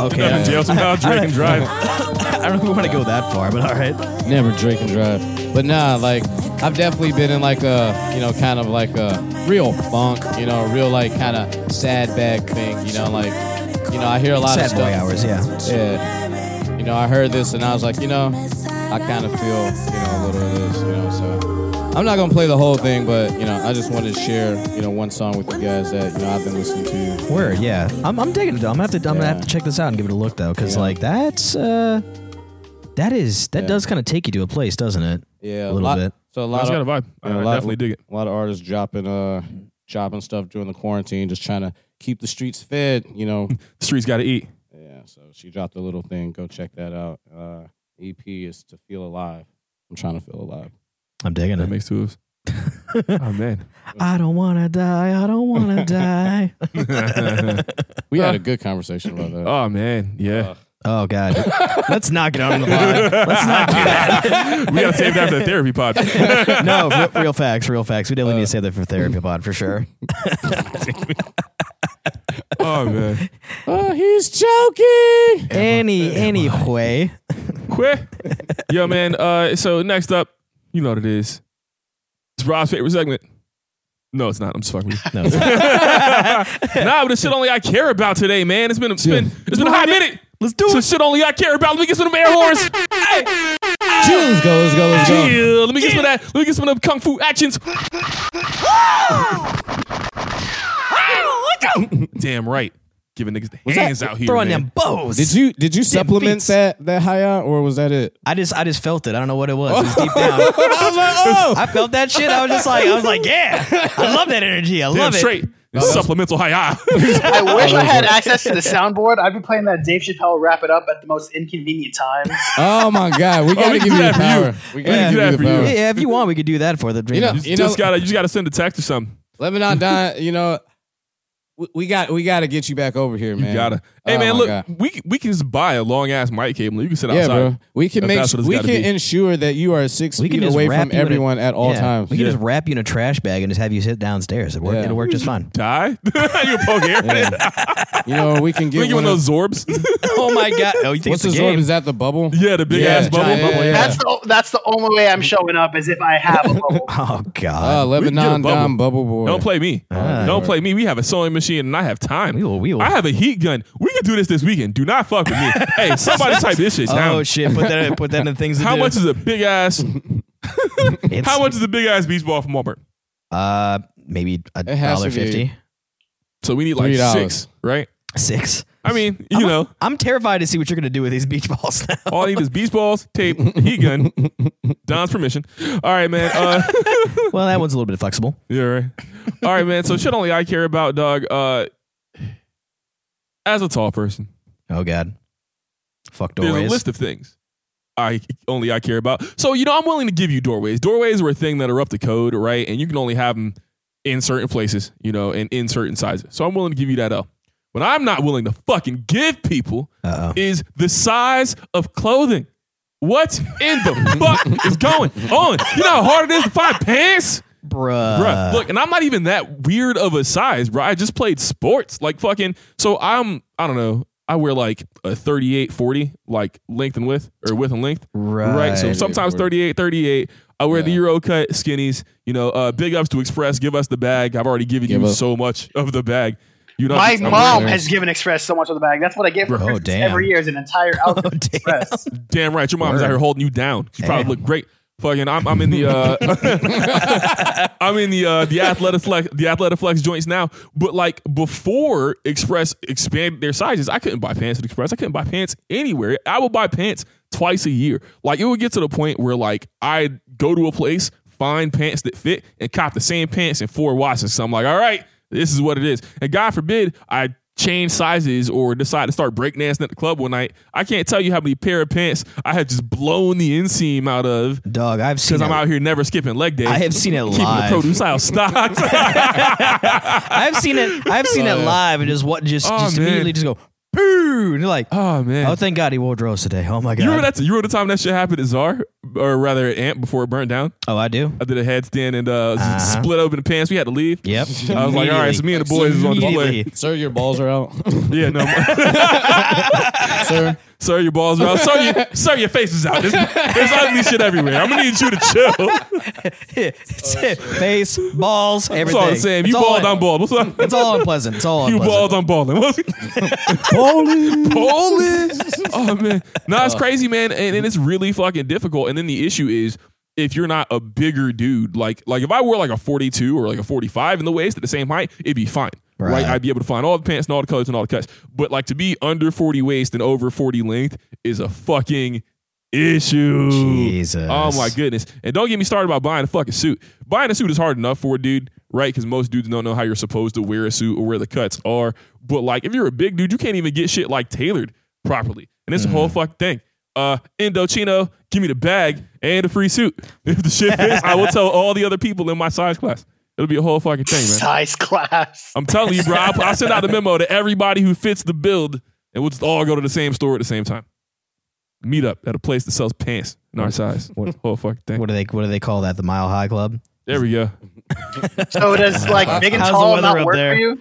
Speaker 3: Okay.
Speaker 1: Yeah, jail somehow, drink and drive.
Speaker 3: I don't want to go that far, but all right.
Speaker 2: Never drink and drive. But nah, like I've definitely been in like a you know kind of like a real funk, you know, real like kind of sad bag thing, you know, like you know I hear a lot of
Speaker 3: Sad
Speaker 2: stuff.
Speaker 3: boy hours, yeah.
Speaker 2: Yeah. You know, I heard this and I was like, you know, I kind of feel you know a little of this, you know. So I'm not gonna play the whole thing, but you know I just wanted to share you know one song with you guys that you know I've been listening to.
Speaker 3: Word, yeah. I'm, I'm digging it. though. I'm gonna have to I'm gonna have
Speaker 2: Yeah.
Speaker 3: to check this out and give it a look though, because
Speaker 2: Yeah.
Speaker 3: like that's uh, that is that
Speaker 2: Yeah.
Speaker 3: does kind of take you to a place, doesn't it?
Speaker 2: Yeah,
Speaker 3: A little
Speaker 2: lot-
Speaker 3: bit.
Speaker 2: So a lot
Speaker 1: That's
Speaker 2: of
Speaker 1: got a vibe.
Speaker 2: Yeah,
Speaker 1: I
Speaker 2: a lot-
Speaker 1: definitely dig it.
Speaker 2: A lot of artists dropping uh dropping stuff during the quarantine, just trying to keep the streets fed, you know.
Speaker 1: The streets got to eat.
Speaker 2: yeah, so she dropped a little thing. Go check that out. Uh EP is to feel alive. I'm trying to feel alive.
Speaker 3: I'm digging
Speaker 1: That
Speaker 3: it.
Speaker 1: makes two of us. oh man.
Speaker 3: I don't wanna die. I don't wanna die.
Speaker 2: We had a good conversation about that.
Speaker 1: Uh. oh man. Yeah.
Speaker 3: Oh god, let's not get on the pod. Let's not do that.
Speaker 1: Uh, we gotta save that for the therapy pod.
Speaker 3: no, re- real facts, real facts. We definitely need to
Speaker 2: Uh.
Speaker 3: save that for therapy pod for sure.
Speaker 1: oh man.
Speaker 2: oh, he's joking.
Speaker 3: Any anyway,
Speaker 1: Quick. Yo man. Uh. So next up, you know what it is. It's Rob's favorite segment. No, it's not. I'm just fucking with you.
Speaker 3: no, it's-
Speaker 1: nah, but it's shit only I care about today, man. It's been it's been it's been a hot minute.
Speaker 3: let's do
Speaker 1: So
Speaker 3: it.
Speaker 1: shit only I care about. Let me get some of them air horns.
Speaker 2: Let's go, let's go, let's go.
Speaker 1: Yeah, let me get some of that. Let me get some of them kung fu actions. Damn right. Giving niggas the hands out here.
Speaker 3: Throwing
Speaker 1: man.
Speaker 3: them bows.
Speaker 2: Did you did you supplement
Speaker 3: beats.
Speaker 2: that that high out or was that it?
Speaker 3: I just I just felt it. I don't know what it was. It was deep down. I was like, oh, I felt that shit. I was just like, I was like, yeah, I love that energy. I
Speaker 1: Damn
Speaker 3: love
Speaker 1: straight. Supplemental high eye.
Speaker 5: I wish I had access to the soundboard. I'd be playing that Dave Chappelle wrap it up at the most inconvenient times.
Speaker 2: Oh my god, we gotta
Speaker 1: we can do
Speaker 2: give you the
Speaker 1: that for you.
Speaker 2: power. We
Speaker 1: We
Speaker 2: gotta
Speaker 1: can do
Speaker 2: give
Speaker 1: that
Speaker 2: you the
Speaker 1: for you.
Speaker 2: power.
Speaker 3: it. Yeah, if you want, we could do that for the dream.
Speaker 2: You know-
Speaker 1: you just gotta you just gotta send a text or something.
Speaker 2: Lebanon Don, you know, we- we got we got to get you back over here,
Speaker 1: You
Speaker 2: man.
Speaker 1: gotta. Hey
Speaker 2: Oh
Speaker 1: man,
Speaker 2: my
Speaker 1: look,
Speaker 2: God.
Speaker 1: we we can just buy a long ass mic cable. You can sit
Speaker 2: yeah,
Speaker 1: outside.
Speaker 2: bro. We can
Speaker 1: If
Speaker 2: make
Speaker 1: that's what it's
Speaker 2: we
Speaker 1: gotta
Speaker 2: can
Speaker 1: be.
Speaker 2: ensure that you are six
Speaker 3: We can
Speaker 2: feet
Speaker 3: just
Speaker 2: away
Speaker 3: wrap
Speaker 2: from
Speaker 3: you in a-
Speaker 2: everyone at all
Speaker 3: Yeah.
Speaker 2: times.
Speaker 3: We can
Speaker 1: Yeah.
Speaker 3: just wrap you in a trash bag and just have you sit downstairs. It work,
Speaker 2: Yeah.
Speaker 3: It'll work just fine.
Speaker 1: Die. you a poke air.
Speaker 2: You know, we can
Speaker 1: We
Speaker 2: get
Speaker 1: give
Speaker 2: one
Speaker 1: one
Speaker 2: of
Speaker 1: those Zorbs.
Speaker 3: oh my god! Oh, you think
Speaker 2: What's the
Speaker 3: it's a
Speaker 2: Zorb?
Speaker 3: game?
Speaker 2: Is that the bubble?
Speaker 1: yeah, the big
Speaker 2: Yeah,
Speaker 1: ass bubble.
Speaker 2: giant-
Speaker 1: bubble. yeah.
Speaker 2: yeah,
Speaker 5: That's the that's the only way I'm showing up is if I have a bubble.
Speaker 3: Oh
Speaker 2: Uh,
Speaker 3: god!
Speaker 1: can get a
Speaker 2: Lebanon
Speaker 1: bubble.
Speaker 2: Dom bubble boy.
Speaker 1: Don't play me.
Speaker 3: Ah.
Speaker 1: Don't play me. We have a sewing machine and I have time.
Speaker 3: We will- we will-
Speaker 1: I have a heat gun. We can do this this weekend. Do not fuck with me. hey, somebody type this shit down.
Speaker 3: oh shit! Put that put that in the things. to
Speaker 1: how
Speaker 3: do.
Speaker 1: much is a big ass?
Speaker 3: It's,
Speaker 1: How much is a big ass beach ball from Walmart?
Speaker 3: Uh, maybe a
Speaker 2: It has
Speaker 3: dollar
Speaker 2: to be.
Speaker 3: fifty.
Speaker 1: So we need like
Speaker 2: Three dollars.
Speaker 1: six, right?
Speaker 3: Six.
Speaker 1: I mean, you know,
Speaker 3: I'm terrified to see what you're gonna do with these beach balls now.
Speaker 1: all I need is beach balls, tape, heat gun, Don's permission. All right, man. Uh,
Speaker 3: well, that one's a little bit flexible.
Speaker 1: Yeah, right. All right, man. So shit only I care about, dog. Uh as a tall person,
Speaker 3: Oh god. Fuck
Speaker 1: there's a
Speaker 3: doorways.
Speaker 1: list of things I only I care about. So, you know, I'm willing to give you doorways. Doorways are a thing that are up to code, right? And you can only have them in certain places, you know, and in certain sizes. So I'm willing to give you that up. What I'm not willing to fucking give people
Speaker 3: Uh-oh.
Speaker 1: is the size of clothing. What in the fuck is going on? You know how hard it is to find pants?
Speaker 3: Bruh.
Speaker 1: Bruh, look, and I'm not even that weird of a size, bro. I just played sports. Like fucking so I'm I don't know. I wear like a 38 40 like length and width or width and length.
Speaker 3: Right.
Speaker 1: So
Speaker 2: 38,
Speaker 1: sometimes
Speaker 2: 40.
Speaker 1: 38 38. I wear the
Speaker 2: Yeah.
Speaker 1: Euro cut skinnies, you know, uh big ups to Express, give us the bag. I've already given
Speaker 2: Give
Speaker 1: you
Speaker 2: up.
Speaker 1: so much of the bag. You know
Speaker 5: My
Speaker 1: I'm-
Speaker 5: mom
Speaker 2: there.
Speaker 5: has given Express so much of the bag. That's what I get for
Speaker 3: Oh,
Speaker 5: Christmas
Speaker 3: damn.
Speaker 5: every year is an entire outfit.
Speaker 3: Oh,
Speaker 5: of
Speaker 3: damn.
Speaker 5: Express.
Speaker 1: Damn right, your mom's
Speaker 3: Word.
Speaker 1: out here holding you down. She
Speaker 3: Damn.
Speaker 1: probably look great. Fucking, I'm, I'm in the uh, I'm in the uh, the athletic flex the athletic flex joints now. But like before Express expanded their sizes, I couldn't buy pants at Express. I couldn't buy pants anywhere. I would buy pants twice a year. Like it would get to the point where like I'd go to a place, find pants that fit, and cop the same pants in four washes. So I'm like, all right, this is what it is. And God forbid I change sizes or decide to start breakdancing at the club one night. I can't tell you how many pair of pants I have just blown the inseam out of
Speaker 3: Dog, I've seen
Speaker 1: because I'm
Speaker 3: it-
Speaker 1: out here never skipping leg day.
Speaker 3: I have seen it
Speaker 1: keeping
Speaker 3: live.
Speaker 1: the produce out stocked.
Speaker 3: I've seen it. I've seen it live, and just what just
Speaker 1: Oh,
Speaker 3: just
Speaker 1: man.
Speaker 3: immediately just go boo. And you're like, oh,
Speaker 1: oh man.
Speaker 3: thank God he wore drawers today. Oh my God.
Speaker 1: you remember that? You remember the time that shit happened at Czar, or rather at Amp before it burned down.
Speaker 3: Oh, I do.
Speaker 1: I did a headstand and uh, s- split open the pants. We had to leave.
Speaker 3: Uh-huh. Yep.
Speaker 1: I was like, all right, so me and the boys is on display.
Speaker 3: Immediately.
Speaker 2: Sir, your balls are out.
Speaker 1: Yeah, no.
Speaker 2: Sir,
Speaker 1: Sir, your balls are out. Sir, you, sir, your face is out. There's, there's ugly shit everywhere. I'm gonna need you to chill.
Speaker 3: It's it. Face, balls,
Speaker 1: That's
Speaker 3: everything.
Speaker 1: all I'm saying. You
Speaker 3: It's all-
Speaker 1: balled, I'm bald. What's up?
Speaker 3: It's all unpleasant. It's all
Speaker 1: You
Speaker 3: unpleasant.
Speaker 1: balled, I'm balling. What's
Speaker 2: Holy.
Speaker 1: Poland. oh man, no, it's crazy, man, and, and it's really fucking difficult. And then the issue is if you're not a bigger dude, like like if I wore like a 42 or like a 45 in the waist at the same height, it'd be fine. Right.
Speaker 3: Right.
Speaker 1: I'd be able to find all the pants and all the colors and all the cuts. But like to be under 40 waist and over 40 length is a fucking issue.
Speaker 3: Jesus.
Speaker 1: Oh my goodness. And don't get me started about buying a fucking suit. Buying a suit is hard enough for a dude, right? Because most dudes don't know how you're supposed to wear a suit or where the cuts are. But like, if you're a big dude, you can't even get shit like tailored properly. And it's a whole fuck thing. Uh, Indochino, give me the bag and a free suit. If the shit fits, I will tell all the other people in my size class. It'll be a whole fucking thing, man.
Speaker 5: Size class.
Speaker 1: I'm telling you, bro. I'll, I'll send out a memo to everybody who fits the build, and we'll just all go to the same store at the same time. Meet up at a place that sells pants in our size. What whole fucking thing?
Speaker 3: What do they What do they call that? The Mile High Club.
Speaker 1: There we go.
Speaker 5: So does like big and
Speaker 3: How's the
Speaker 5: tall
Speaker 3: weather
Speaker 5: not
Speaker 3: up
Speaker 5: work
Speaker 3: there?
Speaker 5: for you?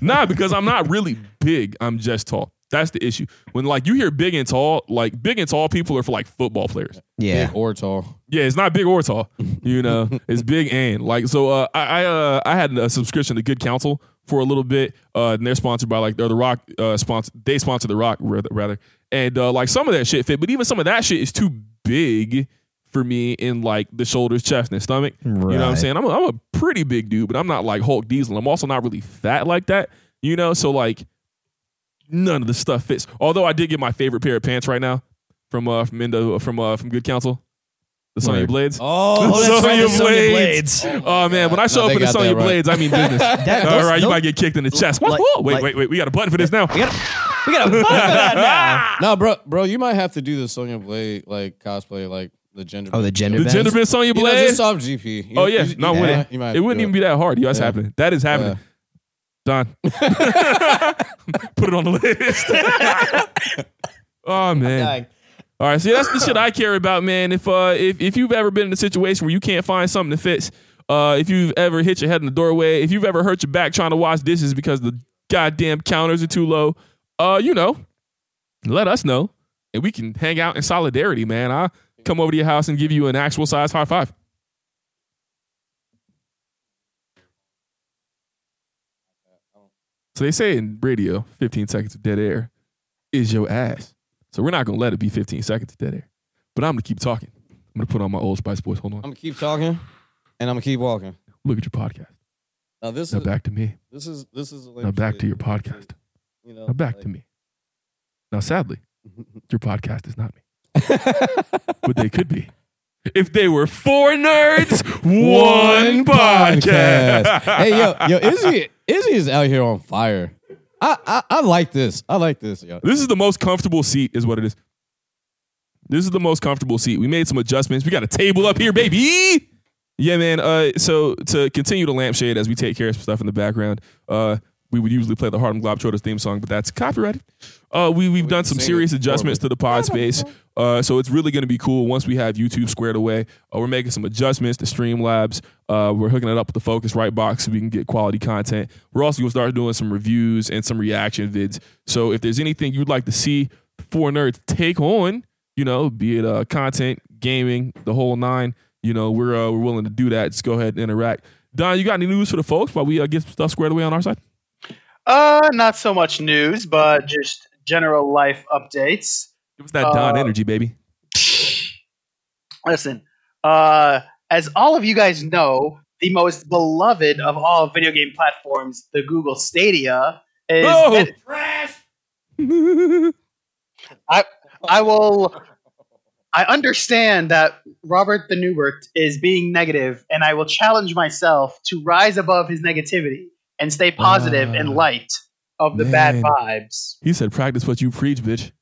Speaker 1: nah, because I'm not really big. I'm just tall. That's the issue. When like you hear big and tall, like big and tall people are for like football players.
Speaker 3: Yeah.
Speaker 2: Big or tall.
Speaker 1: Yeah, it's not big or tall. You know, it's big and like so. Uh, I I, uh, I had a subscription to Good Counsel for a little bit, uh, and they're sponsored by like or the Rock. Uh, sponsor they sponsor the Rock rather, rather. and uh, like some of that shit fit, but even some of that shit is too big for me in like the shoulders, chest, and stomach. You know what I'm
Speaker 3: Right.
Speaker 1: saying? I'm a, I'm a pretty big dude, but I'm not like Hulk Diesel. I'm also not really fat like that. You know, so like none of the stuff fits. Although I did get my favorite pair of pants right now from uh from Indo from uh from Good Counsel, the Sonya
Speaker 3: Word.
Speaker 1: Blades.
Speaker 2: Oh,
Speaker 3: Oh, that's right, the
Speaker 1: Sonya
Speaker 3: Sonya
Speaker 1: Blades.
Speaker 3: Blades.
Speaker 1: Oh, man, when I show
Speaker 2: No,
Speaker 1: up
Speaker 2: they
Speaker 1: in the
Speaker 2: got that
Speaker 1: Sonya
Speaker 2: right.
Speaker 1: Blades, I mean business.
Speaker 3: That-
Speaker 1: All
Speaker 3: those-
Speaker 1: right, you
Speaker 3: those-
Speaker 1: might get kicked in the chest.
Speaker 3: like-
Speaker 1: Whoa, wait,
Speaker 3: like-
Speaker 1: wait, wait. We got a button for this now.
Speaker 3: We got. We got a button for that now.
Speaker 2: no, bro, bro, you might have to do the Sonya Blade like cosplay, like the gender.
Speaker 3: Oh, the gender
Speaker 1: The
Speaker 3: bends?
Speaker 1: gender bent Sonya
Speaker 2: You know, just
Speaker 1: Blade.
Speaker 2: off GP. You-
Speaker 1: Oh yeah,
Speaker 2: you-
Speaker 1: no,
Speaker 2: you
Speaker 1: it
Speaker 2: might-
Speaker 1: wouldn't.
Speaker 2: you might
Speaker 1: It wouldn't
Speaker 2: do
Speaker 1: even be that hard. Yo, that's
Speaker 2: Yeah.
Speaker 1: happening. That is happening. Done. Put it on the list. oh man. All right, see that's the shit I care about, man. If uh, if if you've ever been in a situation where you can't find something that fits, uh, if you've ever hit your head in the doorway, if you've ever hurt your back trying to wash dishes because the goddamn counters are too low, uh, you know, let us know and we can hang out in solidarity, man. I will come over to your house and give you an actual size high five. So they say in radio, 15 seconds of dead air is your ass. So we're not gonna let it be 15 seconds of dead air. But I'm gonna keep talking. I'm gonna put on my old Spice Boys. Hold on.
Speaker 2: I'm gonna keep talking, and I'm gonna keep walking.
Speaker 1: Look at your podcast.
Speaker 2: Now this
Speaker 1: Now
Speaker 2: is
Speaker 1: back to me.
Speaker 2: this is this is
Speaker 1: Now back to your podcast.
Speaker 2: You know,
Speaker 1: Now back to me. Now sadly, your podcast is not me. But they could be. If they were four nerds, one podcast.
Speaker 2: hey yo, yo, Izzy, Izzy is out here on fire. I, I I like this. I like this, yo.
Speaker 1: This is the most comfortable seat, is what it is. This is the most comfortable seat. We made some adjustments. We got a table up here, baby. Yeah, man. Uh, so to continue the lampshade as we take care of some stuff in the background, uh, we would usually play the Harlem Globetrotters theme song, but that's copyrighted. Uh, we we've done some
Speaker 2: sing
Speaker 1: serious
Speaker 2: it
Speaker 1: adjustments to the pod space. Uh, so it's really going to be cool once we have YouTube squared away. Uh, we're making some adjustments to Streamlabs. Uh, we're hooking it up with the Focus Right box so we can get quality content. We're also going to start doing some reviews and some reaction vids. So if there's anything you'd like to see Four Nerds take on, you know, be it uh, content, gaming, the whole nine, you know, we're uh, we're willing to do that. Just go ahead and interact. Don, you got any news for the folks while we uh, get some stuff squared away on our side?
Speaker 5: Uh, not so much news, but just general life updates.
Speaker 1: Give us that Don
Speaker 5: Uh,
Speaker 1: energy, baby.
Speaker 5: Listen, uh, as all of you guys know, the most beloved of all video game platforms, the Google Stadia, is.
Speaker 1: Oh!
Speaker 5: I will. I understand that Robert the Newbert is being negative, and I will challenge myself to rise above his negativity and stay positive
Speaker 1: Ah.
Speaker 5: in light of the bad
Speaker 1: Man.
Speaker 5: vibes.
Speaker 1: He said, "Practice what you preach, bitch."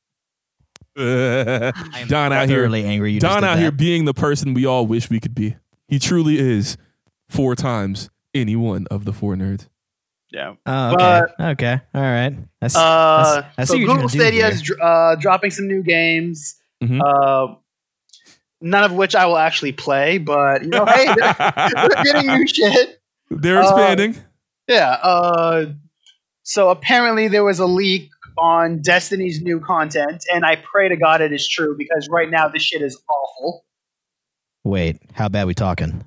Speaker 1: Don out here,
Speaker 3: thoroughly angry. You just
Speaker 1: Don
Speaker 3: did
Speaker 1: out
Speaker 3: that.
Speaker 1: here being the person we all wish we could be. He truly is four times any one of the four nerds.
Speaker 5: Yeah.
Speaker 3: Oh, okay. okay. All right. I see,
Speaker 5: Uh,
Speaker 3: I
Speaker 5: so
Speaker 3: see what you're gonna
Speaker 5: Google
Speaker 3: do Mm-hmm.
Speaker 5: Stadia is dr- uh, dropping some new games,
Speaker 1: Mhm.
Speaker 5: uh, none of which I will actually play. But you know, hey, they're, they're getting new shit.
Speaker 1: They're
Speaker 5: Uh,
Speaker 1: expanding.
Speaker 5: Yeah. Uh, so apparently there was a leak on Destiny's new content, and I pray to God it is true because right now this shit is awful.
Speaker 3: Wait, how bad we talking?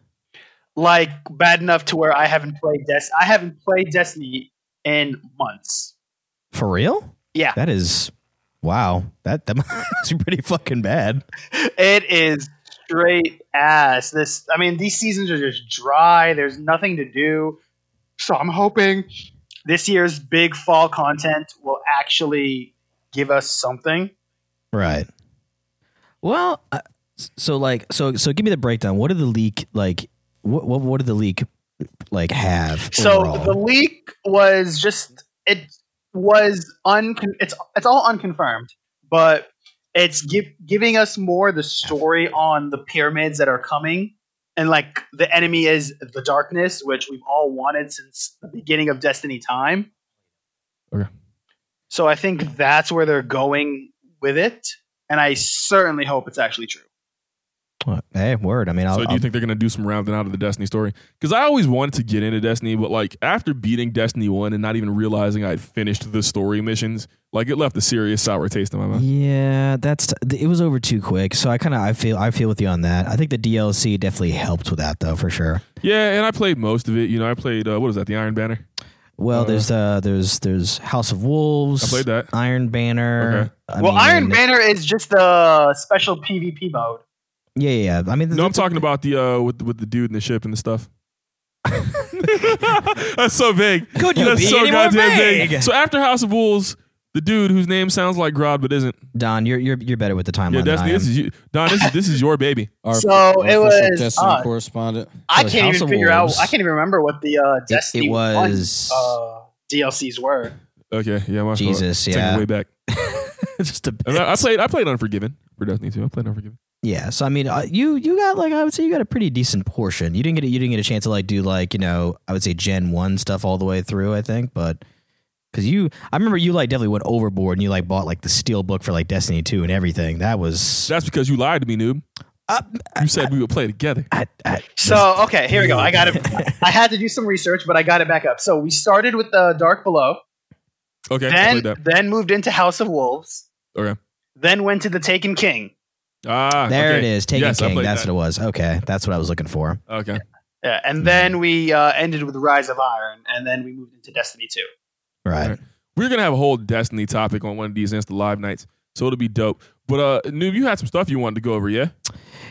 Speaker 5: Like bad enough to where I haven't played Des- I haven't played Destiny in months.
Speaker 3: For real?
Speaker 5: Yeah.
Speaker 3: That is. Wow. That that must be pretty fucking bad.
Speaker 5: It is straight ass. This, I mean, these seasons are just dry. There's nothing to do. So I'm hoping this year's big fall content will actually give us something.
Speaker 3: Right. Well, I- s- so like so so give me the breakdown. What did the leak like? What what, what did the leak like have?
Speaker 5: So
Speaker 3: overall?
Speaker 5: the leak was just it was un it's it's all unconfirmed, but it's gi- giving us more the story on the pyramids that are coming and like the enemy is the darkness, which we've all wanted since the beginning of Destiny time.
Speaker 1: Okay.
Speaker 5: So I think that's where they're going with it, and I certainly hope it's actually true.
Speaker 3: hey word. I mean, I'll,
Speaker 1: so do you think they're gonna do some rounding out of the Destiny story? Because I always wanted to get into Destiny, but like after beating Destiny one and not even realizing I had finished the story missions, like it left a serious sour taste in my mouth.
Speaker 3: Yeah, that's it was over too quick. So I kind of I feel I feel with you on that. I think the DLC definitely helped with that though for sure.
Speaker 1: Yeah, and I played most of it. You know, I played uh, what was that? The Iron Banner.
Speaker 3: Well,
Speaker 1: Uh,
Speaker 3: there's uh there's there's House of Wolves.
Speaker 1: I played that.
Speaker 3: Iron Banner. I
Speaker 5: well,
Speaker 3: mean,
Speaker 5: Iron Banner is just the special PvP mode.
Speaker 3: Yeah, yeah. yeah. I mean,
Speaker 1: No, I'm talking about the uh with with the dude in the ship and the stuff. That's so big.
Speaker 3: Could you
Speaker 1: That's
Speaker 3: be
Speaker 1: so
Speaker 3: any more
Speaker 1: goddamn big.
Speaker 3: vague?
Speaker 1: So after House of Wolves, the dude whose name sounds like Grod but isn't.
Speaker 3: Don. You're you're you're better with the timeline.
Speaker 1: Yeah,
Speaker 3: than I
Speaker 1: Destiny. This
Speaker 3: am.
Speaker 1: is you, Don. This is this is your baby.
Speaker 2: Our,
Speaker 5: So,
Speaker 2: our
Speaker 5: it
Speaker 2: official
Speaker 5: was
Speaker 2: Destiny
Speaker 5: us.
Speaker 2: correspondent.
Speaker 5: I
Speaker 3: it's
Speaker 5: can't
Speaker 3: House
Speaker 5: even
Speaker 3: of
Speaker 5: figure
Speaker 3: Wolves.
Speaker 5: out. I can't even remember what the uh, Destiny
Speaker 3: it was-
Speaker 5: one, uh, DLCs were.
Speaker 1: Okay, yeah, my fault.
Speaker 3: Jesus,
Speaker 1: Take it
Speaker 3: yeah.
Speaker 1: way back.
Speaker 3: Just a
Speaker 1: And I, I played I played Unforgiven for Destiny 2. I played Unforgiven.
Speaker 3: Yeah, so I mean, uh, you you got like I would say you got a pretty decent portion. You didn't get a, you didn't get a chance to like do like you know I would say Gen One stuff all the way through. I think, but because you, I remember you like definitely went overboard and you like bought like the steel book for like Destiny Two and everything. That was
Speaker 1: That's because you lied to me, noob.
Speaker 3: uh,
Speaker 1: You said we would play together.
Speaker 3: I, I,
Speaker 5: So okay, here we go. I got it. I had to do some research, but I got it back up. So we started with the Dark Below,
Speaker 1: Okay, I
Speaker 5: then
Speaker 1: played that.
Speaker 5: then moved into House of Wolves,
Speaker 1: Okay.
Speaker 5: then went to the Taken King.
Speaker 1: Ah,
Speaker 3: there
Speaker 1: okay.
Speaker 3: it is, Taken
Speaker 1: Yes, I
Speaker 3: King.
Speaker 1: played
Speaker 3: That's
Speaker 1: that.
Speaker 3: what it was. Okay, that's what I was looking for.
Speaker 1: Okay.
Speaker 5: Yeah, and then we uh, ended with Rise of Iron, and then we moved into Destiny Two.
Speaker 3: Right.
Speaker 1: Right. We're gonna have a whole Destiny topic on one of these Insta Live nights, so it'll be dope. But uh, noob, you had some stuff you wanted to go over, yeah?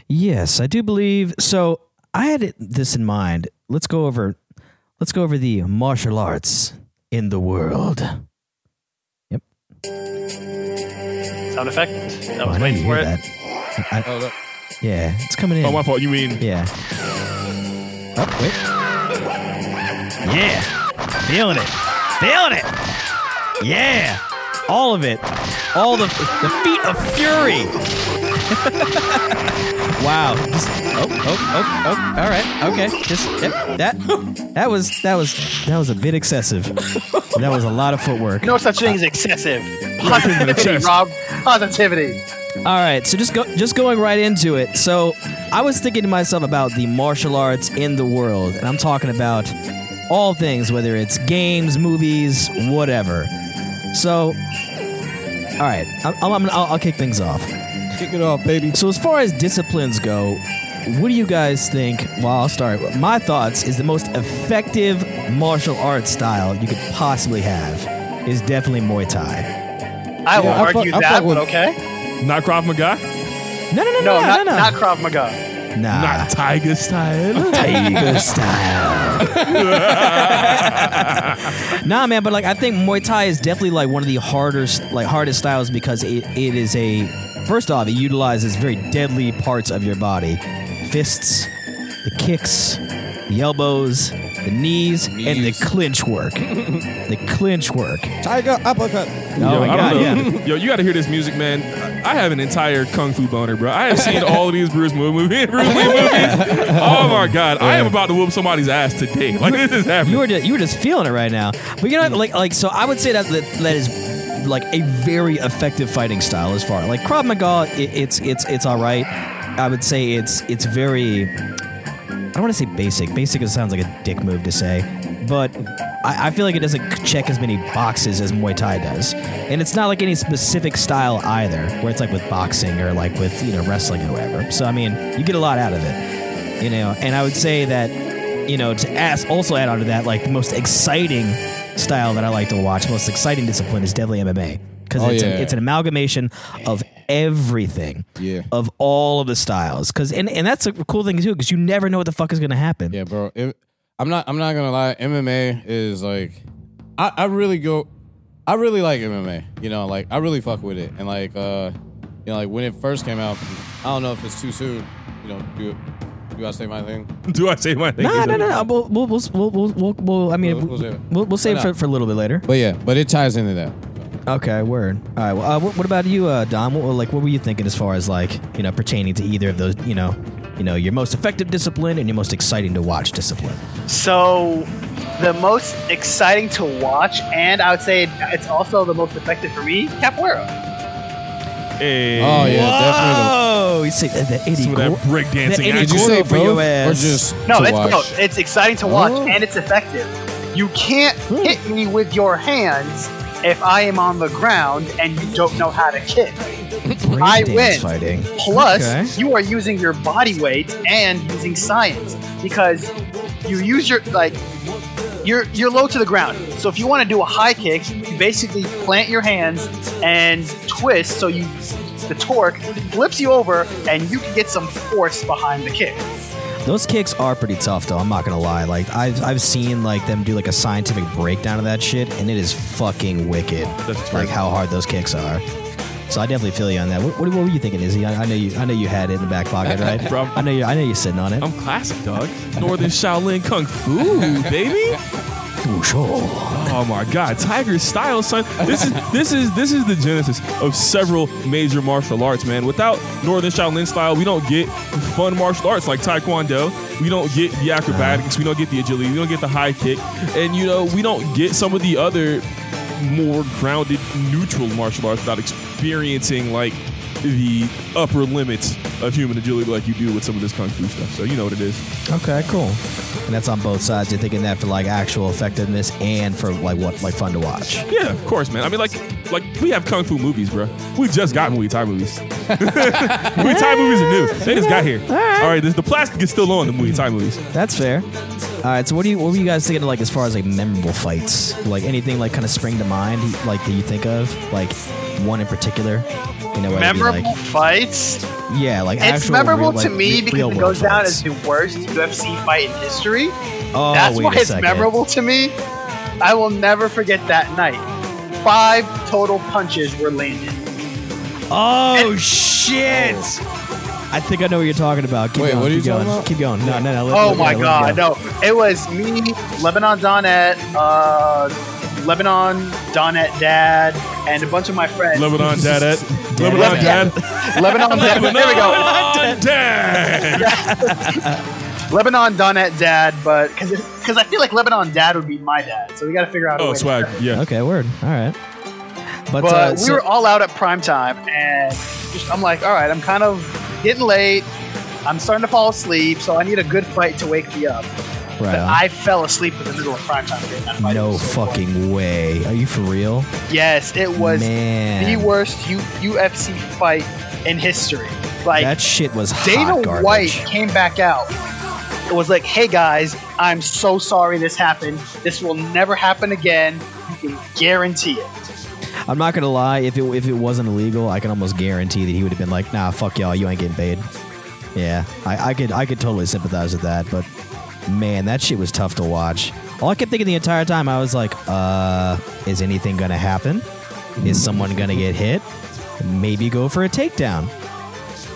Speaker 3: Yes, I do believe. So I had it- this in mind. Let's go over. Let's go over the martial arts in the world.
Speaker 5: Sound effect. I
Speaker 3: Oh,
Speaker 5: was
Speaker 3: I
Speaker 5: waiting
Speaker 3: didn't hear
Speaker 5: for it.
Speaker 3: that. I-
Speaker 2: Oh, that-
Speaker 3: yeah, it's coming in.
Speaker 1: Oh, my fault. You mean
Speaker 3: Yeah. Oh, wait. Yeah. Feeling it. Feeling it. Yeah. All of it. All the the feet of fury. wow. Just, oh, oh, oh, oh. All right. Okay. Just yep. That that was that was that was a bit excessive. That was a lot of footwork.
Speaker 5: No such thing as excessive.
Speaker 1: in the
Speaker 5: Positivity,
Speaker 1: chest.
Speaker 5: Rob. Positivity.
Speaker 3: All right, so just go, just going right into it. So, I was thinking to myself about the martial arts in the world, and I'm talking about all things, whether it's games, movies, whatever. So, all right, I'm, I'm, I'm- I'll, I'll kick things off.
Speaker 2: Kick it off, baby.
Speaker 3: So, as far as disciplines go, what do you guys think? Well, I'll start. My thoughts is the most effective martial arts style you could possibly have is definitely Muay Thai.
Speaker 5: I will
Speaker 2: Yeah, I
Speaker 5: argue
Speaker 2: fuck- I
Speaker 5: that,
Speaker 2: fuck
Speaker 5: but
Speaker 2: with-
Speaker 5: okay.
Speaker 1: not Krav Maga,
Speaker 3: No, no, no, no,
Speaker 5: No, not,
Speaker 3: no, no.
Speaker 5: not Krav Maga.
Speaker 3: nah.
Speaker 1: not Tiger style?
Speaker 3: Tiger style. nah, man, but like I think Muay Thai is definitely like one of the hardest, like hardest styles because it, it is a first off, it utilizes very deadly parts of your body, fists, the kicks, the elbows, the knees, and the
Speaker 2: Knees.
Speaker 3: clinch work. the clinch work.
Speaker 2: Tiger uppercut.
Speaker 3: Oh
Speaker 1: Yo,
Speaker 3: my
Speaker 1: I
Speaker 3: god,
Speaker 1: don't
Speaker 3: yeah.
Speaker 1: know. Yo, you got to hear this music, man. I have an entire kung fu boner, bro. I have seen all of these Bruce Lee movies. Bruce Lee movies. Oh my god, I am about to whoop somebody's ass today. Like this is
Speaker 3: You
Speaker 1: happening.
Speaker 3: were just, you were just feeling it right now. But you know, like like so, I would say that that, that is like a very effective fighting style as far like Krav Maga. It, it's it's it's all right. I would say it's it's very. I don't want to say basic. Basic it sounds like a dick move to say, but I, I feel like it doesn't check as many boxes as Muay Thai does, and it's not like any specific style either, where it's like with boxing or like with you know wrestling or whatever. So I mean, you get a lot out of it, you know. And I would say that you know, to ask, also add on to that, like the most exciting style that I like to watch, most exciting discipline is definitely MMA because
Speaker 2: Oh,
Speaker 3: it's,
Speaker 2: yeah.
Speaker 3: an, it's an amalgamation of everything,
Speaker 2: Yeah.
Speaker 3: of all of the styles. Because and, and that's a cool thing too, because you never know what the fuck is gonna happen.
Speaker 2: Yeah, bro. It, I'm not. I'm not gonna lie. MMA is like, I, I really go, I really like MMA. You know, like I really fuck with it. And like, uh, you know, like when it first came out, I don't know if it's too soon. You know, do do I say my thing?
Speaker 1: Do I say my thing?
Speaker 3: No, no, no, no. We'll, we'll, we'll, we'll, we'll, we'll, we'll I
Speaker 2: We'll-
Speaker 3: mean, we'll,
Speaker 2: we'll save it.
Speaker 3: we'll, save it
Speaker 2: Why
Speaker 3: for,
Speaker 2: not?
Speaker 3: for a little bit later.
Speaker 2: But yeah, but it ties into that.
Speaker 3: Okay, word. All right. Well, uh, what, what about you, uh, Dom? What, like, what were you thinking as far as like you know pertaining to either of those? You know, you know, your most effective discipline and your most exciting to watch discipline.
Speaker 5: So the most exciting to watch, and I would say it's also the most effective for me, Capoeira.
Speaker 1: Hey,
Speaker 2: Oh yeah, definitely.
Speaker 3: Oh, you see that, that Eddie
Speaker 1: Some of
Speaker 3: Gor-
Speaker 1: that break dancing
Speaker 2: Did
Speaker 3: That
Speaker 1: action.
Speaker 2: you
Speaker 3: Gordo
Speaker 2: say
Speaker 3: for your
Speaker 2: both or
Speaker 3: ass.
Speaker 2: just
Speaker 5: No,
Speaker 2: to
Speaker 5: it's
Speaker 2: watch?
Speaker 5: both. It's exciting to watch,
Speaker 2: Oh. Hmm.
Speaker 5: and it's effective. You can't hit me with your hands if I am on the ground and you don't know how to kick.
Speaker 3: break
Speaker 5: I
Speaker 3: dance
Speaker 5: win.
Speaker 3: Fighting.
Speaker 5: Plus,
Speaker 3: Okay.
Speaker 5: you are using your body weight and using science because you use your like you're you're low to the ground. So if you want to do a high kick, you basically plant your hands and twist so you the torque flips you over and you can get some force behind the kick.
Speaker 3: Those kicks are pretty tough, though. I'm not gonna lie. Like I've I've seen like them do like a scientific breakdown of that shit, and it is fucking wicked.
Speaker 1: That's
Speaker 3: like
Speaker 1: crazy.
Speaker 3: how hard those kicks are. So I definitely feel you on that. What, what, what were you thinking, Izzy? I, I know you. I know you had it in the back pocket, right?
Speaker 1: Bro.
Speaker 3: I know you. I know you're sitting on it.
Speaker 1: I'm classic, dog. Northern Shaolin Kung Fu, baby. Oh my God, Tiger Style, son! This is this is this is the genesis of several major martial arts, man. Without Northern Shaolin style, we don't get fun martial arts like Taekwondo. We don't get the acrobatics. We don't get the agility. We don't get the high kick, and you know we don't get some of the other more grounded, neutral martial arts without experiencing like the upper limits of human agility like you do with some of this kung fu stuff. So you know what it is.
Speaker 3: Okay, cool. And that's on both sides. You're thinking that for like actual effectiveness and for like what, like fun to watch.
Speaker 1: Yeah, of course, man. I mean, like, like we have kung fu movies, bro. We just got Muay Thai movies. Muay Thai movies are new. They just got here. All right, this, the plastic is still on the Muay Thai movies.
Speaker 3: That's fair. All right, so what do you, what were you guys thinking like as far as like memorable fights? Like anything like kind of spring to mind? Like that you think of? Like one in particular? You know, whether it be,
Speaker 5: Memorable
Speaker 3: Like,
Speaker 5: fights.
Speaker 3: yeah, like
Speaker 5: It's
Speaker 3: actual
Speaker 5: memorable
Speaker 3: real,
Speaker 5: to
Speaker 3: like,
Speaker 5: me
Speaker 3: re-
Speaker 5: because
Speaker 3: real
Speaker 5: it
Speaker 3: world
Speaker 5: goes down
Speaker 3: fights.
Speaker 5: as the worst UFC fight in history.
Speaker 3: Oh,
Speaker 5: That's
Speaker 3: wait
Speaker 5: why
Speaker 3: a
Speaker 5: it's
Speaker 3: second.
Speaker 5: memorable to me. I will never forget that night. Five total punches were landed.
Speaker 3: Oh shit! I think I know what you're talking about. Keep
Speaker 2: Wait,
Speaker 3: going,
Speaker 2: what are
Speaker 3: keep
Speaker 2: you
Speaker 3: going.
Speaker 2: talking about?
Speaker 3: Keep going. No, no, no. let-
Speaker 5: Oh
Speaker 3: let-
Speaker 5: my
Speaker 3: yeah, let
Speaker 5: god,
Speaker 3: go.
Speaker 5: no. It was me, Lebanon Donette, uh, Lebanon Donette Dad, and a bunch of my friends.
Speaker 1: Lebanon Dadette. Lebanon
Speaker 5: Dad.
Speaker 1: Dad.
Speaker 5: Lebanon Dad. There we go.
Speaker 1: Lebanon Dad.
Speaker 5: Lebanon Donette Dad, but because because I feel like Lebanon Dad would be my dad, so we got to figure out. a
Speaker 1: Oh,
Speaker 5: way to-
Speaker 1: swag. Yeah.
Speaker 3: Okay, word. All right. But,
Speaker 5: But
Speaker 3: uh,
Speaker 5: we
Speaker 3: so-
Speaker 5: were all out at prime time, and just I'm like, all right, I'm kind of getting late. I'm starting to fall asleep, so I need a good fight to wake me up.
Speaker 3: right
Speaker 5: But
Speaker 3: on.
Speaker 5: I fell asleep in the middle of prime time during that fight. It
Speaker 3: No
Speaker 5: was so boring.
Speaker 3: fucking way. Are you for real?
Speaker 5: Yes, it was
Speaker 3: Man.
Speaker 5: the worst U- UFC fight in history. Like
Speaker 3: that shit was hot
Speaker 5: Dana
Speaker 3: garbage.
Speaker 5: White came back out. It was like, "Hey guys, I'm so sorry this happened. This will never happen again. You can guarantee it."
Speaker 3: I'm not gonna lie. If it if it wasn't illegal, I can almost guarantee that he would have been like, "Nah, fuck y'all. You ain't getting paid." Yeah, I, I could I could totally sympathize with that. But man, that shit was tough to watch. All I kept thinking the entire time, I was like, "Uh, is anything gonna happen? Is someone gonna get hit? Maybe go for a takedown.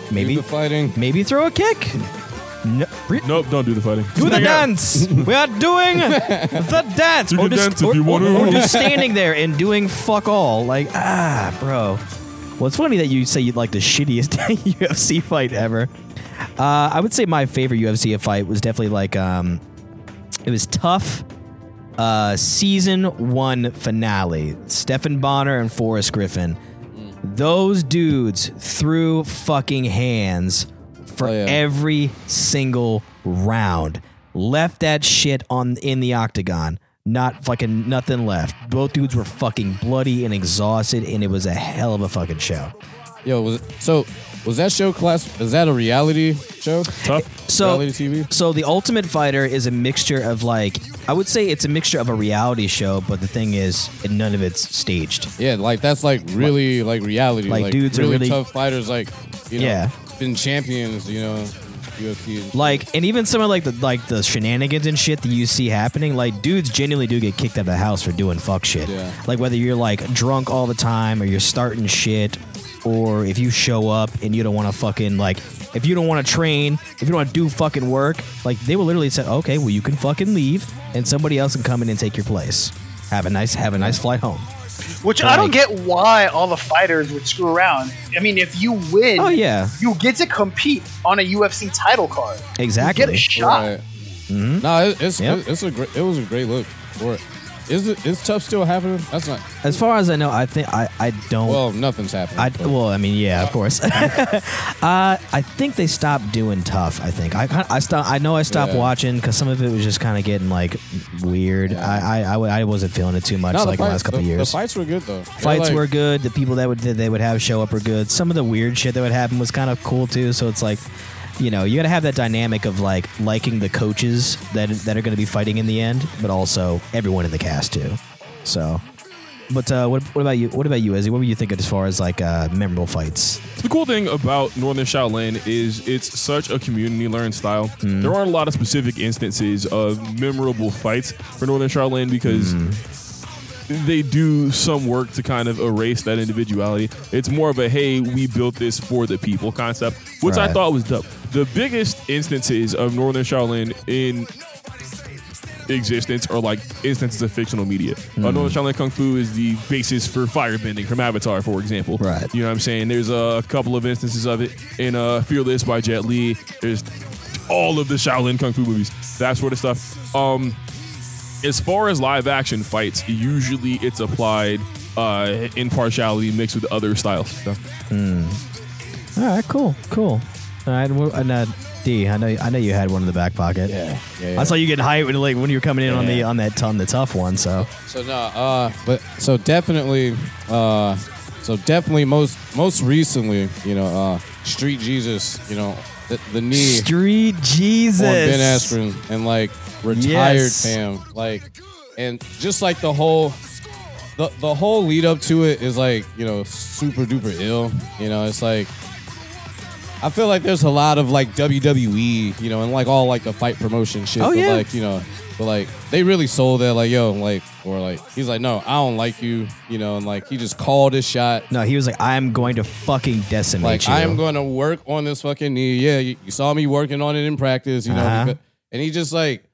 Speaker 2: Do
Speaker 3: Maybe
Speaker 2: the fighting.
Speaker 3: maybe throw a kick." No, re-
Speaker 1: Nope, don't do the fighting.
Speaker 3: Do the
Speaker 1: Hang out.
Speaker 3: dance. we are doing the dance.
Speaker 1: Do
Speaker 3: or
Speaker 1: the
Speaker 3: just,
Speaker 1: dance if
Speaker 3: or-
Speaker 1: you want
Speaker 3: or- or
Speaker 1: to.
Speaker 3: just standing there and doing fuck all. Like, ah, bro. Well, it's funny that you say you'd like the shittiest UFC fight ever. Uh, I would say my favorite UFC fight was definitely like, um, it was tough. Uh, season one finale. Stefan Bonner and Forrest Griffin.
Speaker 2: Mm.
Speaker 3: Those dudes threw fucking hands for
Speaker 2: Oh, yeah.
Speaker 3: every single round. Left that shit on in the octagon. Not fucking nothing left. Both dudes were fucking bloody and exhausted, and it was a hell of a fucking show.
Speaker 2: Yo, was it, so was that show class? Is that a reality show?
Speaker 1: Tough.
Speaker 3: So
Speaker 2: Reality TV?
Speaker 3: So the Ultimate Fighter is a mixture of like I would say it's a mixture of a reality show, but the thing is, none of it's staged.
Speaker 2: Yeah, like that's like really like reality.
Speaker 3: Like, dudes are
Speaker 2: really,
Speaker 3: really-
Speaker 2: tough fighters. Like you know,
Speaker 3: Yeah.
Speaker 2: been champions. You know, UFC.
Speaker 3: Like, and even some of like the like the shenanigans and shit that you see happening, like dudes genuinely do get kicked out of the house for doing fuck shit.
Speaker 2: Yeah.
Speaker 3: Like whether you're like drunk all the time or you're starting shit, or if you show up and you don't want to fucking like, if you don't want to train, if you don't want to do fucking work, like they will literally say, okay, well you can fucking leave, and somebody else can come in and take your place. Have a nice have a nice flight home.
Speaker 5: Which I don't
Speaker 3: Like-
Speaker 5: get why all the fighters would screw around. I mean, if you win,
Speaker 3: Oh yeah,
Speaker 5: you get to compete on a UFC title card. You
Speaker 3: exactly.
Speaker 5: get a shot.
Speaker 2: No, it, it's
Speaker 3: Mm-hmm. Yep.
Speaker 2: it- it's a great. It was a great look for it. Is it is tough still happening? That's not.
Speaker 3: As far as I know, I think I I don't.
Speaker 2: Well, nothing's happening.
Speaker 3: I,
Speaker 2: but-
Speaker 3: well, I mean, yeah, of course. uh, I think they stopped doing tough. I think I kind I stop. I know I stopped
Speaker 2: Yeah.
Speaker 3: watching because some of it was just kind of getting like weird.
Speaker 2: Yeah.
Speaker 3: I I, I, w- I wasn't feeling it too much
Speaker 2: no,
Speaker 3: like the,
Speaker 2: fights,
Speaker 3: last couple
Speaker 2: the,
Speaker 3: years.
Speaker 2: The fights were good though. They're,
Speaker 3: Fights
Speaker 2: like-
Speaker 3: were good. The people that would that they would have show up were good. Some of the weird shit that would happen was kind of cool too. So it's like, you know, you got to have that dynamic of like liking the coaches that that are going to be fighting in the end, but also everyone in the cast too. So, but uh, what what about you? What about you, Izzy? What were you thinking as far as like uh, memorable fights?
Speaker 1: The cool thing about Northern Shaolin is it's such a community learned style. There aren't a lot of specific instances of memorable fights for Northern Shaolin because they do some work to kind of erase that individuality. It's more of a hey, we built this for the people concept, which I
Speaker 3: Right.
Speaker 1: thought was dope. The biggest instances of Northern Shaolin in existence are like instances of fictional media.
Speaker 3: Hmm.
Speaker 1: Uh, Northern Shaolin Kung Fu is the basis for firebending from Avatar, for example.
Speaker 3: Right.
Speaker 1: You know what I'm saying? There's a couple of instances of it in uh, Fearless by Jet Li. There's all of the Shaolin Kung Fu movies. That sort of stuff. Um, as far as live action fights, usually it's applied uh, in partiality mixed with other styles. So,
Speaker 3: All right, cool, cool. All right, and, we're- and uh, D, I know, I know you had one in the back pocket.
Speaker 2: Yeah, yeah,
Speaker 3: I
Speaker 2: yeah.
Speaker 3: saw you getting hyped when, like, when you were coming in on the
Speaker 2: Yeah.
Speaker 3: on that on the tough one. So
Speaker 2: So no, uh, but so definitely, uh, so definitely most most recently, you know, uh, Street Jesus, you know, the, the knee
Speaker 3: Street Jesus.
Speaker 2: on Ben Askren and like retired
Speaker 3: Yes.
Speaker 2: fam, like, and just like the whole. The, the whole lead up to it is like you know super duper ill you know it's like I feel like there's a lot of like WWE you know and like all like the fight promotion shit
Speaker 3: Oh,
Speaker 2: but,
Speaker 3: yeah.
Speaker 2: like you know but like they really sold that like yo like or like he's like no I don't like you you know and like he just called his shot
Speaker 3: No, he was like, I am going to fucking decimate
Speaker 2: like
Speaker 3: you.
Speaker 2: I am going to work on this fucking knee. Yeah, you, you saw me working on it in practice, you know.
Speaker 3: Uh-huh.
Speaker 2: because- and he just like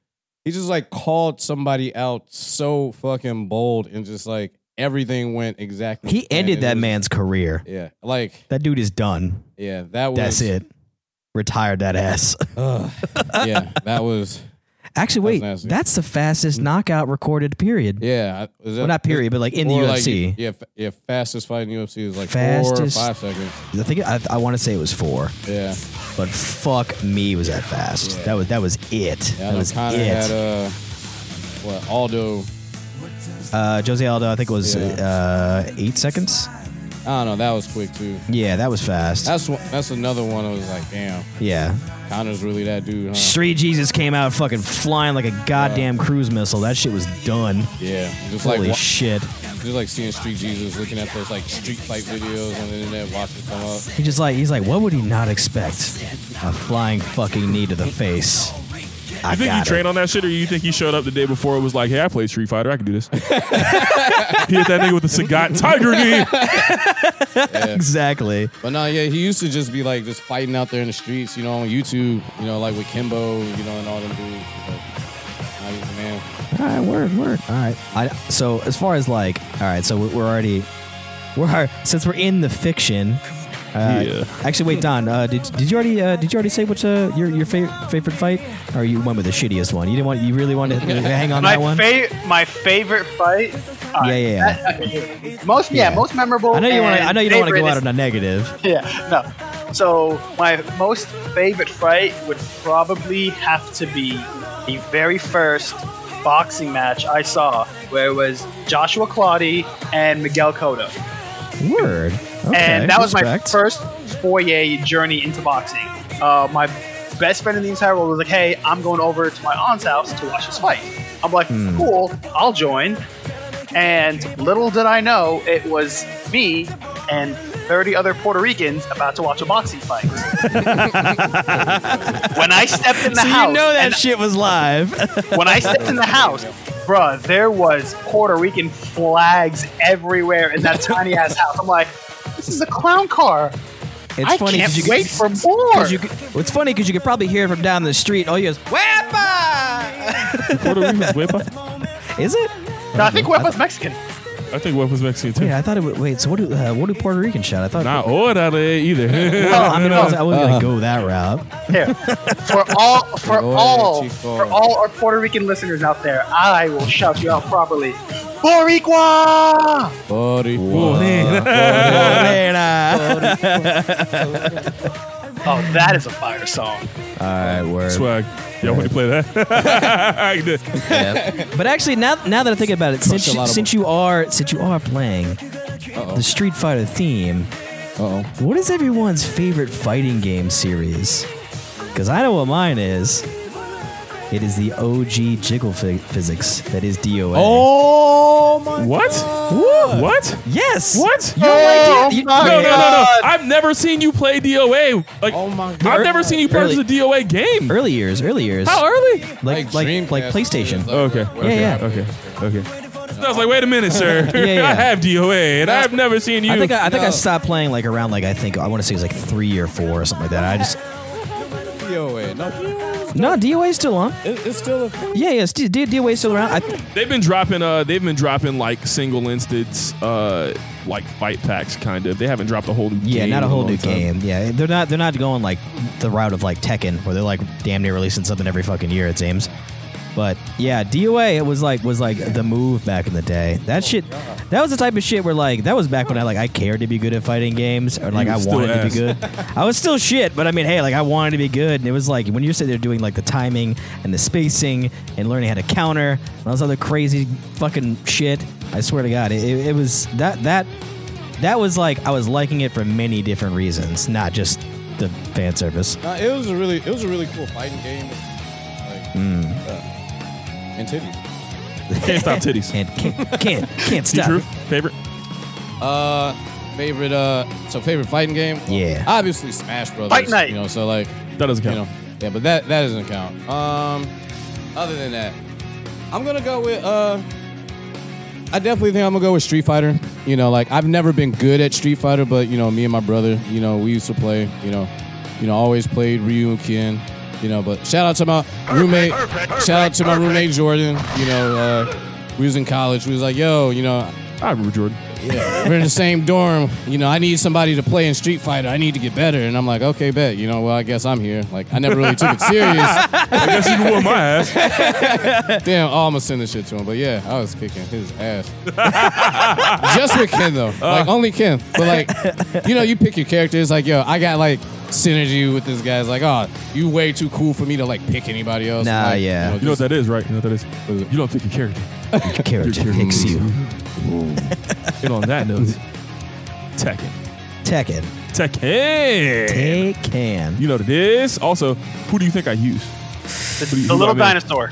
Speaker 2: he just like called somebody out so fucking bold and just like everything went exactly.
Speaker 3: He
Speaker 2: to plan.
Speaker 3: ended
Speaker 2: It
Speaker 3: that
Speaker 2: was-
Speaker 3: man's career.
Speaker 2: Yeah, like
Speaker 3: That dude is done.
Speaker 2: yeah, that was
Speaker 3: That's it. Retired that ass.
Speaker 2: Ugh. yeah, that was
Speaker 3: Actually, wait,
Speaker 2: That's nasty. Mm-hmm.
Speaker 3: that's the fastest knockout recorded period.
Speaker 2: yeah. I- Was that,
Speaker 3: Well, not period, but like in the
Speaker 2: or, like,
Speaker 3: UFC.
Speaker 2: yeah, fa- yeah. Fastest fight in UFC is like four or
Speaker 3: Fastest-
Speaker 2: five seconds.
Speaker 3: I think I, I want to say it was four,
Speaker 2: Yeah,
Speaker 3: but fuck me, was that fast? That was that was it.
Speaker 2: yeah.
Speaker 3: that
Speaker 2: I
Speaker 3: was
Speaker 2: kind
Speaker 3: it.
Speaker 2: of had uh, what Aldo.
Speaker 3: uh, Jose Aldo, I think it was uh, eight seconds.
Speaker 2: I don't know. That was quick too.
Speaker 3: Yeah, that was fast.
Speaker 2: That's one, that's another one. I was like, damn,
Speaker 3: yeah,
Speaker 2: Connor's really that dude, huh?
Speaker 3: Street Jesus came out fucking flying like a goddamn cruise missile. That shit was done.
Speaker 2: Yeah, just like
Speaker 3: Holy
Speaker 2: wa-
Speaker 3: shit!
Speaker 2: just like seeing Street Jesus, looking at those like street fight videos on the internet, watching them up.
Speaker 3: He just like he's like, what would he not expect? A flying fucking knee to the face. I
Speaker 1: you think
Speaker 3: got
Speaker 1: he
Speaker 3: it.
Speaker 1: trained on that shit, or you think he showed up the day before and was like, "Hey, I played Street Fighter. I can do this." he hit that nigga with the Sagat Tiger knee.
Speaker 3: Exactly.
Speaker 2: But no, yeah, he used to just be like just fighting out there in the streets, you know, on YouTube, you know, like with Kimbo, you know, and all them dudes. But now he's the man.
Speaker 3: All right, word, word. All right. I, so as far as like, all right, so we're, we're already, we're al- since we're in the fiction. Uh,
Speaker 1: Yeah.
Speaker 3: Actually, wait, Don. Uh, did, did you already uh, did you already say what's uh, your your fa- favorite fight, or you went with the shittiest one? You didn't want you really wanted to hang on
Speaker 5: My
Speaker 3: that one.
Speaker 5: fa- my favorite fight. uh,
Speaker 3: yeah, yeah, yeah.
Speaker 5: Most yeah,
Speaker 3: Yeah.
Speaker 5: most memorable.
Speaker 3: I know you want.
Speaker 5: want.
Speaker 3: to. I know you don't want to go out on a negative.
Speaker 5: Yeah, no. So my most favorite fight would probably have to be the very first boxing match I saw, where it was Joshua Claudy and Miguel Cotto,
Speaker 3: Word. Okay,
Speaker 5: and that was
Speaker 3: respect.
Speaker 5: my first foyer journey into boxing. Uh, my best friend in the entire world was like, "Hey, I'm going over to my aunt's house to watch this fight." I'm like,
Speaker 3: Hmm.
Speaker 5: "Cool, I'll join." And little did I know, it was me and 30 other Puerto Ricans about to watch a boxing fight. when I stepped in the
Speaker 3: So you
Speaker 5: house,
Speaker 3: know that
Speaker 5: and
Speaker 3: shit was live.
Speaker 5: when I stepped in the house, bruh, there was Puerto Rican flags everywhere in that tiny ass house. I'm like, this is a clown car.
Speaker 3: It's
Speaker 5: I
Speaker 3: funny
Speaker 5: can't
Speaker 3: because you
Speaker 5: wait
Speaker 3: could,
Speaker 5: for more.
Speaker 3: 'cause you could- well, it's funny because you could probably hear it from down the street. Oh, All you guys, "Wepa!"
Speaker 1: Puerto Rican's Wepa.
Speaker 3: Is it?
Speaker 5: No, I think Wepa's Mexican.
Speaker 1: I think Wepa's Mexican too.
Speaker 3: Wait, I thought it. Would, wait, so what do uh, what do Puerto Ricans shout? I thought.
Speaker 1: Not orale either.
Speaker 3: Oh, I mean, I was, I was gonna go that route.
Speaker 5: Here, for all, for
Speaker 2: Oye,
Speaker 5: all,
Speaker 2: chico.
Speaker 5: for all our Puerto Rican listeners out there, I will shout you out properly. Boricua!
Speaker 2: Buddy.
Speaker 3: Man, uh,
Speaker 5: Oh, that is a fire song.
Speaker 3: All right, word.
Speaker 1: Swag. Y'all want to play that?
Speaker 3: But actually, now now that I think about it, since
Speaker 2: a lot of
Speaker 3: since you are since you are playing the Street Fighter theme,
Speaker 2: Uh-oh.
Speaker 3: what is everyone's favorite fighting game series? Because I know what mine is. It is the OG jiggle phy- physics that is DOA.
Speaker 2: Oh my
Speaker 1: what? What?
Speaker 3: yes.
Speaker 1: What? Oh,
Speaker 3: You don't like D- you-
Speaker 5: my
Speaker 1: No, no, no, no.
Speaker 5: God.
Speaker 1: I've never seen you play DOA. Like,
Speaker 2: Oh my
Speaker 1: I've
Speaker 2: God.
Speaker 1: never seen you purchase
Speaker 3: Early.
Speaker 1: a DOA game.
Speaker 3: Early years, early years.
Speaker 1: How early?
Speaker 3: Like like like,
Speaker 2: Dreamcast
Speaker 3: PlayStation.
Speaker 2: is like-
Speaker 1: Okay. okay,
Speaker 3: yeah.
Speaker 1: Okay. Okay. I was like, wait a minute, sir.
Speaker 3: yeah.
Speaker 1: I have DOA, and I've never seen you.
Speaker 3: I think I, I think I
Speaker 2: No.
Speaker 3: stopped playing like around like I think I want to say it was like three or four or something like that. I just
Speaker 2: DOA. No.
Speaker 3: No, DOA is still on.
Speaker 2: It, it's still a thing.
Speaker 3: Yeah, yeah, it's- D- D- DOA is still around. I, th-
Speaker 1: They've been dropping uh they've been dropping like single instance uh like fight packs kind of. They haven't dropped a whole new
Speaker 3: yeah,
Speaker 1: game
Speaker 3: not
Speaker 1: in
Speaker 3: a whole
Speaker 1: long
Speaker 3: new
Speaker 1: time.
Speaker 3: game. Yeah, they're not. They're not going like the route of like Tekken, where they're like damn near releasing something every fucking year. It seems. But yeah, DOA it was like was like the move back in the day. That
Speaker 1: Oh,
Speaker 3: shit, that was the type of shit where like that was back when I like I cared to be good at fighting games or like
Speaker 1: You
Speaker 3: I
Speaker 1: still
Speaker 3: wanted to be
Speaker 1: ass.
Speaker 3: good. I was still shit, but I mean, hey, like I wanted to be good, and it was like when you sit there doing like the timing and the spacing and learning how to counter and all this other crazy fucking shit. I swear to God, it, it, it was that that that was like I was liking it for many different reasons, not just the fan service.
Speaker 2: Nah, it was a really, it was a really cool fighting game. Like,
Speaker 3: Mm.
Speaker 2: uh, and titties.
Speaker 1: Can't stop titties.
Speaker 3: And can't can't can't
Speaker 1: See
Speaker 3: stop.
Speaker 1: Drew,
Speaker 3: it.
Speaker 1: favorite?
Speaker 2: Uh, favorite, uh, so favorite fighting game.
Speaker 3: Yeah.
Speaker 2: Obviously, Smash Brothers.
Speaker 5: Fight Night.
Speaker 2: You know, so like,
Speaker 1: That doesn't
Speaker 2: you
Speaker 1: count.
Speaker 2: know, yeah, but that that doesn't count. Um, other than that, I'm gonna go with uh. I definitely think I'm gonna go with Street Fighter. You know, like I've never been good at Street Fighter, but you know, me and my brother, you know, we used to play. You know, you know, always played Ryu and Ken. You know, but shout out to my roommate. shout out to my roommate Jordan. You know, uh, we was in college. We was like, yo, you know,
Speaker 1: I remember Jordan.
Speaker 2: we're in the same dorm. You know, I need somebody to play in Street Fighter. I need to get better. And I'm like, okay, bet. You know, well, I guess I'm here. Like, I never really took it serious.
Speaker 1: I guess you wore my ass.
Speaker 2: Damn, oh, I'm gonna send this shit to him. But yeah, I was kicking his ass. Just with Ken though,
Speaker 1: Uh.
Speaker 2: like only Ken. But like, you know, you pick your characters. Like, yo, I got like synergy with this guy. It's like, oh, you way too cool for me to like pick anybody else.
Speaker 3: Nah,
Speaker 2: Like,
Speaker 3: yeah.
Speaker 1: You know what
Speaker 2: just-
Speaker 1: that is, right? You know what that is? You don't pick your character.
Speaker 3: Carrot picks you.
Speaker 1: And on that note, Tekken.
Speaker 3: Tekken.
Speaker 1: Tekken.
Speaker 3: Tekken.
Speaker 1: You know what it is. Also, who do you think I use? Who do you- who
Speaker 5: The
Speaker 1: do I
Speaker 5: little
Speaker 1: mean?
Speaker 5: dinosaur.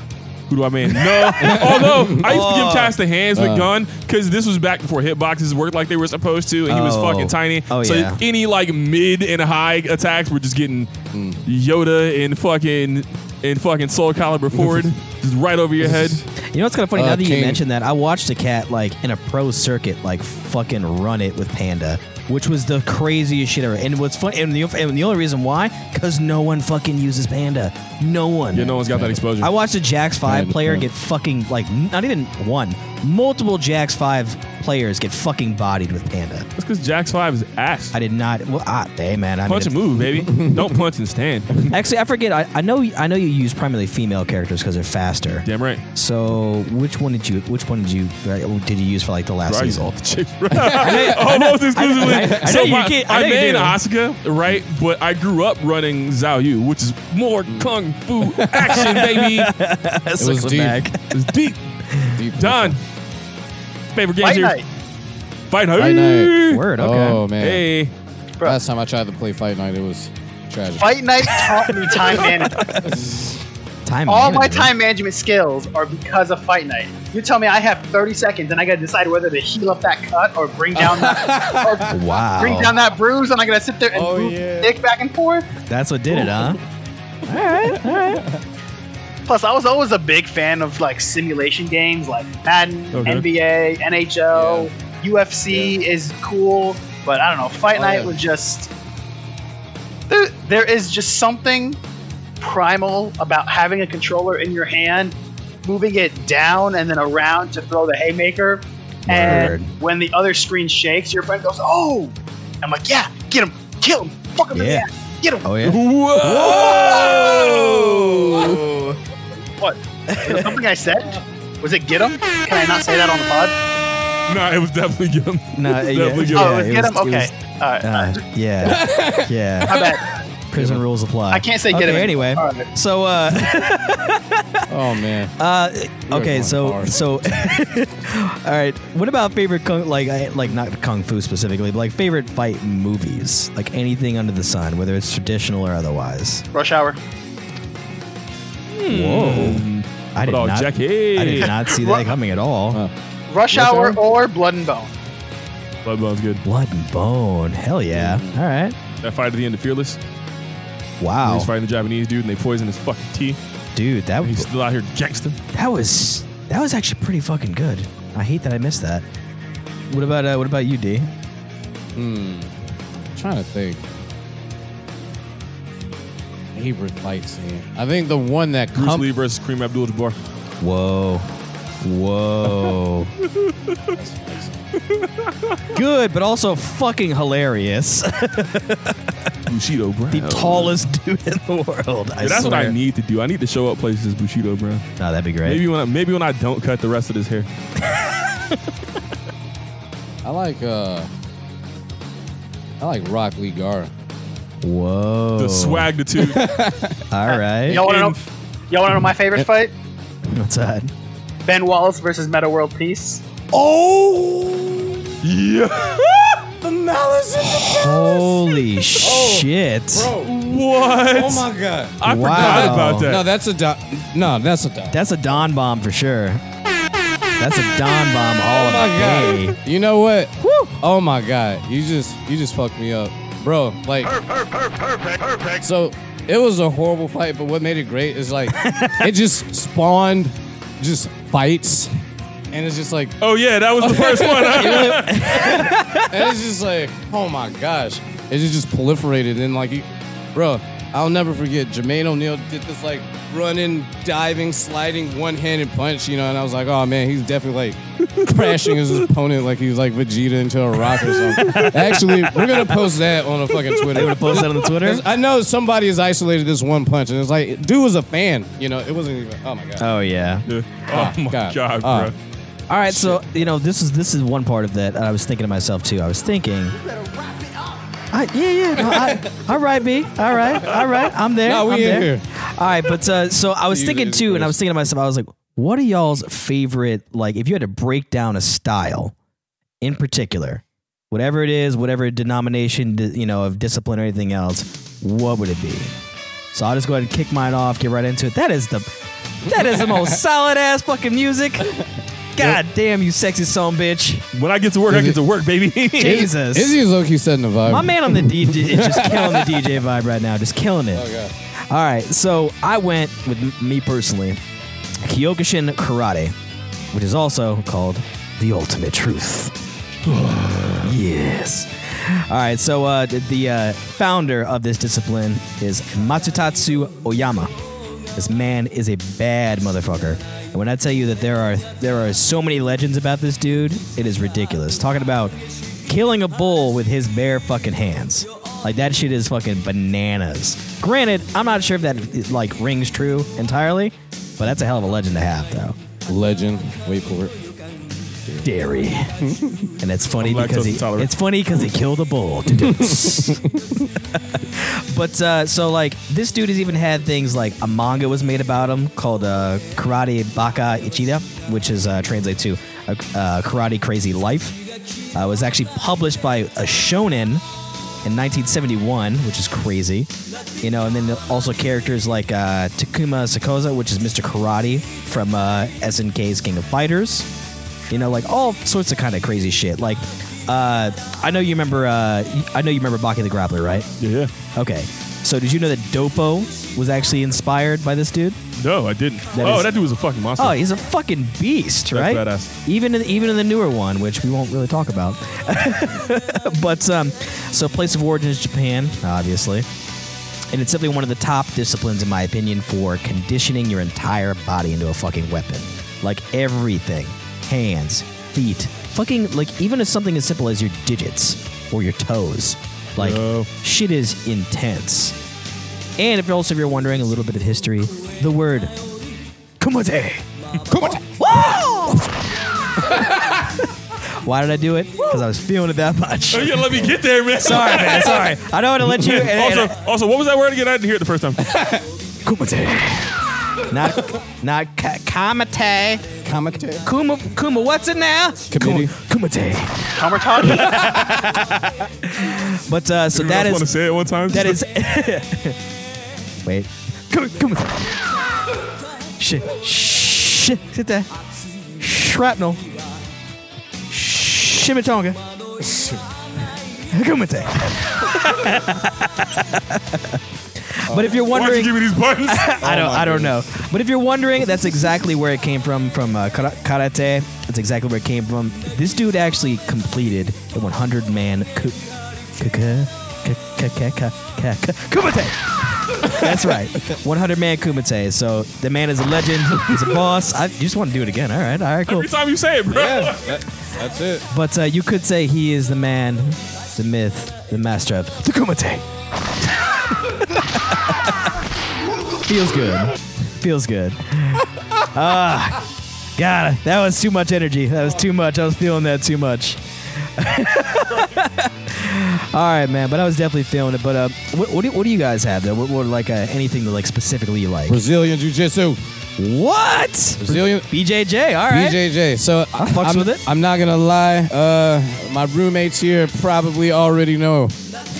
Speaker 1: Who do I mean? No. Although I used to give Cass the hands with
Speaker 2: Uh.
Speaker 1: gun because this was back before hitboxes worked like they were supposed to, and he was
Speaker 3: Oh.
Speaker 1: fucking tiny.
Speaker 3: Oh,
Speaker 1: so
Speaker 3: yeah.
Speaker 1: any like mid and high attacks were just getting
Speaker 3: Mm.
Speaker 1: Yoda and fucking and fucking Soul Calibur forward, just right over your head.
Speaker 3: You know what's kind of funny?
Speaker 2: Uh,
Speaker 3: now that you
Speaker 2: King.
Speaker 3: mentioned that, I watched a cat like in a pro circuit, like fucking run it with Panda, which was the craziest shit ever. And what's funny, and the, and the only reason why, because no one fucking uses Panda. No one.
Speaker 1: Yeah, no one's got that exposure.
Speaker 3: I watched a Jax 5
Speaker 2: Panda,
Speaker 3: player
Speaker 2: Panda.
Speaker 3: get fucking, like, not even one, multiple Jax 5 players get fucking bodied with Panda.
Speaker 1: That's because Jax Five is ass.
Speaker 3: I did not, well, ah, hey, man. I
Speaker 1: punch
Speaker 3: mean,
Speaker 1: and move, baby. don't punch and stand.
Speaker 3: Actually, I forget. I, I know I know you use primarily female characters because they're faster.
Speaker 1: Damn right.
Speaker 3: So which one did you? Which one did you? Did you use for like the last
Speaker 1: Bro, I use all the
Speaker 3: season?
Speaker 1: chicks, bro. Almost exclusively.
Speaker 3: I- I
Speaker 1: so
Speaker 3: know you
Speaker 1: my,
Speaker 3: can't- I
Speaker 1: I
Speaker 3: know you
Speaker 1: made
Speaker 3: do.
Speaker 1: Asuka, right? But I grew up running Zhao Yu, which is more kung fu action, baby.
Speaker 2: It was deep.
Speaker 1: It's deep.
Speaker 2: deep
Speaker 1: Don. Favorite game
Speaker 5: Fight
Speaker 1: here.
Speaker 5: Night.
Speaker 1: Fight
Speaker 2: Fight
Speaker 1: Night.
Speaker 2: night.
Speaker 3: Word,
Speaker 2: Oh
Speaker 3: okay.
Speaker 2: man.
Speaker 1: Hey.
Speaker 5: Bro.
Speaker 2: Last time I tried to play Fight Night, it was tragic.
Speaker 5: Fight Night taught me time management.
Speaker 3: Time
Speaker 5: All my
Speaker 3: management.
Speaker 5: time management skills are because of Fight Night. You tell me I have 30 seconds and I gotta decide whether to heal up that cut or bring down that or
Speaker 3: Wow.
Speaker 5: bring down that bruise and I gotta sit there and
Speaker 2: Oh,
Speaker 5: move
Speaker 2: yeah.
Speaker 5: dick back and forth.
Speaker 3: That's what did it, huh?
Speaker 5: Plus, I was always a big fan of like simulation games like Madden,
Speaker 1: Okay.
Speaker 5: NBA, NHL, UFC is cool, but I don't know. Fight
Speaker 2: Oh,
Speaker 5: Night
Speaker 2: yeah.
Speaker 5: was just there, there is just something primal about having a controller in your hand, moving it down and then around to throw the haymaker,
Speaker 3: Word.
Speaker 5: and when the other screen shakes, your friend goes, "Oh!" I'm like, "Yeah, get him, kill him, fuck him in
Speaker 3: Yeah.
Speaker 5: the ass, get him."
Speaker 3: Oh yeah.
Speaker 1: Whoa.
Speaker 5: What? Is it something I said? Was it get him? Can I not say that on the pod?
Speaker 1: Nah, it was definitely good.
Speaker 3: No,
Speaker 1: It was definitely good.
Speaker 3: yeah, it was-
Speaker 5: oh, it was get
Speaker 3: was-
Speaker 5: him? Okay.
Speaker 3: it
Speaker 5: All right.
Speaker 3: Uh, yeah.
Speaker 5: My
Speaker 3: Yeah.
Speaker 5: bad.
Speaker 3: Prison rules apply.
Speaker 5: I can't say get
Speaker 3: okay,
Speaker 5: him.
Speaker 3: Anyway.
Speaker 5: All right.
Speaker 3: So uh.
Speaker 2: Oh man.
Speaker 3: Uh,
Speaker 2: are
Speaker 3: okay,
Speaker 2: going
Speaker 3: so
Speaker 2: hard.
Speaker 3: so, all right. What about favorite kung, like I- like not kung fu specifically, but like favorite fight movies, like anything under the sun, whether it's traditional or otherwise.
Speaker 5: Rush hour.
Speaker 3: Whoa, I did
Speaker 1: What up,
Speaker 3: not.
Speaker 1: Jackie?
Speaker 3: I did not see that coming at all.
Speaker 5: Rush
Speaker 2: Rush
Speaker 5: hour
Speaker 2: Hour?
Speaker 5: or blood and bone.
Speaker 1: Blood Bone's good.
Speaker 3: Blood and bone. Hell yeah. All right.
Speaker 1: That fight at the end of Fearless.
Speaker 3: Wow,
Speaker 1: He's fighting the Japanese dude and they poison his fucking tea.
Speaker 3: dude, that
Speaker 1: He's
Speaker 3: was
Speaker 1: still out here gangsta.
Speaker 3: that was that was actually pretty fucking good. I hate that I missed that. What about uh, what about you, D?
Speaker 2: Hmm. I'm trying to think. favorite fight scene. I think the one that
Speaker 1: Bruce
Speaker 2: com-
Speaker 1: Lee versus Kareem Abdul-Jabbar.
Speaker 3: Whoa. Whoa. Good, but also fucking hilarious.
Speaker 1: Bushido Brown.
Speaker 3: the tallest dude in the world. I
Speaker 1: Yeah, that's what I
Speaker 3: swear.
Speaker 1: need to do. I need to show up places as Bushido Brown.
Speaker 3: No, that'd be great.
Speaker 1: Maybe when I, maybe when I don't cut the rest of this hair.
Speaker 2: I like. uh I like Rock Lee Gara.
Speaker 3: Whoa.
Speaker 1: The
Speaker 3: Oh.
Speaker 1: swagitude.
Speaker 3: All right.
Speaker 5: Y'all want to know?
Speaker 1: And-
Speaker 5: Y'all want to know my favorite fight?
Speaker 3: What's that?
Speaker 5: Ben Wallace versus Meta World Peace.
Speaker 1: Oh yeah! Oh.
Speaker 3: Holy shit.
Speaker 1: What?
Speaker 2: Oh my god!
Speaker 1: I forgot
Speaker 3: Wow.
Speaker 1: about that.
Speaker 2: No, that's a dot. No, that's a dot.
Speaker 3: That's a Don bomb for sure. That's a Don bomb all
Speaker 2: Oh my
Speaker 3: day.
Speaker 2: god! You know what? Oh my god! You just you just fucked me up, bro. Like, so it was a horrible fight, but what made it great is like it just spawned just fights, and it's just like
Speaker 1: oh yeah, that was the first one.
Speaker 2: and it's just like oh my gosh, it just just proliferated and like, you- bro. I'll never forget Jermaine O'Neal did this like running, diving, sliding, one-handed punch, you know, and I was like, oh man, he's definitely like crashing his opponent like he's like Vegeta into a rock or something. Actually, we're gonna post that on a fucking Twitter.
Speaker 3: Post that on the Twitter?
Speaker 2: 'Cause I know somebody has isolated this one punch, and it's like, dude was a fan. You know, it wasn't even. Oh my god.
Speaker 3: Oh yeah. Ah,
Speaker 1: Yeah. Oh my
Speaker 2: God.
Speaker 1: god,
Speaker 2: Oh.
Speaker 1: bro.
Speaker 3: All right, so you know this is this is one part of that. I was thinking to myself too. I was thinking. I, yeah, yeah. no, I, all right, B. All right, all right. I'm there.
Speaker 2: No, we
Speaker 3: I'm
Speaker 2: in
Speaker 3: there.
Speaker 2: here.
Speaker 3: All right, but uh, so I was
Speaker 2: You
Speaker 3: thinking
Speaker 2: is
Speaker 3: too, and I
Speaker 2: gross.
Speaker 3: was thinking to myself. I was like, what are y'all's favorite? Like, if you had to break down a style in particular, whatever it is, whatever denomination, di- you know, of discipline or anything else, what would it be? So I'll just go ahead and kick mine off. Get right into it. That is the. That is the most solid ass fucking music. God damn you, sexy song bitch!
Speaker 1: When I get to work, I get to work, baby.
Speaker 3: Jesus,
Speaker 2: Izzy is low-key setting the vibe.
Speaker 3: my man on the DJ is just killing the DJ vibe right now, just killing it.
Speaker 2: Oh god.
Speaker 3: All right, so I went with m- me personally, Kyokushin Karate, which is also called the Ultimate Truth. yes. All right, so uh, the, the uh, founder of this discipline is Matsutatsu Oyama. This man is a bad motherfucker. And when I tell you that there are there are so many legends about this dude, it is ridiculous. Talking about killing a bull with his bare fucking hands. Like that shit is fucking bananas. Granted, I'm not sure if that like rings true entirely, but that's a hell of a legend to have though.
Speaker 2: Legend. Wait for it.
Speaker 3: Dairy. and it's funny
Speaker 1: I'm
Speaker 3: because
Speaker 1: lactose
Speaker 3: he,
Speaker 1: intolerant.
Speaker 3: it's funny because he killed a bull. but uh, so like this dude has even had things like a manga was made about him called uh, Karate Baka Ichida, which is uh, translates to uh, uh, Karate Crazy Life. Uh, it was actually published by a shonen in 1971, which is crazy. You know, and then also characters like uh, Takuma Sakoza, which is Mr. Karate from uh, SNK's King of Fighters. You know, like all sorts of kind of crazy shit. Like, uh, I know you remember. Uh, I know you remember Baki the Grappler, right?
Speaker 1: yeah.
Speaker 3: Okay. So did you know that Dopo was actually inspired by this dude?
Speaker 1: No, I didn't.
Speaker 3: That
Speaker 1: oh,
Speaker 3: is-
Speaker 1: that dude was a fucking monster.
Speaker 3: Oh, he's a fucking beast, right?
Speaker 1: badass.
Speaker 3: Even in, even in the newer one, which we won't really talk about. but um, so place of origin is Japan, obviously, and it's definitely one of the top disciplines, in my opinion, for conditioning your entire body into a fucking weapon, like everything, hands, feet, fucking like even if something as simple as your digits or your toes, like
Speaker 1: Yo.
Speaker 3: shit is intense. And if also if you're wondering a little bit of history, the word Kumite. Kumite. Why did I do it? Because I was feeling it that much.
Speaker 1: Oh, yeah, let me get there, man.
Speaker 3: Sorry, man. Sorry. I don't want to let you. and- and-
Speaker 1: also, also, what was that word again? I didn't hear it the first time.
Speaker 3: Kumite. Not, not ka- Kamite.
Speaker 2: Commentary.
Speaker 3: Kuma, Kuma, what's it now?
Speaker 2: Committee.
Speaker 3: Kuma, kumite.
Speaker 5: Kamerton.
Speaker 3: But uh, so
Speaker 1: You
Speaker 3: that
Speaker 1: just want to
Speaker 3: is
Speaker 1: say it one time.
Speaker 3: that is. Wait. Kuma, kumite. Shit, shit, sit there. Shrapnel. Shimitonga. Kumite. But if you're
Speaker 1: Why would
Speaker 3: wondering,
Speaker 1: you give me these buttons?
Speaker 3: I don't, I don't know. But if you're wondering, that's exactly where it came from. From uh, kara- karate, that's exactly where it came from. This dude actually completed a 100 man ku- ku- ku- ku- ku- ku- ku- ku- ku- kumite. That's right. 100 man Kumite. So the man is a legend. He's a boss. I you just want to do it again. All right. All right. Cool.
Speaker 1: Every time you say it, bro.
Speaker 2: Yeah, that, that's it.
Speaker 3: But uh, you could say he is the man, the myth, the master of the Kumite. Feels good. Feels good. Ah, God, that was too much energy. That was too much. I was feeling that too much. All right, man. But I was definitely feeling it. But uh, what, what, do, what do you guys have though? What, what like uh, anything that like specifically you like?
Speaker 2: Brazilian Jiu Jitsu.
Speaker 3: What?
Speaker 2: Brazilian.
Speaker 3: BJJ. All right.
Speaker 2: BJJ. So I
Speaker 3: fucks
Speaker 2: am
Speaker 3: with it.
Speaker 2: I'm not gonna lie. Uh, my roommates here probably already know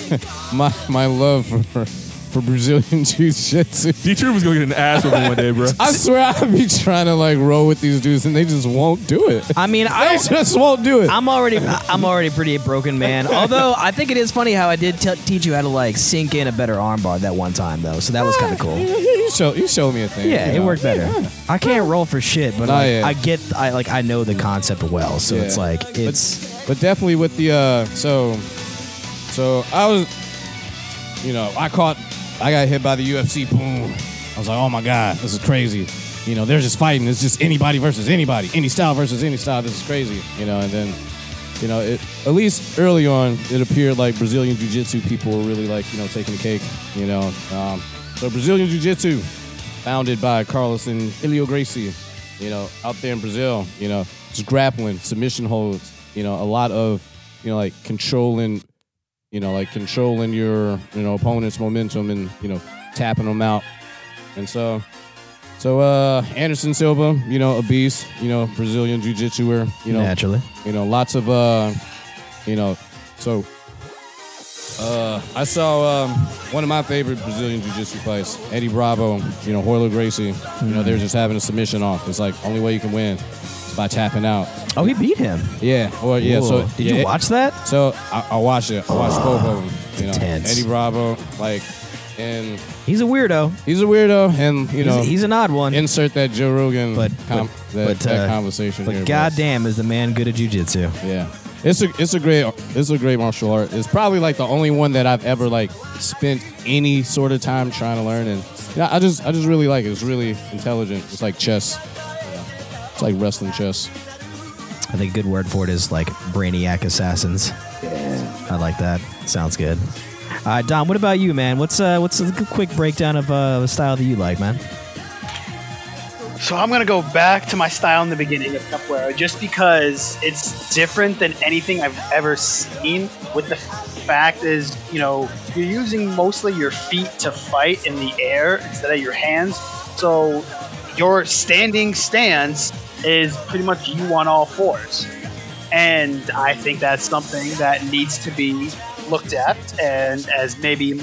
Speaker 2: my my love for for Brazilian jiu-jitsu.
Speaker 1: D Troop is gonna get an ass over one day, bro.
Speaker 2: I swear I'd be trying to like roll with these dudes and they just won't do it.
Speaker 3: I mean, I
Speaker 2: They
Speaker 3: don't,
Speaker 2: just won't do it.
Speaker 3: I'm already I'm already pretty a broken man. Although I think it is funny how I did te- teach you how to like sink in a better armbar that one time though, so that was kind of cool.
Speaker 2: you show you show me a thing.
Speaker 3: Yeah,
Speaker 2: you
Speaker 3: it
Speaker 2: know.
Speaker 3: worked better. I can't roll for shit, but
Speaker 2: Nah,
Speaker 3: like,
Speaker 2: Oh, yeah.
Speaker 3: I get I like I know the concept well, so
Speaker 2: Yeah.
Speaker 3: it's like it's
Speaker 2: But definitely with the uh so so I was you know, I caught I got hit by the UFC boom. I was like, "Oh my god, this is crazy." You know, they're just fighting. It's just anybody versus anybody. Any style versus any style. This is crazy, you know, and then you know, it, at least early on, it appeared like Brazilian jiu-jitsu people were really like, you know, taking the cake, you know. Um, so Brazilian jiu-jitsu, founded by Carlos and Ilio Gracie, you know, out there in Brazil, you know, just grappling, submission holds, you know, a lot of, you know, like controlling, you know, like controlling your, you know, opponent's momentum and, you know, tapping them out. And so, so uh Anderson Silva, you know, a beast, you know, Brazilian jiu-jitsuer, you know,
Speaker 3: naturally.
Speaker 2: you know lots of uh you know so uh i saw um one of my favorite brazilian jiu-jitsu fights eddie bravo you know Hoyler gracie you know they're just having a submission off it's like only way you can win is by tapping out
Speaker 3: Oh, he beat him.
Speaker 2: yeah or yeah so
Speaker 3: Whoa. did
Speaker 2: yeah,
Speaker 3: you
Speaker 2: it-
Speaker 3: watch that?
Speaker 2: so I, I watched it i watched both of them you know
Speaker 3: intense.
Speaker 2: eddie bravo like and
Speaker 3: He's a weirdo.
Speaker 2: he's a weirdo and you
Speaker 3: He's,
Speaker 2: know
Speaker 3: he's an odd one.
Speaker 2: insert that joe rogan
Speaker 3: But-
Speaker 2: com-
Speaker 3: but-
Speaker 2: that,
Speaker 3: but,
Speaker 2: that
Speaker 3: uh,
Speaker 2: conversation here,
Speaker 3: but
Speaker 2: bro.
Speaker 3: goddamn, is the man good at jujitsu?
Speaker 2: Yeah, it's a it's a great it's a great martial art. It's probably like the only one that I've ever like spent any sort of time trying to learn, and you know, I just I just really like it. It's really intelligent. It's like chess. you know. It's like wrestling chess.
Speaker 3: I think a good word for it is like brainiac assassins. I like that. Sounds good. All right, Don. What about you, man? What's uh, what's a quick breakdown of uh, a style that you like, man?
Speaker 5: So I'm gonna go back to my style in the beginning of capoeira, just because it's different than anything I've ever seen. With the fact is, you know, you're using mostly your feet to fight in the air instead of your hands. So your standing stance is pretty much you on all fours, and I think that's something that needs to be looked at and as maybe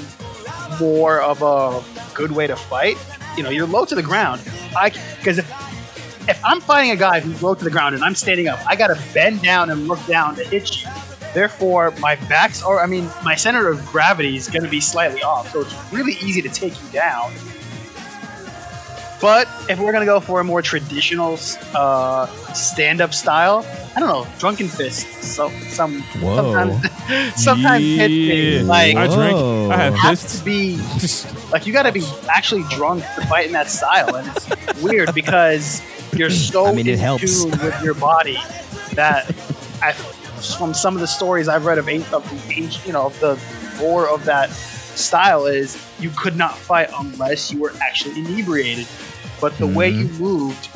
Speaker 5: more of a good way to fight. You know, you're low to the ground. I because if if I'm fighting a guy who's low to the ground and I'm standing up, I gotta bend down and look down to hit you. Therefore, my back's or I mean, my center of gravity is gonna be slightly off, so it's really easy to take you down. But if we're gonna go for a more traditional uh, stand-up style, I don't know, drunken fist. So some
Speaker 3: Whoa.
Speaker 5: sometimes sometimes hits me
Speaker 1: Yeah.
Speaker 5: like
Speaker 1: I drink.
Speaker 3: Whoa.
Speaker 1: I have
Speaker 5: have to
Speaker 1: fists.
Speaker 5: be like you got to be actually drunk to fight in that style, and it's weird because you're so
Speaker 3: I mean, it
Speaker 5: in
Speaker 3: helps.
Speaker 5: tune with your body that I, from some of the stories I've read of an- of the ancient, you know, of the lore of that style is you could not fight unless you were actually inebriated. But the way
Speaker 3: Mm-hmm.
Speaker 5: you moved,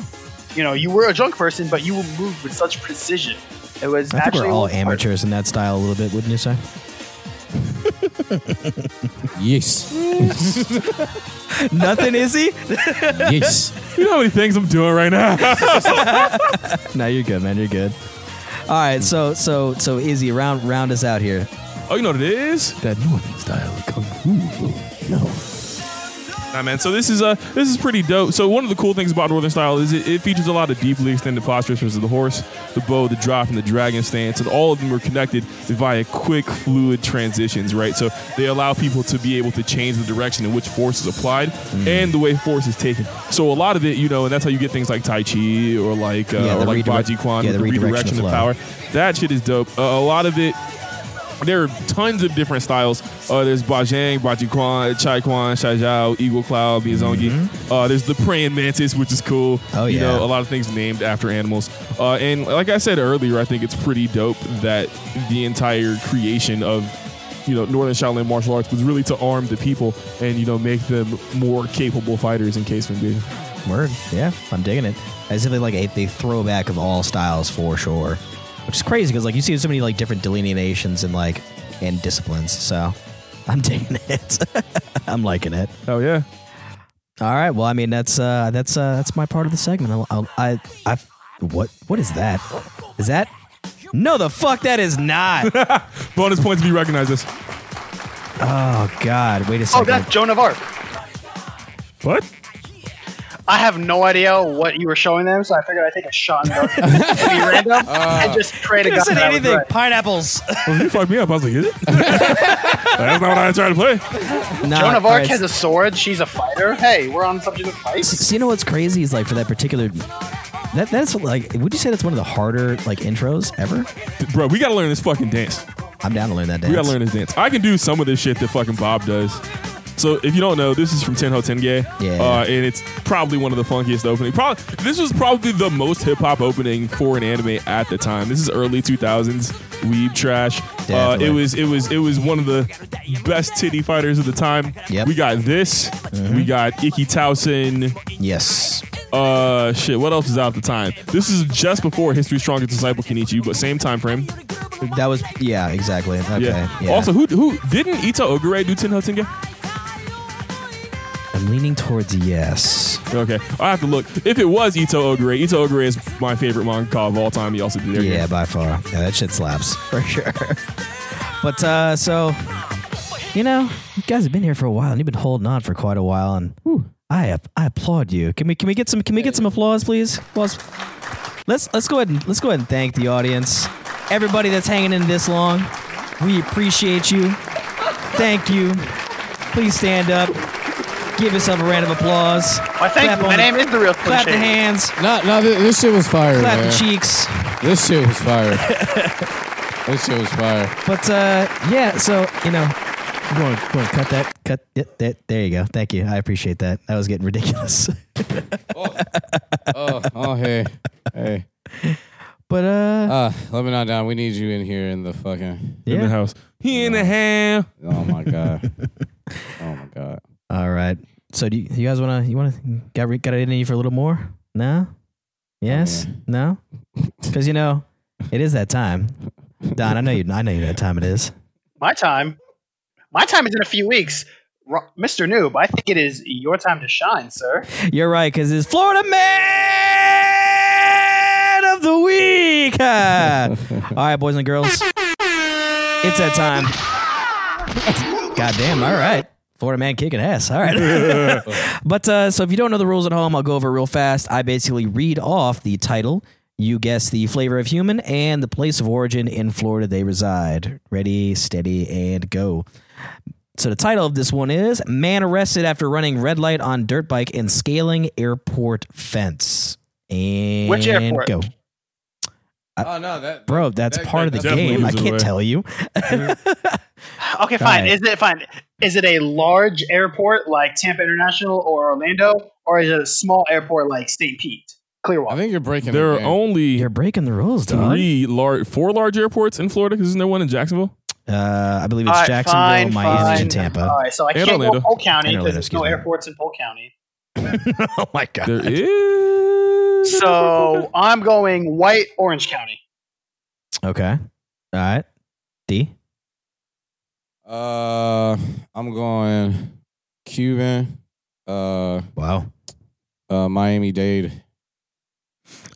Speaker 5: you know, you were a drunk person, but you moved with such precision. It was
Speaker 3: I think
Speaker 5: actually
Speaker 3: we're all amateurs in that style a little bit, wouldn't you say?
Speaker 2: Yes,
Speaker 3: Nothing, is he?
Speaker 2: yes.
Speaker 1: You know how many things I'm doing right now?
Speaker 3: no, you're good, man. You're good. All right, so so so Izzy, round round us out here.
Speaker 1: oh, you know what it is?
Speaker 3: That northern style of kung fu. No,
Speaker 1: Nah, man. So this is uh this is pretty dope. So one of the cool things about Northern Style is it, it features a lot of deeply extended postures of the horse, the bow, the drop, and the dragon stance, and all of them are connected via quick, fluid transitions. Right. So they allow people to be able to change the direction in which force is applied
Speaker 3: Mm.
Speaker 1: and the way force is taken. So a lot of it, you know, and that's how you get things like Tai Chi or like uh,
Speaker 3: Yeah, the
Speaker 1: or like
Speaker 3: redirect-
Speaker 1: Baji Kwan,
Speaker 3: yeah, the
Speaker 1: the
Speaker 3: redirection
Speaker 1: redirection
Speaker 3: of
Speaker 1: of
Speaker 3: flow.
Speaker 1: power. That shit is dope. Uh, a lot of it There are tons of different styles. Uh, there's Bajang, Bajiquan, Chai Quan, Shai Zhao, Eagle Cloud, Miyazongi. Uh, there's the praying mantis, which is cool.
Speaker 3: Mm-hmm. Oh,
Speaker 1: You
Speaker 3: yeah.
Speaker 1: know, a lot of things named after animals. Uh, and like I said earlier, I think it's pretty dope that the entire creation of you know Northern Shaolin martial arts was really to arm the people and you know make them more capable fighters in case of being.
Speaker 3: Word. Yeah, I'm digging it. As if they like a, they throwback of all styles for sure, which is crazy because like you see so many like different delineations and like and disciplines. So I'm digging it. I'm liking it.
Speaker 1: Oh yeah.
Speaker 3: All right. Well, I mean that's uh that's uh that's my part of the segment. I'll, I'll, I I what what is that? Is that no the fuck that is not.
Speaker 1: Bonus points if you recognize this.
Speaker 3: oh God. Wait a
Speaker 5: Oh,
Speaker 3: second.
Speaker 5: that's Joan of Arc.
Speaker 1: What?
Speaker 5: I have no idea what you were showing them, so I figured I'd take a shot and go be random and just pray to
Speaker 3: Could've
Speaker 5: God.
Speaker 3: said
Speaker 5: that I was
Speaker 3: anything.
Speaker 5: right.
Speaker 3: Pineapples.
Speaker 1: Well, you fucked me up. I was like, is it? That's not what I tried to play.
Speaker 3: Nah,
Speaker 5: Joan of
Speaker 3: all
Speaker 5: Arc
Speaker 3: right,
Speaker 5: has a sword. She's a fighter. Hey, we're on the subject of fights.
Speaker 3: So you know what's crazy is like for that particular that that's like would you say that's one of the harder like intros ever?
Speaker 1: Bro, we gotta learn this fucking dance.
Speaker 3: I'm down to learn that dance.
Speaker 1: We gotta learn this dance. I can do some of this shit that fucking Bob does. So if you don't know, this is from Tenho Tenge.
Speaker 3: Yeah.
Speaker 1: Uh, and it's probably one of the funkiest opening. Probably this was probably the most hip hop opening for an anime at the time. This is early 2000s weeb trash. Uh,
Speaker 3: Definitely.
Speaker 1: it was it was it was one of the best titty fighters of the time.
Speaker 3: Yep. Mm-hmm.
Speaker 1: We got this. We got Ikki Towson.
Speaker 3: Yes.
Speaker 1: Uh, shit. What else is out at the time? This is just before History's Strongest Disciple Kenichi, but same time frame.
Speaker 3: That was yeah, exactly. Okay.
Speaker 1: Yeah.
Speaker 3: yeah.
Speaker 1: Also, who who didn't Ito Ogure do Ten Hotenge?
Speaker 3: I'm leaning towards yes.
Speaker 1: Okay, I have to look. If it was Ito Ogure, Ito Ogure is my favorite manga of all time. He also did. Air
Speaker 3: Yeah,
Speaker 1: Gear.
Speaker 3: by far. Yeah, that shit slaps for sure. but uh so you know, you guys have been here for a while and you've been holding on for quite a while and I app- I applaud you. Can we can we get some can we get some applause please? Applause. Let's let's go ahead and let's go ahead and thank the audience. Everybody that's hanging in this long. We appreciate you. Thank you. Please stand up. Give yourself a round of applause.
Speaker 5: Why, thank
Speaker 3: Clap
Speaker 5: you.
Speaker 3: on
Speaker 5: My
Speaker 3: the-
Speaker 5: name is the real
Speaker 3: Clap the
Speaker 5: Cliche.
Speaker 3: hands.
Speaker 2: Nah, nah, thi- this shit was fire,
Speaker 3: Clap
Speaker 2: man.
Speaker 3: the cheeks.
Speaker 2: This shit was fire. this shit was fire.
Speaker 3: But uh, yeah, so you know, go on, go on, cut that, cut it, that. There you go. Thank you. I appreciate that. That was getting ridiculous.
Speaker 2: Oh, oh, hey, hey.
Speaker 3: but uh,
Speaker 2: Uh, let me not down. We need you in here in the fucking.
Speaker 1: In the
Speaker 3: yeah.
Speaker 1: house. He in the house.
Speaker 2: Oh my god. oh my god.
Speaker 3: All right. So do you, you guys wanna you wanna got re- got it in you for a little more? No. Yes. No. Because you know, it is that time. Don, I know you. I know you. know That time it is.
Speaker 5: My time. My time is in a few weeks. Ro- Mr. Noob, I think it is your time to shine, sir.
Speaker 3: You're right, because it's Florida Man of the Week. Ah. all right, boys and girls, it's that time. God damn, all right. Florida Man kicking ass. All right. but uh, so if you don't know the rules at home, I'll go over it real fast. I basically read off the title. You guess the flavor of human and the place of origin in Florida they reside. Ready, steady, and go. So the title of this one is Man Arrested After Running Red Light on Dirt Bike and Scaling Airport Fence. And
Speaker 5: Which airport?
Speaker 3: Go.
Speaker 2: Oh no, that
Speaker 3: Bro, that's
Speaker 2: That-
Speaker 3: part
Speaker 2: that
Speaker 3: of the
Speaker 1: definitely
Speaker 3: game. I
Speaker 1: gives it
Speaker 3: can't
Speaker 1: away.
Speaker 3: tell you.
Speaker 5: Okay, fine.
Speaker 3: Right.
Speaker 5: Is it fine? Is it a large airport like Tampa International or Orlando, or is it a small airport like St. Pete,
Speaker 2: I
Speaker 5: Clearwater?
Speaker 2: think you're breaking.
Speaker 1: There
Speaker 2: the
Speaker 1: are
Speaker 2: game.
Speaker 1: only
Speaker 3: You're breaking the rules, dog.
Speaker 1: three large, four large airports in Florida. 'cause Isn't there one in Jacksonville?
Speaker 3: Uh, I believe it's
Speaker 5: All right,
Speaker 3: Jacksonville,
Speaker 5: fine,
Speaker 3: Miami,
Speaker 5: fine.
Speaker 3: and Tampa.
Speaker 5: All right, so I
Speaker 1: And
Speaker 5: can't
Speaker 1: Orlando.
Speaker 5: go Polk County
Speaker 3: And
Speaker 5: because
Speaker 3: Orlando,
Speaker 5: there's no
Speaker 3: excuse me.
Speaker 5: airports in Polk County.
Speaker 3: oh my god.
Speaker 1: There is.
Speaker 5: So I'm going White Orange County.
Speaker 3: Okay. All right. D.
Speaker 2: Uh, I'm going Cuban. Uh,
Speaker 3: Wow.
Speaker 2: uh, Miami Dade.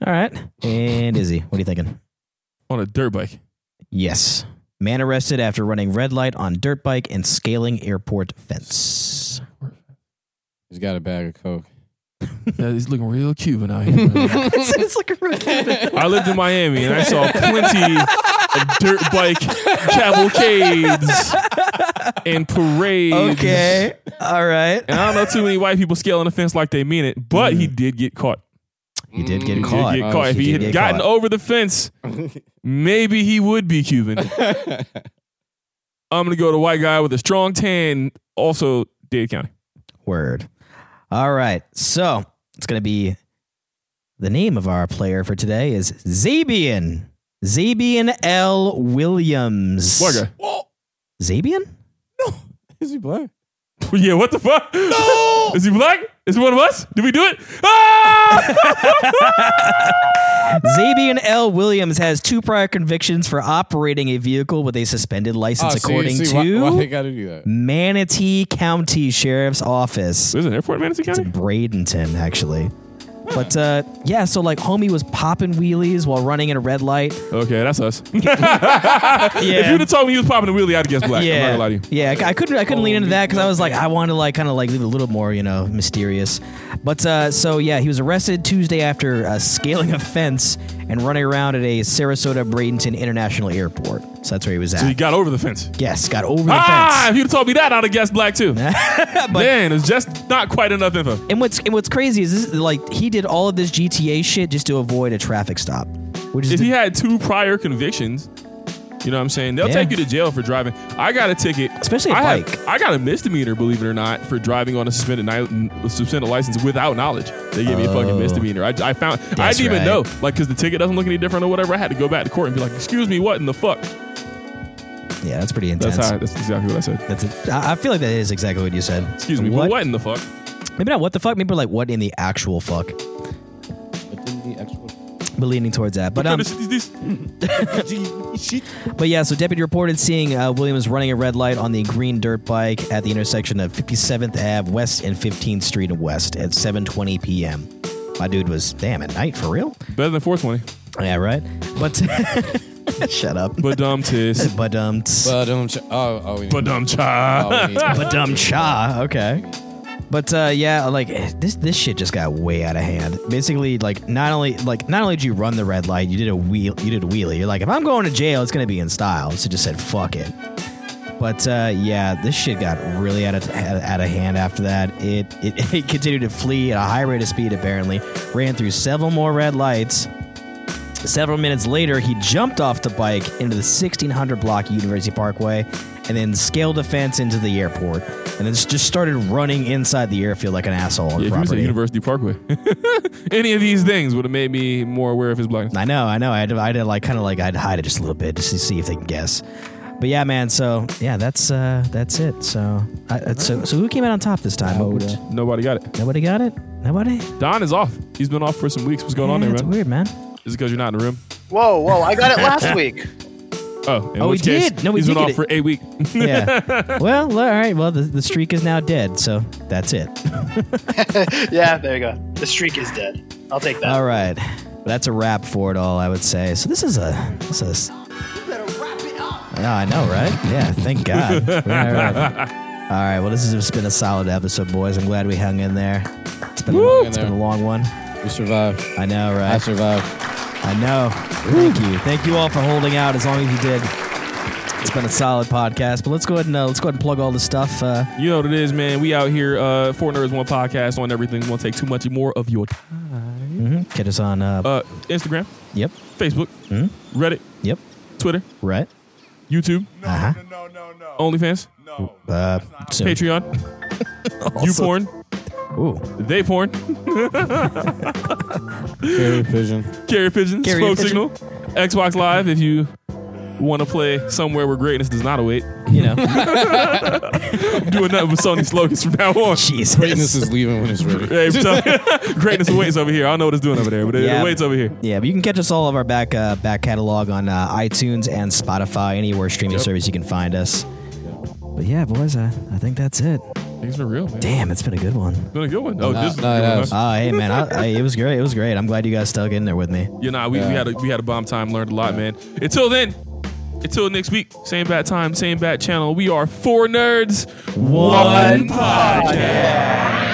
Speaker 3: All right. And Izzy, what are you thinking?
Speaker 1: on a dirt bike.
Speaker 3: Yes. Man arrested after running red light on dirt bike and scaling airport fence.
Speaker 2: He's got a bag of coke.
Speaker 1: Yeah, he's looking real Cuban out here. man.
Speaker 3: it's like a real
Speaker 1: I lived in Miami and I saw plenty of dirt bike cavalcades and parades.
Speaker 3: Okay. All right.
Speaker 1: And I don't know too many white people scaling the fence like they mean it, but he did get caught.
Speaker 3: You did
Speaker 1: He
Speaker 3: get
Speaker 1: did
Speaker 3: caught.
Speaker 1: get
Speaker 2: Oh,
Speaker 1: caught. If
Speaker 3: he
Speaker 1: he
Speaker 3: did
Speaker 1: had
Speaker 3: get
Speaker 1: gotten
Speaker 3: caught.
Speaker 1: over the fence, maybe he would be Cuban. I'm gonna go to white guy with a strong tan, also Dade County.
Speaker 3: Word. All right. So it's going to be the name of our player for today is Zabian. Zabian L. Williams.
Speaker 1: White guy.
Speaker 3: Zabian?
Speaker 2: Is he black?
Speaker 1: Yeah, what the fuck? No! Is he black? Is he one of us? Did we do it? Ah!
Speaker 3: Zabian L. Williams has two prior convictions for operating a vehicle with a suspended license,
Speaker 2: Ah, see-
Speaker 3: according
Speaker 2: see,
Speaker 3: to
Speaker 2: Why, why they gotta do that?
Speaker 3: Manatee County Sheriff's Office.
Speaker 1: There's an airport in Manatee
Speaker 3: It's
Speaker 1: County?
Speaker 3: in Bradenton, actually. But uh, yeah, so like homie was popping wheelies while running in a red light.
Speaker 1: Okay, that's us. If
Speaker 3: Yeah.
Speaker 1: you'd have told me you was popping a wheelie, I'd guess black. I'm not gonna lie to you.
Speaker 3: Yeah, I c- I couldn't I couldn't lean into that because I was like I wanted to like kind of like leave it a little more you know mysterious, but uh, so yeah he was arrested Tuesday after uh, scaling a fence and running around at a Sarasota Bradenton International Airport. So that's where he was at.
Speaker 1: So he got over the fence.
Speaker 3: yes, got over the
Speaker 1: Ah,
Speaker 3: fence.
Speaker 1: if you'd have told me that, I'd have guessed black too. Man, it's just not quite enough info.
Speaker 3: And what's and what's crazy is this, like he did all of this GTA shit just to avoid a traffic stop, which is
Speaker 1: If
Speaker 3: the-
Speaker 1: he had two prior convictions, you know what I'm saying? They'll
Speaker 3: Yeah.
Speaker 1: take you to jail for driving. I got a ticket.
Speaker 3: Especially a
Speaker 1: I have-
Speaker 3: bike.
Speaker 1: I got a misdemeanor, believe it or not, for driving on a suspended, ni- suspended license without knowledge. They gave me a fucking misdemeanor. I, I found, I
Speaker 3: Oh. That's
Speaker 1: didn't even
Speaker 3: right.
Speaker 1: know. Like, because the ticket doesn't look any different or whatever. I had to go back to court and be like, excuse me, what in the fuck?
Speaker 3: yeah that's pretty intense.
Speaker 1: That's how, that's exactly what I said.
Speaker 3: That's it. I I feel like that is exactly what you said.
Speaker 1: Excuse me,
Speaker 3: What?
Speaker 1: but what in the fuck?
Speaker 3: Maybe not what the fuck. Maybe like what in the actual fuck.
Speaker 2: But then the actual
Speaker 3: But leaning towards that. But um,
Speaker 1: This- this-
Speaker 3: But yeah, so deputy reported seeing uh, Williams running a red light on the green dirt bike at the intersection of 57th Ave West and 15th Street and West at 7:20 p.m. My dude was damn at night for real.
Speaker 1: better than 420.
Speaker 3: Yeah, right. But shut up.
Speaker 1: But dumb tis.
Speaker 3: But um.
Speaker 2: But um, ch- oh, oh, we need,
Speaker 1: But dumb child.
Speaker 2: oh, we need
Speaker 3: But dumb cha. Okay. But uh, yeah, like eh, this this shit just got way out of hand. Basically, like not only like not only did you run the red light, you did a wheel, you did a wheelie. You're like, if I'm going to jail, it's gonna be in style. So just said, fuck it. But uh, yeah, this shit got really out of out of hand after that. It, it it continued to flee at a high rate of speed. Apparently, ran through several more red lights. Several minutes later, he jumped off the bike into the 1600 block of University Parkway and then scaled a fence into the airport and then just started running inside the airfield like an asshole on
Speaker 1: Yeah, if he was at
Speaker 3: property.
Speaker 1: University Parkway, any of these things would have made me more aware of his blackness.
Speaker 3: I know, I know. I had to, I had to like kind of like I'd hide it just a little bit just to see if they can guess. But yeah, man. So yeah, that's uh that's it. So I, I- so so who came out on top this time? What would-
Speaker 1: Nobody got it.
Speaker 3: nobody got it. Nobody.
Speaker 1: Don is off. He's been off for some weeks. What's going on
Speaker 3: Yeah,
Speaker 1: there,
Speaker 3: that's
Speaker 1: man?
Speaker 3: weird, man.
Speaker 1: Is it because you're not in the room?
Speaker 5: Whoa, whoa! I got it last week.
Speaker 1: Oh, in
Speaker 3: Oh,
Speaker 1: which
Speaker 3: he
Speaker 1: case,
Speaker 3: did. No, we
Speaker 1: he's
Speaker 3: did
Speaker 1: been
Speaker 3: get
Speaker 1: off
Speaker 3: it.
Speaker 1: for eight weeks.
Speaker 3: Yeah. well, all right. Well, the, the streak is now dead. So that's it.
Speaker 5: yeah, there you go. The streak is dead. I'll take that.
Speaker 3: All right. That's a wrap for it all, I would say. So this is a this is Oh, I know, right? Yeah, thank God. Right, right. All right, well this has been a solid episode, boys. I'm glad we hung in there. It's been, a long, it's been a long one.
Speaker 2: We survived.
Speaker 3: I know,
Speaker 2: I
Speaker 3: right?
Speaker 2: survived.
Speaker 3: I know. Thank you. Thank you all for holding out as long as you did. It's been a solid podcast, but let's go ahead and uh, let's go ahead and plug all the stuff. Uh,
Speaker 1: You know what it is, man. We out here, uh, four nerds, one podcast on everything. Won't take too much more of your time.
Speaker 3: get us on. Uh,
Speaker 1: Uh, Instagram,
Speaker 3: yep,
Speaker 1: Facebook,
Speaker 3: Hmm?
Speaker 1: Reddit,
Speaker 3: yep,
Speaker 1: Twitter,
Speaker 3: right.
Speaker 1: YouTube,
Speaker 3: Uh-huh.
Speaker 6: No, no, no, no.
Speaker 1: OnlyFans,
Speaker 6: No.
Speaker 3: Uh, soon.
Speaker 1: Patreon,
Speaker 3: Also-
Speaker 1: YouPorn,
Speaker 3: Ooh.
Speaker 1: They Porn,
Speaker 2: Carry pigeon.
Speaker 1: Carrier Pigeons,
Speaker 3: Carrier
Speaker 1: Smoke
Speaker 3: Pigeon.
Speaker 1: Signal, Xbox Live. If you want to play somewhere where greatness does not await,
Speaker 3: You know.
Speaker 1: doing nothing with Sony slogans from now on.
Speaker 3: Jesus.
Speaker 2: Greatness is leaving when it's ready.
Speaker 1: Hey, so- greatness awaits over here. I don't know what it's doing over there, but it
Speaker 3: Yeah.
Speaker 1: awaits over here.
Speaker 3: Yeah, but you can catch us all of our back uh, back catalog on uh, iTunes and Spotify, anywhere streaming service you can find us. But yeah, boys, I, I think that's it.
Speaker 1: Things been real, man.
Speaker 3: Damn, it's been a good one.
Speaker 1: Been a good one. Oh,
Speaker 2: Nah,
Speaker 1: this is a
Speaker 2: nah,
Speaker 1: good
Speaker 2: nah.
Speaker 1: one, huh?
Speaker 3: Oh, hey man, I, I, it was great. It was great. I'm glad you guys stuck in there with me.
Speaker 1: Yeah, nah, we, we
Speaker 2: Yeah.
Speaker 1: had a we had a bomb time, learned a lot, man. Until then, until next week, same bat time, same bat channel. We are four nerds,
Speaker 3: One
Speaker 1: podcast.